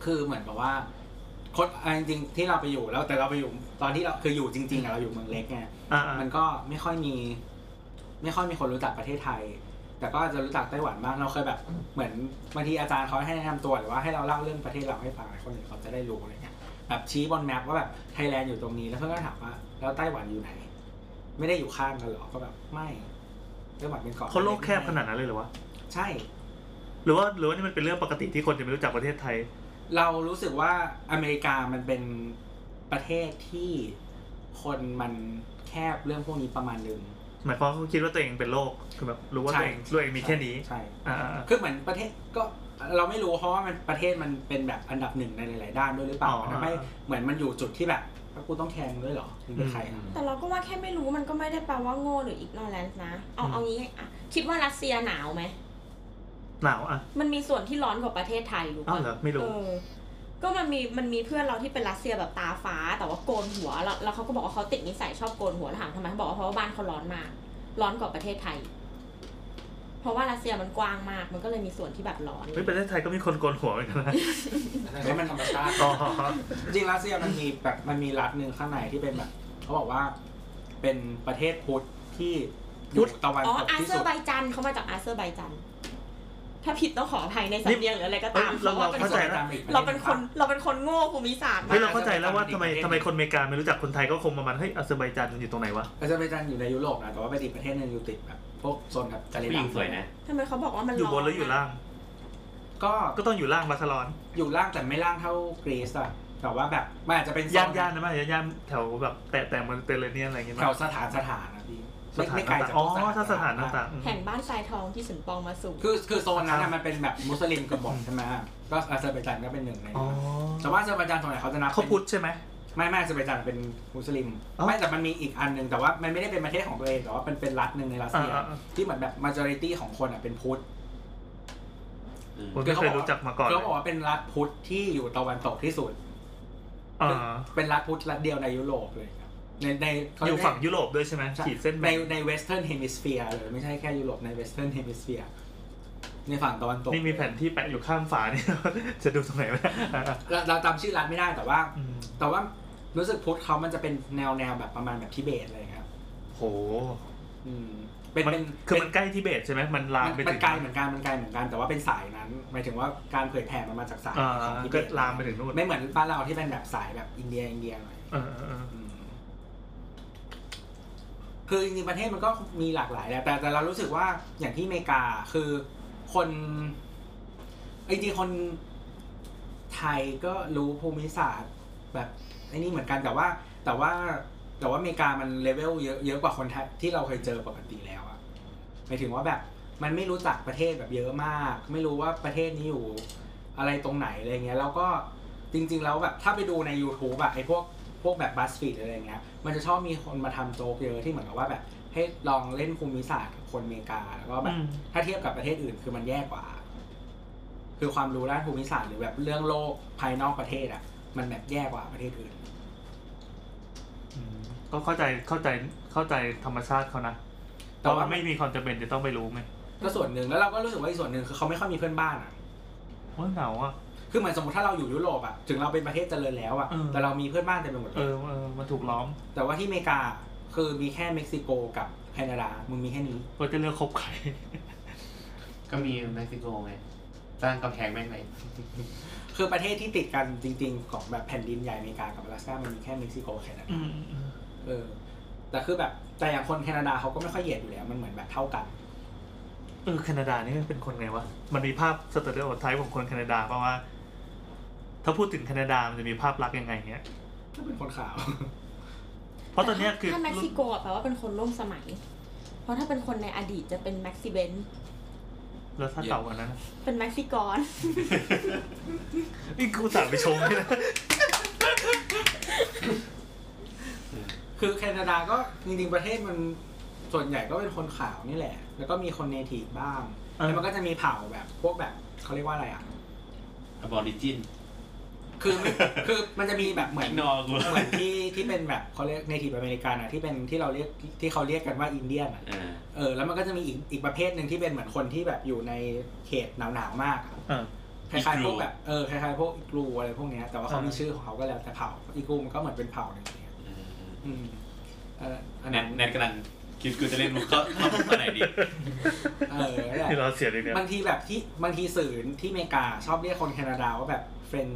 คือเหมือนแบบว่า คนอ่ะจริงๆที่เราไปอยู่แล้วแต่เราไปอยู่ตอนที่เราคืออยู่จริงๆอะเราอยู่เมืองเล็กไง อ่า มันก็ไม่ค่อยมี ไม่ค่อยมีคนรู้จักประเทศไทย แต่ก็อาจจะรู้จักไต้หวันบ้างเราเคยแบบเหมือนบางทีอาจารย์เขาให้แนะนำตัวหรือว่าให้เราเล่าเรื่องประเทศเราให้ฟังคนอื่นเขาจะได้รู้อะไรเงี้ยแบบชี้บนแมปว่าแบบไทยแลนด์อยู่ตรงนี้แล้วเพื่อนก็ถามว่าแล้วไต้หวันอยู่ไหน ไม่ได้อยู่ข้างกันเหรอก็แบบไม่ไต้หวันเป็นเกาะ เขาโลกแคบขนาดนั้นเลยเหรอวะ ใช่ หรือว่าหรือว่านี่มันเป็นเรื่องปกติที่คนจะไม่รู้จักประเทศไทย เรารู้สึกว่าอเมริกามันเป็นประเทศที่คนมันแคบเรื่องพวกนี้ประมาณนึง หมายความว่าเขาคิดว่าตัวเองเป็นโลกคือแบบรู้ว่า ใช่ ตัวเองตัวเองมีแค่นี้ ใช่ อ่าอ่าอ่า คือเหมือนประเทศก็เราไม่รู้เพราะว่ามันประเทศมันเป็นแบบอันดับหนึ่งในหลาย ๆ ด้านด้วยหรือเปล่า อ๋อ ทำให้เหมือนมันอยู่จุดที่แบบกูต้องแข่งด้วยเหรอมึงเป็นใครอะ แต่เราก็ว่าแค่ไม่รู้มันก็ไม่ได้แปลว่าโง่หรืออีกนอแลนซ์นะ เอา อืม เอางี้อ่ะคิดว่ารัสเซียหนาวไหม หนาวอ่ะ มันมีส่วนที่ร้อนกว่าประเทศไทยรู้ อ้าว ปะ เหรอไม่ เอ รู้ อ ก็มันมีมันมีเพื่อนเราที่เป็นรัสเซียแบบตาฟ้า แต่ว่าโกนหัวแล้วแล้วเขาก็บอกว่าเขาติดนิสัยชอบโกนหัวแล้วถามทำไมเขาบอกว่าเพราะว่าบ้านเขาร้อนมาก ร้อนกว่าประเทศไทย เพราะว่ารัสเซียมันกว้างมาก มันก็เลยมีส่วนที่แบบร้อน เฮ้ยประเทศไทยก็มีคนโกนหัวเหมือนกันนะ ให้มันธรรมชาติ อ๋อ จริงๆรัสเซียมันมีแบบมันมีรัฐหนึ่งข้างในที่เป็นแบบเขาบอกว่าเป็นประเทศพุทธที่อยู่ตะวัน อ๋อ ตก อา ที่ เซอ สุด ร์ไบจันเขามาจากอาเซอร์ไบจัน ถ้าผิดต้องขออภัยในสำเนียงหรืออะไรก็ตาม เรา เพเราราะว่าเป็น เข้าใจแล้ว เราเป็นคนเราเป็นคนโง่ภูมิศาสตร์มา เฮ้ย ก เราเข้าใจแล้วว่าทำไมทำไมคนอเมริกาไม่รู้จักคนไทยก็คงประมาณเฮ้ยอาเซอร์ไบจันอยู่ตรงไหนวะ อาเซอร์ไบจันอยู่ในยุโรปนะแต่ว่าเป็นอีกประเทศหนึ่งอยู่ติดแบบพวกโซนแบบทะเล ผู้หญิง ดำ สวยนะ ทำไมเขาบอกว่ามัน อยู่บนหรืออยู่ล่าง ก็ ก็ต้องอยู่ล่างบาร์เซโลน อยู่ล่างแต่ไม่ล่างเท่ากรีซอะแต่ว่าแบบมันอาจจะเป็นโซ ย่านย่านนะมั้ยย่านย่านแถวแบบแตะแตะมันเตเลเนียนอะไรอย่างเงี้ย แถวสถานสถานนะพี่ สถานไม่ไม่ไกลจาก อ๋อ พวก ถ้าสถานต่างๆอืม แห่งบ้านทรายทองที่สุนปองมาสู่ คือคือโซนนั้นน่ะมันเป็นแบบมุสลิมกบฏใช่ไหมก็อาเซอร์ไบจันก็เป็นหนึ่งใน อ๋อ แต่ว่าอาเซอร์ไบจันส่วนใหญ่เขาจะนับ เขาพุทธใช่ไหม ไม่ไม่อาเซอร์ไบจันเป็นมุสลิม อ๋อ ไม่แต่มันมีอีกอันหนึ่งแต่ว่ามันไม่ได้เป็นประเทศของตัวเองแต่ว่าเป็นเป็นรัฐหนึ่งในรัสเซีย อ่าอ่า ที่เหมือนแบบ majority ของคนอ่ะเป็นพุทธ ผมไม่เคยรู้จักมาก่อน เขาบอกว่าเป็นรัฐพุทธที่อยู่ตะวันตกที่สุด อ่า เป็นรัฐพุทธรัฐเดียวในยุโรปเลยครับในในเขา อยู่ เรีก ฝั่งยุโรปด้วยใช่ไหมขีดเส้นแบ่ ใน ง ในเวสเทิร์นเฮมิสเฟียร์เลยไม่ใช่แค่ยุโรปในเวสเทิร์นเฮมิสเฟียร์ในฝั่งตะวันตก นี่มีแผนที่แปะอยู่ข้ างฝานี่ จะดูตรงไหนไหมอ่า เราเราจำชื่อรัฐไม่ได้แต่ว่า อืม แต่ว่ารู้สึกพุทธเขามันจะเป็นแนวแนวแบบประมาณแบบทิเบตอะไรอย่างเลยครับ โห อืมเป็น มัน เป็น คือ เป็ มันใกล้ทิเบตใช่ไหมมันลาม มัน ไป มั ถึ น ง ไกลเหมือนกันมันไกลเหมือนกันแต่ว่าเป็นสายนั้นหมายถึงว่าการเผยแผ่มันมาจากสาย อ่า ของทิเบ ก็ ต ลามไปถึงนู่น ไม่เหมือนบ้านเราที่เป็นแบบสายแบบอินเดียอินเดียหน่อย เออเออเออ คือจริงๆประเทศมันก็มีหลากหลายแหละแต่แต่เรารู้สึกว่าอย่างที่อเมริกาคือคนเอ้ยจริงๆคนไทยก็รู้ภูมิศาสตร์แบบไอ้นี่เหมือนกันแต่ว่า แต่ว่าแต่ว่าอเมริกามันเลเวลเยอะเยอะกว่าคนไทยที่เราเคยเจอปกติแล้วอะหมายถึงว่าแบบมันไม่รู้จักประเทศแบบเยอะมาก ไม่รู้ว่าประเทศนี้อยู่ อะไรตรงไหนอะไรเงี้ยแล้วก็จริง ๆ แล้วแบบถ้าไปดูใน YouTube อะไอพวกพวกแบบบัสฟีดอะไรเงี้ยมันจะชอบมีคนมาทำโจ๊กเยอะที่เหมือนกับว่าแบบ ให้ลองเล่นภูมิศาสตร์กับคนอเมริกา แล้วก็แบ อื บ ม ถ้าเทียบกับประเทศอื่นคือมันแย่กว่า คือความรู้ด้านภูมิศาสตร์หรือแบบเรื่องโลกภายนอกประเทศอะมันแบบแย่กว่าประเทศอื่น อืมก็เข้าใจเข้าใจเข้าใจธรรมชาติเขานะ แต่ แต่ ว่า ว่าไม่มีความจำเป็นจะต้องไปรู้ไง ก็ส่วนหนึ่งแล้วเราก็รู้สึกว่าอีกส่วนหนึ่งคือเขาไม่ค่อยมีเพื่อนบ้านอะ ว่าเหงาอ่ะ คือเหมือนสมมติถ้าเราอยู่ยุโรปอะถึงเราเป็นประเทศเจริญแล้วอะ เออ แต่เรามีเพื่อนบ้านเต็มไปหมดเล เอย อเออมันถูกล้อม แต่ว่าที่อเมริกาคือมีแค่เม็กซิโกกับแคนาดา มึงมีแค่นี้ ว่าจะเลือกคบใคร ก็มีเม็กซิโกไงสร้างกำแพงแม่งเลย คือประเทศที่ติดกันจริงๆ ของแบบแผ่นดินใหญ่อเมริกากับ阿拉สก้ามันมีแค่เม็กซิโกแคนาดาเออ แต่คือแบบแต่อย่างคนแคนาดาเขาก็ไม่ค่อยเหยียดอยู่แล้ว มันเหมือนแบบเท่ากัน เออแคนาดานี่มันเป็นคนไงวะ มันมีภาพสเตอร์เดอร์ไทป์ของคนแคนาดาเพราะว่า ถ้าพูดถึงแคนาดามันจะมีภาพลักษณ์ยังไงเงี้ย ถ้าเป็นคนขาว เพราะตอนเนี้ยคือ ถ้าเม็กซิโกอะแปลว่าเป็นคนร่วมสมัย เพราะถ้าเป็นคนในอดีตจะเป็นแม็กซิเบน แล้วถ้าเก่ากว่านั้นนะ เป็นแม็กซิกอน นี่กูสั่งไปชงเลยนะ คือแคนาดาก็จริงๆประเทศมันส่วนใหญ่ก็เป็นคนขาวนี่แหละ แล้วก็มีคนเนทีฟบ้าง เออ แล้วมันก็จะมีเผ่าแบบพวกแบบเขาเรียกว่าอะไรอ่ะ Aboriginal อบอริจิน คือ ไม่คือมันจะมีแบบเหมือน นอกู เหมือนที่ที่เป็นแบบเขาเรียกในทีอเมริกันอะที่เป็นที่เราเรียกที่เขาเรียกกันว่าอินเดียนอะ อ่า เออแล้วมันก็จะมีอีกอีกประเภทหนึ่งที่เป็นเหมือนคนที่แบบอยู่ในเขตหนาวๆมากอะ อ่ะ คล้ายๆพวก Igloo แบบเออคล้ายๆพวกอีกลูอะไรพวกเนี้ยแต่ว่าเขา อ่ามี มีชื่อของเขาก็แล้วแต่เผ่าอีกลูมันก็เหมือนเป็นเผ่าหนึ่งเนี่ยอืมเอ่ออัน แน นั้น ทแนทกำลังคิดกูจะเล่นมุกเข้าเข้ามุกตัวไหนดี เออนั่นแหละ ที่เราเสียดีเนี่ย บางทีแบบที่บางทีสื่อที่อเมริกาชอบเรียกคนแคนาดาว่าแบบ friend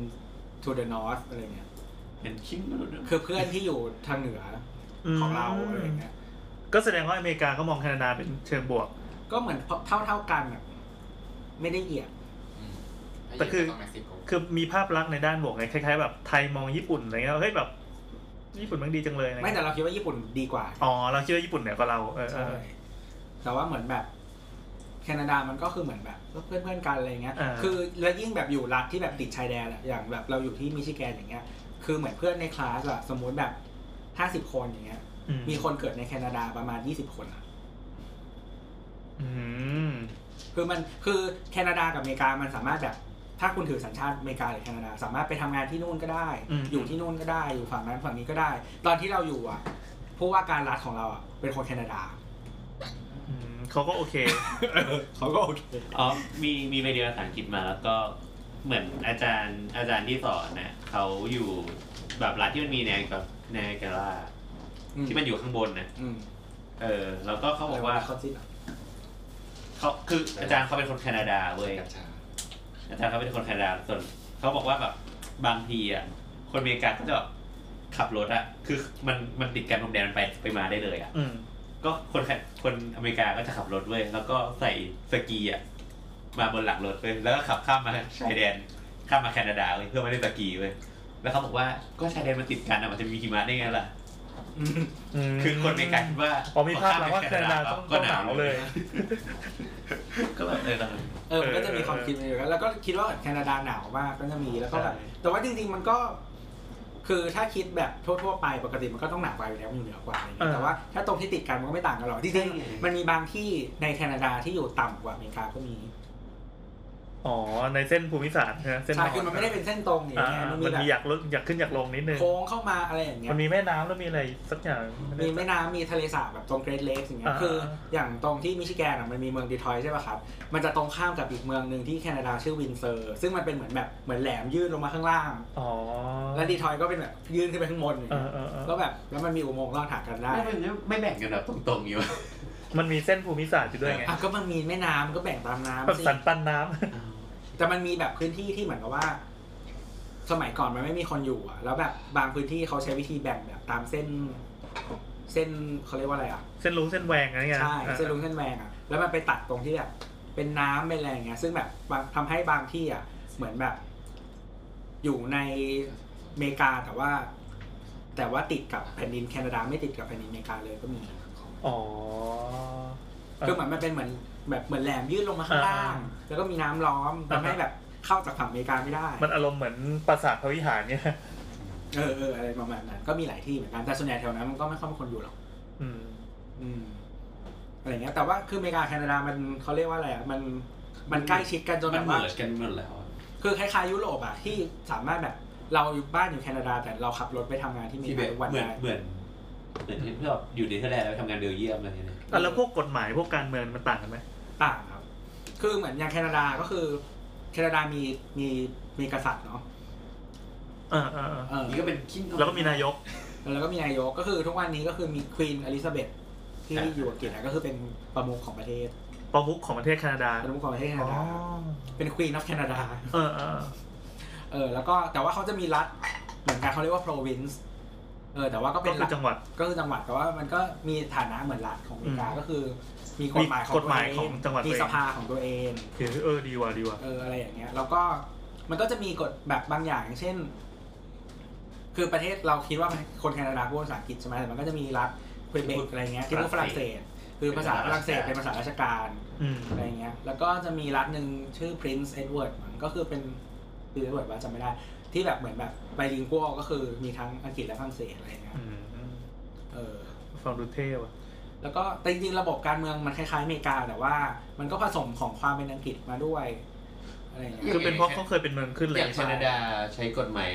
to the north อะไรเงี้ย เป็นชิ้นรุ่นย คือเพื่อนที่อยู่ทางเหนือของเราอะไรเงี้ย ก็แสดงว่าอเมริกาก็มองแคนาดาเป็นเชิงบวก ก็เหมือนเท่าเท่าๆกันอะไม่ได้เหยียด แต่คือ เม็กซิโก คือมีภาพลักษณ์ในด้านบวกไงคล้ายๆแบบไทยมองญี่ปุ่นอะไรเงี้ยเฮ้ยแบบ ญี่ปุ่นมันดีจังเลยอะไร ไม่ เงี้ย แต่เราคิดว่าญี่ปุ่นดีกว่า อ๋อเราคิดว่าญี่ปุ่นเนี่ยก็เราเออเอ ใช่ อ แต่ว่าเหมือนแบบแคนาดามันก็คือเหมือนแบบเพื่อนเพื่อนๆกันอะไรเงี้ย อ่า คือแล้วยิ่งแบบอยู่รัฐที่แบบติดชายแดนอะอย่างแบบเราอยู่ที่มิชิแกนอย่างเงี้ย คือเหมือนเพื่อนในคลาสอะสมมุติแบบห้าสิบคนอย่างเงี้ย อื มีคนเกิดในแคนาดาประมาณยี่สิบคนอะ อืม คือมันคือแคนาดากับอเมริกามันสามารถแบบ ถ้าคุณถือสัญชาติอเมริกาหรือแคนาดา สามารถไปทำงานที่นู่นก็ได้ อืม อยู่ที่นู่นก็ได้อยู่ฝั่งนั้นฝั่งนี้ก็ได้ ตอนที่เราอยู่อ่ะผู้ว่าการรัฐของเราอ่ะเป็นคนแคนาดา อืมเขาก็โอเค เขาก็โอเค อ๋อ มีมีไปเรียนภาษาอังกฤษมาแล้วก็เหมือนอาจารย์อาจารย์ที่สอนนะเขาอยู่แบบรัฐที่มันมีแนวกับแนวกาลาที่มันอยู่ข้างบนนะ อืม เออ แล้วก็เขาบอกว่า เขาจิ้นอะ เขาคืออาจารย์เขาเป็นคนแคนาดาเว้ย กัญชา อาจารย์เขาเป็นคนแคนาดาส่วนเขาบอกว่าแบบบางทีอ่ะคนอเมริกาก็จะแบบขับรถอ่ะคือมันมันติดกันพรมแดนมันไปไปมาได้เลยอ่ะ อืม ก็คนแคคนอเมริกาก็จะขับรถเว้ยแล้วก็ใส่สกีอ่ะมาบนหลังรถเว้ยแล้วก็ขับข้ามมาชายแดนข้ามมาแคนาดาเว้ยเพื่อมาเล่นสกีเว้ยแล้วเขาบอกว่าก็ชายแดนมันติดกันอ่ะมันจะมีหิมะได้ไงล่ะ อืม ม คือคนอเมริกาคิดว่า อ๋อมีภาพลักษณ์ พ ว่าแคนาดาต้องต้องหนาวเลย ก็แบบเออ เออมันก็จะมีความคิดอยู่แล้วแล้วก็คิดว่าแคนาดาหนาวมากก็จะมีแล้วก็แบบ ใช่ แต่ว่าจริงๆมันก็ คือถ้าคิดแบบทั่วๆไปปกติมันก็ต้องหนักกว่าอยู่แล้วมันอยู่เหนือกว่าอะไรเงี้ย เออ แต่ว่าถ้าตรงที่ติดกันมันก็ไม่ต่างกันหรอกจริงๆมันมีบางที่ในแคนาดาที่อยู่ต่ำกว่าอเมริกาก็มี อ๋อในเส้นภูมิศาสตร์ใช่ไหมเส้น ใช่คือมันไม่ได้เป็นเส้นตรงอย่าง อ่า เงี้ย มันมี มี อ แบบ ยากลดอยากขึ้นอยากลงนิดนึง โค้งเข้ามาอะไรอย่างเงี้ย มันมีแม่น้ำแล้วมีอะไรสักอย่างไได้ มีแม่น้ำมีทะเลสาบแบบตรงเกรดเลกอย่างเงี้ย อ่า คืออย่างตรงที่มิชิแกนอ่ะมันมีเมืองดีทรอยต์ใช่ป่ะครับ มันจะตรงข้ามกับอีกเมืองหนึ่งที่แคนาดาชื่อวินเซอร์ ซึ่งมันเป็นเหมือนแบบเหมือนแหลมยื่นลงมาข้างล่าง อ๋อ แล้วดีทรอยต์ก็เป็นแบบยื่นขึ้นไปข้างบนอย่าง เออเงี้ย เออเออ ก็แบบแล้วมันมีอุโมงค์ลอดหากันได้ ไม่ไม่ไม่แบ่งกันแบบตรงๆอยู่ มันมีเส้นภูมิศาสตร์อยู่ด้วยไง อ่ะก็มันมีแม่น้ำก็แบ่งตาม แบบ น้ำสิ สันปันน้ำ แต่มันมีแบบพื้นที่ที่เหมือนกับว่า สมัยก่อนมันไม่มีคนอยู่อ่ะ แล้วแบบบางพื้นที่เขาใช้วิธีแบ่งแบบตามเส้น เส้นเขาเรียกว่าอะไรอ่ะ เส้นลุงเส้นแหวงอะไรเงี้ย ใช่ อ่า เส้นลุงเส้นแวงอ่ะแล้วมันไปตัดตรงที่แบบเป็นน้ำเป็นอะไรอย่างเงี้ย ซึ่งแบบบางทำให้บางที่อ่ะเหมือนแบบ อยู่ในอเมริกาแต่ว่า แต่ว่าติดกับแผ่นดินแคนาดาไม่ติดกับแผ่นดินอเมริกาเลยก็มี อ๋อ คือเหมือนมันเป็นเหมือนแบบเหมือนแหลมยื่นลงมาข้างล่าง อ่ แล้วก็มีน้ำล้อม อ่า ทำให้แบบเข้าจากฝั่งอเมริกาไม่ได้ มันอารมณ์เหมือนปราสาทพระวิหารเนี่ย เออเอออะไรประมาณนั้นก็มีหลายที่เหมือนกันแต่ส่วนใหญ่แถวนั้นมันก็ไม่ค่อยมีคนอยู่หรอก อืม อืมอะไรเงี้ย แต่ว่าคืออเมริกาแคนาดามันเขาเรียกว่าอะไรอ่ะมันมันใกล้ชิดกันจน มั แบ น บ เหมื ว่า อนกันหมดแล้วอะ คือคล้ายๆยุโรปอะที่สามารถแบบเราอยู่บ้านอยู่แคนาดา แต่เราขับรถไปทำงานที่อเม ที่ ริ แบ กา บ ทุกวัน เหมือน ได้ เหมือนเหมือนที่เราอยู่เนเธอร์แลนด์แล้วไปทำงานเบลเยียมอะไรอย่างเงี้ยนะ อ่ะแล้วพวกกฎหมายพวกการเมืองมันต่างกันไหม ต่างครับ คือเหมือนอย่างแคนาดาก็คือแคนาดามีมีมีกษัตริย์เนาะ เออเออเออ เออ นี่ก็เป็นคิง แล้วก็มีนายก แล้วก็มีนายกก็คือทุกวันนี้ก็คือมีควีนอลิซาเบธที่อยู่อังกฤษอะก็คือเป็นประมุขของประเทศ ประมุขของประเทศแคนาดา ประมุขของประเทศแค อ๋อนาดาเป็นควีน of แคนาดา เออเออ เออแล้วก็แต่ว่าเขาจะมีรัฐเหมือนกันเขาเรียกว่า province เออแต่ว่าก็ ก็ เป็น คื รั อ ฐ จังหวัด ก็คือจังหวัดแต่ว่ามันก็มีฐานะเหมือนรัฐของอเมริกา อืม ก็คือ มีกฎหมายของ มีกฎหมาย ตัเ ของจังหวัด มี ตัวเอง สภาของตัวเอง เออเออดีว่ะดีว่ะ เอออะไรอย่างเงี้ยแล้วก็มันก็จะมีกฎแบบบางอย่างอย่างเช่น คือประเทศเราคิดว่าคนแคนาดาพูดภาษาอังกฤษใช่ไหมแต่มันก็จะมีรัฐควิเบกอะไรเงี้ยที่พูดฝรั่งเศส คือภาษาฝรั่งเศสเป็นภาษาราชการ อืม อะไรเงี้ยแล้วก็จะมีรัฐหนึ่งชื่อ Prince Edward มั้งก็คือเป็นคือ Edward ว่าจำไม่ได้ ที่แบบเหมือนแบบไบลิงกัวก็คือมีทั้งอังกฤษและฝรั่งเศสอะไรเงี้ย อืม เออ ฟังดูเท่ว่ะ แล้วก็แต่จริงๆระบบการเมืองมันคล้ายๆอเมริกา แต่ว่ามันก็ผสมของความเป็นอังกฤษมาด้วยอะไรอย่างเงี้ย คือเป็นเพราะเขาเคยเป็นเมืองขึ้นเล อย ย่างแคนาดาใช้กฎหมาย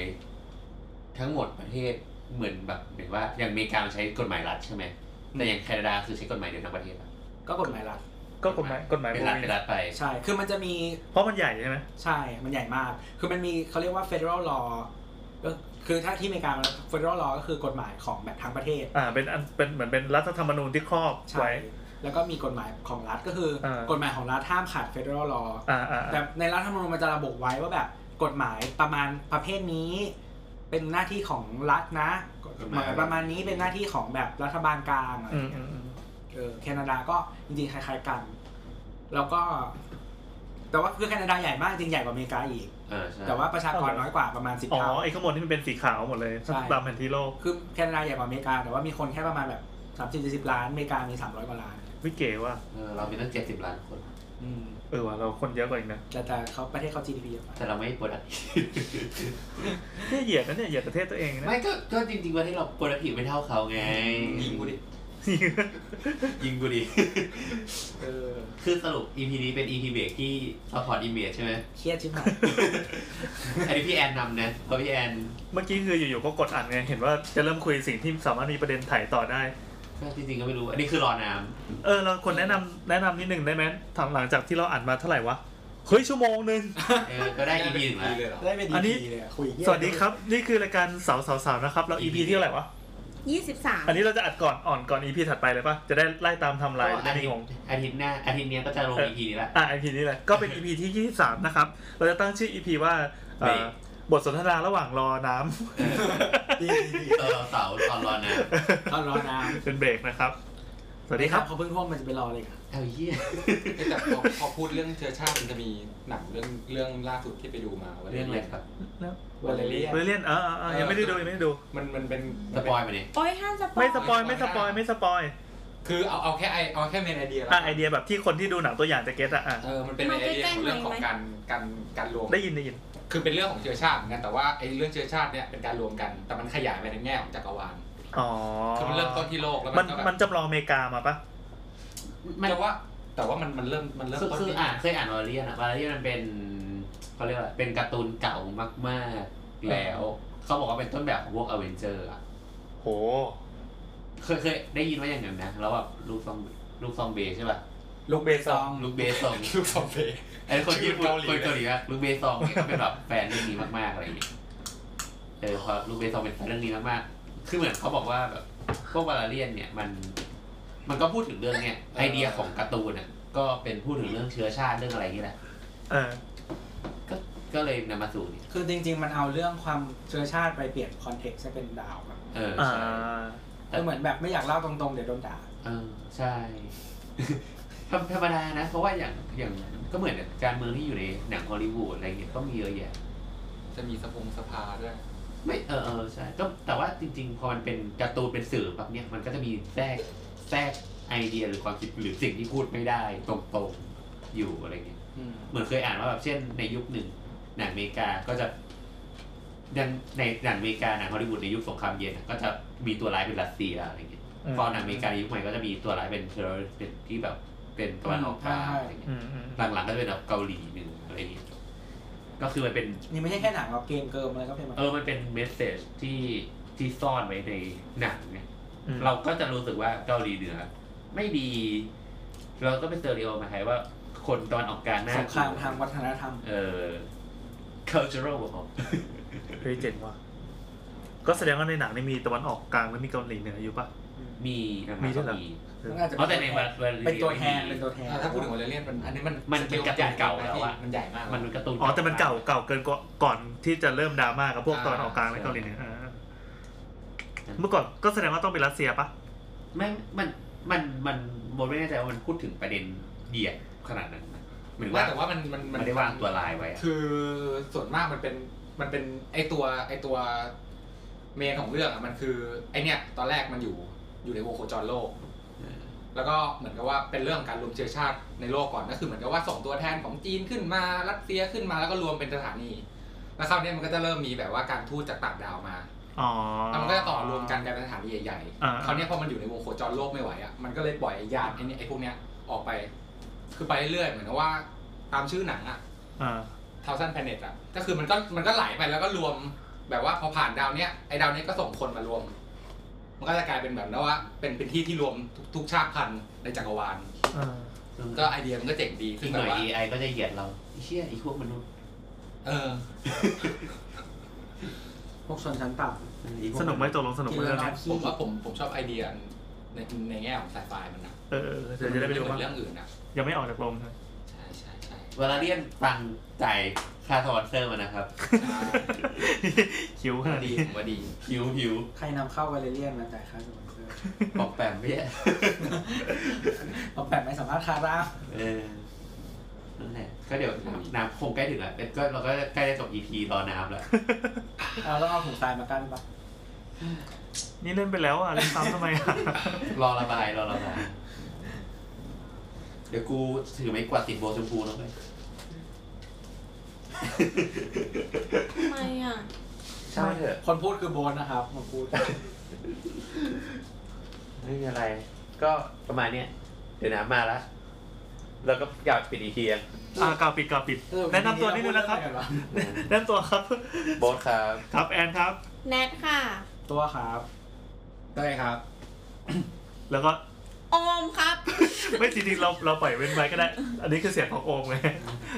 ทั้งหมดประเทศเหมือนแบบเหมือนว่าอย่างอเมริกามันใช้กฎหมายรัฐใช่ไหมแต่อย่างแคนาดาคือใช้กฎหมายเดียวทั้งประเทศอะ ก็กฎหมายหลัก ก็กฎหมายกฎหมาย เป็น บู รัฐ มิ เป็นรัฐไป ใช่ คือมันจะมี เพราะมันใหญ่ใช่ไหม ใช่ มันใหญ่มาก คือมันมีเขาเรียกว่า federal law ก็คือถ้าที่อเมริกามัน federal law ก็คือกฎหมายของแบบทั้งประเทศ อ่าเป็นอันเป็นเหมือนเป็นรัฐธรรมนูญที่ครอบ ใช่ ไว้ แล้วก็มีกฎหมายของรัฐก็คือ เออ กฎหมายของรัฐห้ามขาด federal law อ่าอ่า แต่ในรัฐธรรมนูญมันจะระบุไว้ว่าแบบกฎหมายประมาณประเภทนี้ เป็นหน้าที่ของรัฐนะกฎหมายประมาณนี้เป็นหน้าที่ของแบบรัฐบาลกลางอะไรอ อื ย่ามงเงี้ย อืมอืม เออแคนาดาก็จริงๆคล้ายๆกัน แล้วก็ แต่ว่าคือแคนาดาใหญ่มากจริงใหญ่กว่าอเมริกาอีก เออใช่ แต่ว่าประชากรน้อยกว่าประมาณสิบ อ๋อ เท่า ไอ้ข้างบนที่มันเป็นสีขาวหมดเลย ใช่ ตามแผนที่โลก คือแคนาดาใหญ่กว่าอเมริกา แต่ว่ามีคนแค่ประมาณแบบสามสิบสี่สิบล้านอเมริกามีสามร้อยกว่าล้าน วิเก๋ว่ะ เออเรามีตั้งเจ็ดสิบล้านคน อืม เออว่ะเราคนเยอะกว่าอีกนะ แต่แต่เขาประเทศเขา GDP เยอะกว่า แต่เราไม่โปรดัก เนี่ยเหยียดนะเนี่ยเหยียดประเทศตัวเองนะ ไม่ก็ก็จริงๆว่าที่เราโปรดักทีไม่เท่าเขาไง ยิงกูดิ ยิงกูดิ เออ คือสรุป EP นี้เป็น EP เบรกที่ซัพพอร์ตอิมเมจใช่ไหม เครียดชิบหาย อันนี้พี่แอนนำนะเพราะพี่แอน เมื่อกี้คืออยู่ๆก็กดอัดไงเห็นว่าจะเริ่มคุยสิ่งที่สามารถมีประเด็นถ่ายต่อได้ ก็จริงๆก็ไม่รู้ อันนี้คือรอน้ เออเราคนแนะนำแนะนำนิดหนึ่งได้ไหมทำหลังจากที่เราอัดมาเท่าไหร่วะเฮ้ยชั่วโมงหนึ่ง ำเออก็ได้ EP หนึ่ง ดี ละ เลยเหรอ ได้เป็น อันนี้ ดีเลยอะคุยเยอะ สวัสดีครับ นี่คือรายการสาวสาวสาวนะครับ เรา EP ที่เท่าไหร่วะ ยี่สิบสาม อันนี้เราจะอัดก่อนอ่อนก่อน EP ถัดไปเลยปะจะได้ไล่ตามไทำลายจะได้ อาทิ ไม่ ต งง ย์อาทิตย์หน้าอาทิตย์เนี้ยก็จะลง EP นี้ละ อ่ะ EP นี้เลยก็เป็น EP ที่ 23 นะครับ เราจะตั้งชื่อ EP ว่าเอ่อ นี่ บทสนทนาระหว่างรอน้ ดีดี เออเสาร์ตอนรอน้ ตอนรอน้ ำ เป็นเบรกนะครับ ส ำ วัสดีครับ เขาเพิ่งท่วมมันจะไปรอเลยอะ ำเอาเหี้ย เอ้ยแต่พอพอพูดเรื่องเชื้อชาติมันจะมีหนังเรื่องเรื่องล่าสุดที่ไปดูมาวัน เรื่องอะไรครับ วาเลเรียน เล่นเออเออเออยังไม่ได้ดูยังไม่ได้ดู มันมันเป็น สปอยล์มาดิ โอ้ยห้ามสปอ ไม่ ย สปอยไม่สปอยไม่สปอย คือเอาเอาแค่ไอเอาแค่เมนไอเดียแล้ว อ่ะไอเดียแบบที่คนที่ดูหนังตัวอย่างจะเก็ตอ่ะอ่ะ เออมันเป็นไอเดียของเรื่องของการการการรวม ได้ยินได้ยิน คือเป็นเรื่องของเชื้อชาติเหมือนกันแต่ว่าไอ้เรื่องเชื้อชาติเนี่ยเป็นการรวมกัน แต่มันขยายไปในแง่ของจักรวาล อ๋อ คือมันเริ่มต้นที่โลกแล้ว มั มัน นก็ มั แบ น บ จำลองอเมริกามาปะ มัน แต่ว่าแต่ว่ามันมันเริ่มมันเริ่ม คือ ต้น คือ ที่ อ่านเคยอ่านวาเลียนอะวาเลียนมันเป็นเขาเรียกว่าอะไรเป็นการ์ตูนเก่ามากๆแล้วเขาบอกว่าเป็นต้นแบบของพวกอเวนเจอร์อะ โห เคยเคยได้ยินว่าอย่างนั้นนะแล้วแบบลูกซองลูกซองเบย์ใช่ป่ะ ลูกเบซอง ลูกเบย์ซอง ลูกสองเพลง ไอ้คนที่พูด เกาหลี คนเกาหลีอะลูกเบย์ซองเนี่ยเขาเป็นแบบแฟนเรื่องนี้มากๆอะไรอย่างเงี้ยเออพอลูกเบย์ซองเป็นแฟนเรื่องนี้มากๆคือเหมือนเขาบอกว่าแบบพวกวาลาเลียนเนี่ยมัน มันก็พูดถึงเรื่องเนี่ยไอเดียของการ์ตูนอะก็เป็นพูดถึงเรื่องเชื้อชาติเรื่องอะไรอย่างเงี้ยแหละ เออ ก็ก็เลยนำมาสู่เนี่ย คือจริง ๆ มันเอาเรื่องความเชื้อชาติไปเปลี่ยนคอนเท็กซ์ให้เป็นดาวอะ เออ อ่า ใช่ คือเหมือนแบบไม่อยากเล่าตรงๆเดี๋ยวโดนด่า เออใช่ ธรรมธรรมดานะ เพราะว่าอย่างอย่างก็เหมือนการเมืองที่อยู่ในหนังฮอลลีวูดอะไรเงี้ยก็มีเยอะแยะ จะมีสะพงสภาด้วย ไม่เออเออใช่ก็แต่ว่าจริง ๆ พอมันเป็นการ์ตูนเป็นสื่อแบบเนี้ยมันก็จะมีแทรกแทรกไอเดียหรือความคิดหรือสิ่งที่พูดไม่ได้ตรงๆอยู่อะไรเงี้ย อืม เหมือนเคยอ่านว่าแบบเช่นในยุคหนึ่งหนังอเมริกาก็จะดังในหนังอเมริกาหนังฮอลลีวูดในยุคสงครามเย็นอะก็จะมีตัวร้ายเป็นรัสเซียอะไรเงี้ย อืม พอหนังอเมริกาในยุคใหม่ก็จะมีตัวร้ายเป็นเทอร์เป็นที่แบบเป็นตะวันออกกลางอะไรเงี้ย อืมอืม หลังๆก็จะเป็นแบบเกาหลีหนึ่งอะไรเงี้ยก็คือมันเป็น นี่ไม่ใช่แค่หนังเราเกมเกิมอะไรก็เป็นมา เออ มันเป็นเมสเซจที่ที่ซ่อนไว้ในหนังเนี่ย อืม เราก็จะรู้สึกว่าเกาหลีเหนือไม่ดี เราก็ไปเจอเรียลมาไทยว่าคนตอนออกกลารหน้า สงครามทางวัฒนธรรม เออ cultural war เฮ้ยเจ๋งว่ะก็แสดงว่าในหนังนี่มีตะวันออกกลางแล้วมีเกาหลีเหนืออยู่ปะ มีนะค มี รัด้วยบเหรอ มี เออ มันอาจจะ เพราะแต่ในวันวัน เป็นตัวแทน ไม่มี เป็นตัวแทน ถ้าพูดถึงวอลเลย์เล่นมันอันนี้มัน มันเป็นการ์ตูนเก่าแล้วอะ มันใหญ่มาก มันเป็นการ์ตูน อ๋อแต่มันเก่าเก่าเกินกว่าก่อนที่จะเริ่มดราม่ากับพวกตอนออกกลางและเกาหลีเหนืออ่าเมื่อก่อนก็แสดงว่าต้องเป็นรัสเซียปะ ไม่มันมันมันโบไม่แน่ใจว่ามันพูดถึงประเด็นเหยียดขนาดนั้นไหมหรือ ว่า ว่า แต่ว่ามันมัน มันได้วางตัวลายไว้อะ คือส่วนมากมันเป็นมันเป็นไอตัวไอตัวเมนของเรื่องอะมันคือไอเนี่ยตอนแรกมันอยู่อยู่ในวงโคจรโลก เออ แล้วก็เหมือนกับว่าเป็นเรื่องการรวมเชื้อชาติในโลกก่อนก็คือเหมือนกับว่าส่งตัวแทนของจีนขึ้นมารัสเซียขึ้นมาแล้วก็รวมเป็นสถานีแล้วคราวเนี้ยมันก็จะเริ่มมีแบบว่าการทูตจากต่างดาวมา อ๋อ แล้วมันก็จะต่อรวมกันกลายเป็นสถานีใหญ่ อ่า ๆคราวเนี้ยพอมันอยู่ในวงโคจรโลกไม่ไหวอ่ะมันก็เลยปล่อยไอ้ยานไอ้เนี่ยไอ้พวกเนี้ยออกไป คือไปเรื่อยๆเหมือนกับว่าตามชื่อหนังอ่ะ อ่า ทาวซันแพเน็ตอ่ะ ก็คือมันก็มันก็ไหลไปแล้วก็รวมแบบว่าพอผ่านดาวเนี้ยไอ้ดาวเนี้ยก็ส่งคนมารวม มันก็จะกลายเป็นแบบนั้นว่าเป็นเป็นที่ที่รวมทุกทุกชาติพันธุ์ในจักรวาล อ่า ก็ไอเดียมันก็เจ๋งดี อี ซึ่ง ก แบ หน่ บ อย ว่า AI ก็จะเหยียดเราไอ้เชี่ยไอีพวกมนุษย์ เออ พวกชนชั้นต่ อ้พว สนุกไหมตกลงสนุก ำ ไหม กินแล้ว เรื่องนี้ ขี้ ผมว่าผมผมชอบไอเดียในในแง่ของสายไฟมันนะ เออเดี๋ยวจะได้ไปดู มั ว่าน เรื่องอื่นนะ ยังไม่ออกจากโรงใช่ไหม ใช่ใช่ใช่ เวลาเรียนฟังจ่ายค่าสปอนเซอร์มานะครับ คิวขนาด ดี นี้ ผมว่าดี หิวหิว ใครนำเข้าวาเลเรียนมาจ่ายค่าสปอนเซอร์ ปอกแปมไม่ใช่ เราแบบไม่สามารถคาร่า เออนั่นแหละก็เดี๋ยวน้ำคงใกล้ถึงแล้วก็เราก็ใกล้จะจบ EP รอน้ำแล้ว เราต้องเอาถุงทรายมากั้นปะ นี่เล่นไปแล้วอ่ะเล่นซ้ำทำไมอ่ะ รอระบายรอระบายเดี๋ยวกูถือไม้กวาดติดโบว์ชมพูลงไป ทำไมอ่ะ ช่างมันเถอะ คนพูดคือโบนนะครับผมพูด ไม่มีอะไร ก็ประมาณเนี้ยเดี๋ยวน้ำมาละแล้วก็อยากปิดอีกทีอะ อ่ากล่าวปิดกล่าวปิด แนะนำตัวนิดนึงนะครับ แนะนำตัวครับ โบสครับ ครับแอนครับ แนทค่ะ ตัวครับ ได้ครับ แล้วก็ โอมครับ ไม่จริงๆเราเราปล่อยเว้นไว้ก็ได้ อันนี้คือเสียงของโอมไง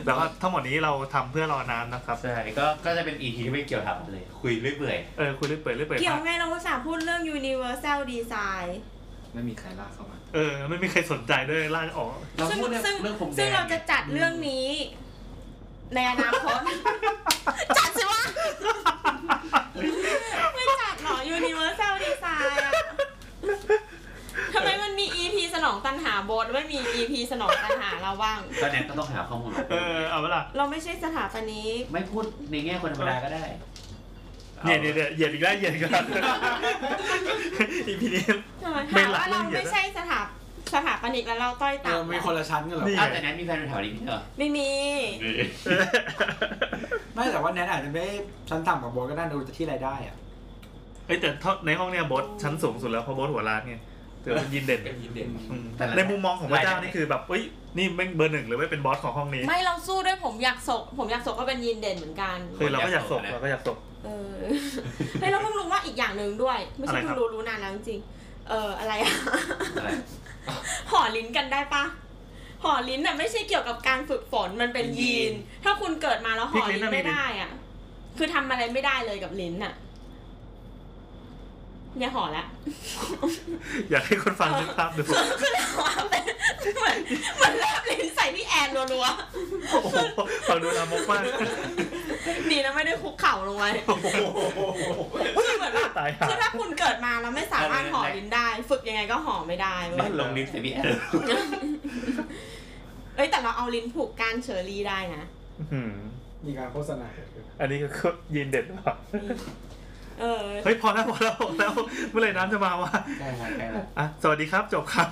แล้วก็ทั้งหมดนี้เราทำเพื่อรอน้ำนะครับ ใช่ก็ก็จะเป็นอีทีที่ไม่เกี่ยวกับอะไรเลย คุยเรื่อยเปื่อย เออคุยเรื่อยเปิดเรื่อยเปิด เกี่ยวไงเราอุตส่าห์พูดเรื่อง universal design ไม่มีใครลากเข้ามา เออไม่มีใครสนใจด้วยลากออก เรา ซึ่ง พูดเรื่อง ซึ่ง เรื่องผมแด ซึ่ง ง เราจะจัดเรื่องนี้ ในอนาคต จัดสิวะ ไม่จัดหรอ universal design อะทำไมมันมี EP สนองตันหาโบทไม่มี EP สนองตันหาเราบ้าง ก็เนี่ยก็ต้องหาข้อมูลมา เออเอาเวลา เราไม่ใช่สถาปนิก ไม่พูดในแง่คนธรรมดาก็ได้ เนี่ยเนี่ยเนี่ยเหยียดอีกแล้วเหยียดอีก แล้วอีพีนี้ ทำไม ไม่ หา หลัก ว่าเรา เรื่องเยอะ ไม่ใช่สถาสถาปนิกแล้วเราต้อย เออ ต่ำ มีคนละชั้นกันเหรอ นี่ อ้าวแต่นั้นมีแฟนเป็นแถวนี้ไม่ใช่เหรอ ไม่มี ไม่แต่ว่าแนทอาจจะไม่ชั้นต่ำกว่าโบนก็ได้ดูจากที่รายได้อะ เอ้ยแต่ถ้าในห้องเนี่ยบอสชั้นสูงสุดแล้วเพราะบอสหัวร้านไงแต่ว่ายินเด่น เป็นยินเด่น อืมในมุมมองของพระเจ้านี่คือแบบเอ้ยนี่แม่งเบอร์หนึ่งหรือไม่เป็นบอสของห้องนี้ ไม่เราสู้ด้วยผมอยากศกผมอยากศกก็เป็นยีนเด่นเหมือนกัน คือเราก็อยากศพเราก็อยากศพ เออ เฮ้ยเราเพิ่งรู้ว่าอีกอย่างหนึ่งด้วย ไม่ใช่ อะไรครับเพิ่งรู้รู้นานแล้วจริงๆเอออะไรอะ อะไร ห่อลิ้นกันได้ปะห่อลิ้นน่ะไม่ใช่เกี่ยวกับการฝึกฝนมันเป็นยีน ถ้าคุณเกิดมาแล้วห่อลิ้นไม่ได้อ่ะ คือทำอะไรไม่ได้เลยกับลิ้นอ่ะอย่าห่อละ อยากให้คนฟังนึกภาพดู คือเรา อะเป็นเหมือนเหมือนแลบลิ้นใส่พี่แอนรัว โอ้โหฟังดูลามกมาก ๆ ดีนะไม่ได้คุกเข่าลงไว้ โอ้โห คือเหมือนแบบ ตายห่า คือถ้าคุณเกิดมาแล้วไม่สามารถห่อลิ้นได้ ฝึกยังไงก็ห่อไม่ได้เว้ บ้าย นลงนิ้วเซมิแอน เอ้ยแต่เราเอาลิ้นผูกก้านเชอรี่ได้นะ อืม มีการโฆษณา อันนี้ก็ยินเด็ดหรือเปล่า เออ เฮ้ยพอแล้วพอแล้วพอแล้วเมื่อไหรน้ำจะมาวะ ใกล้ละใกล้ละ อ่ะสวัสดีครับจบครับ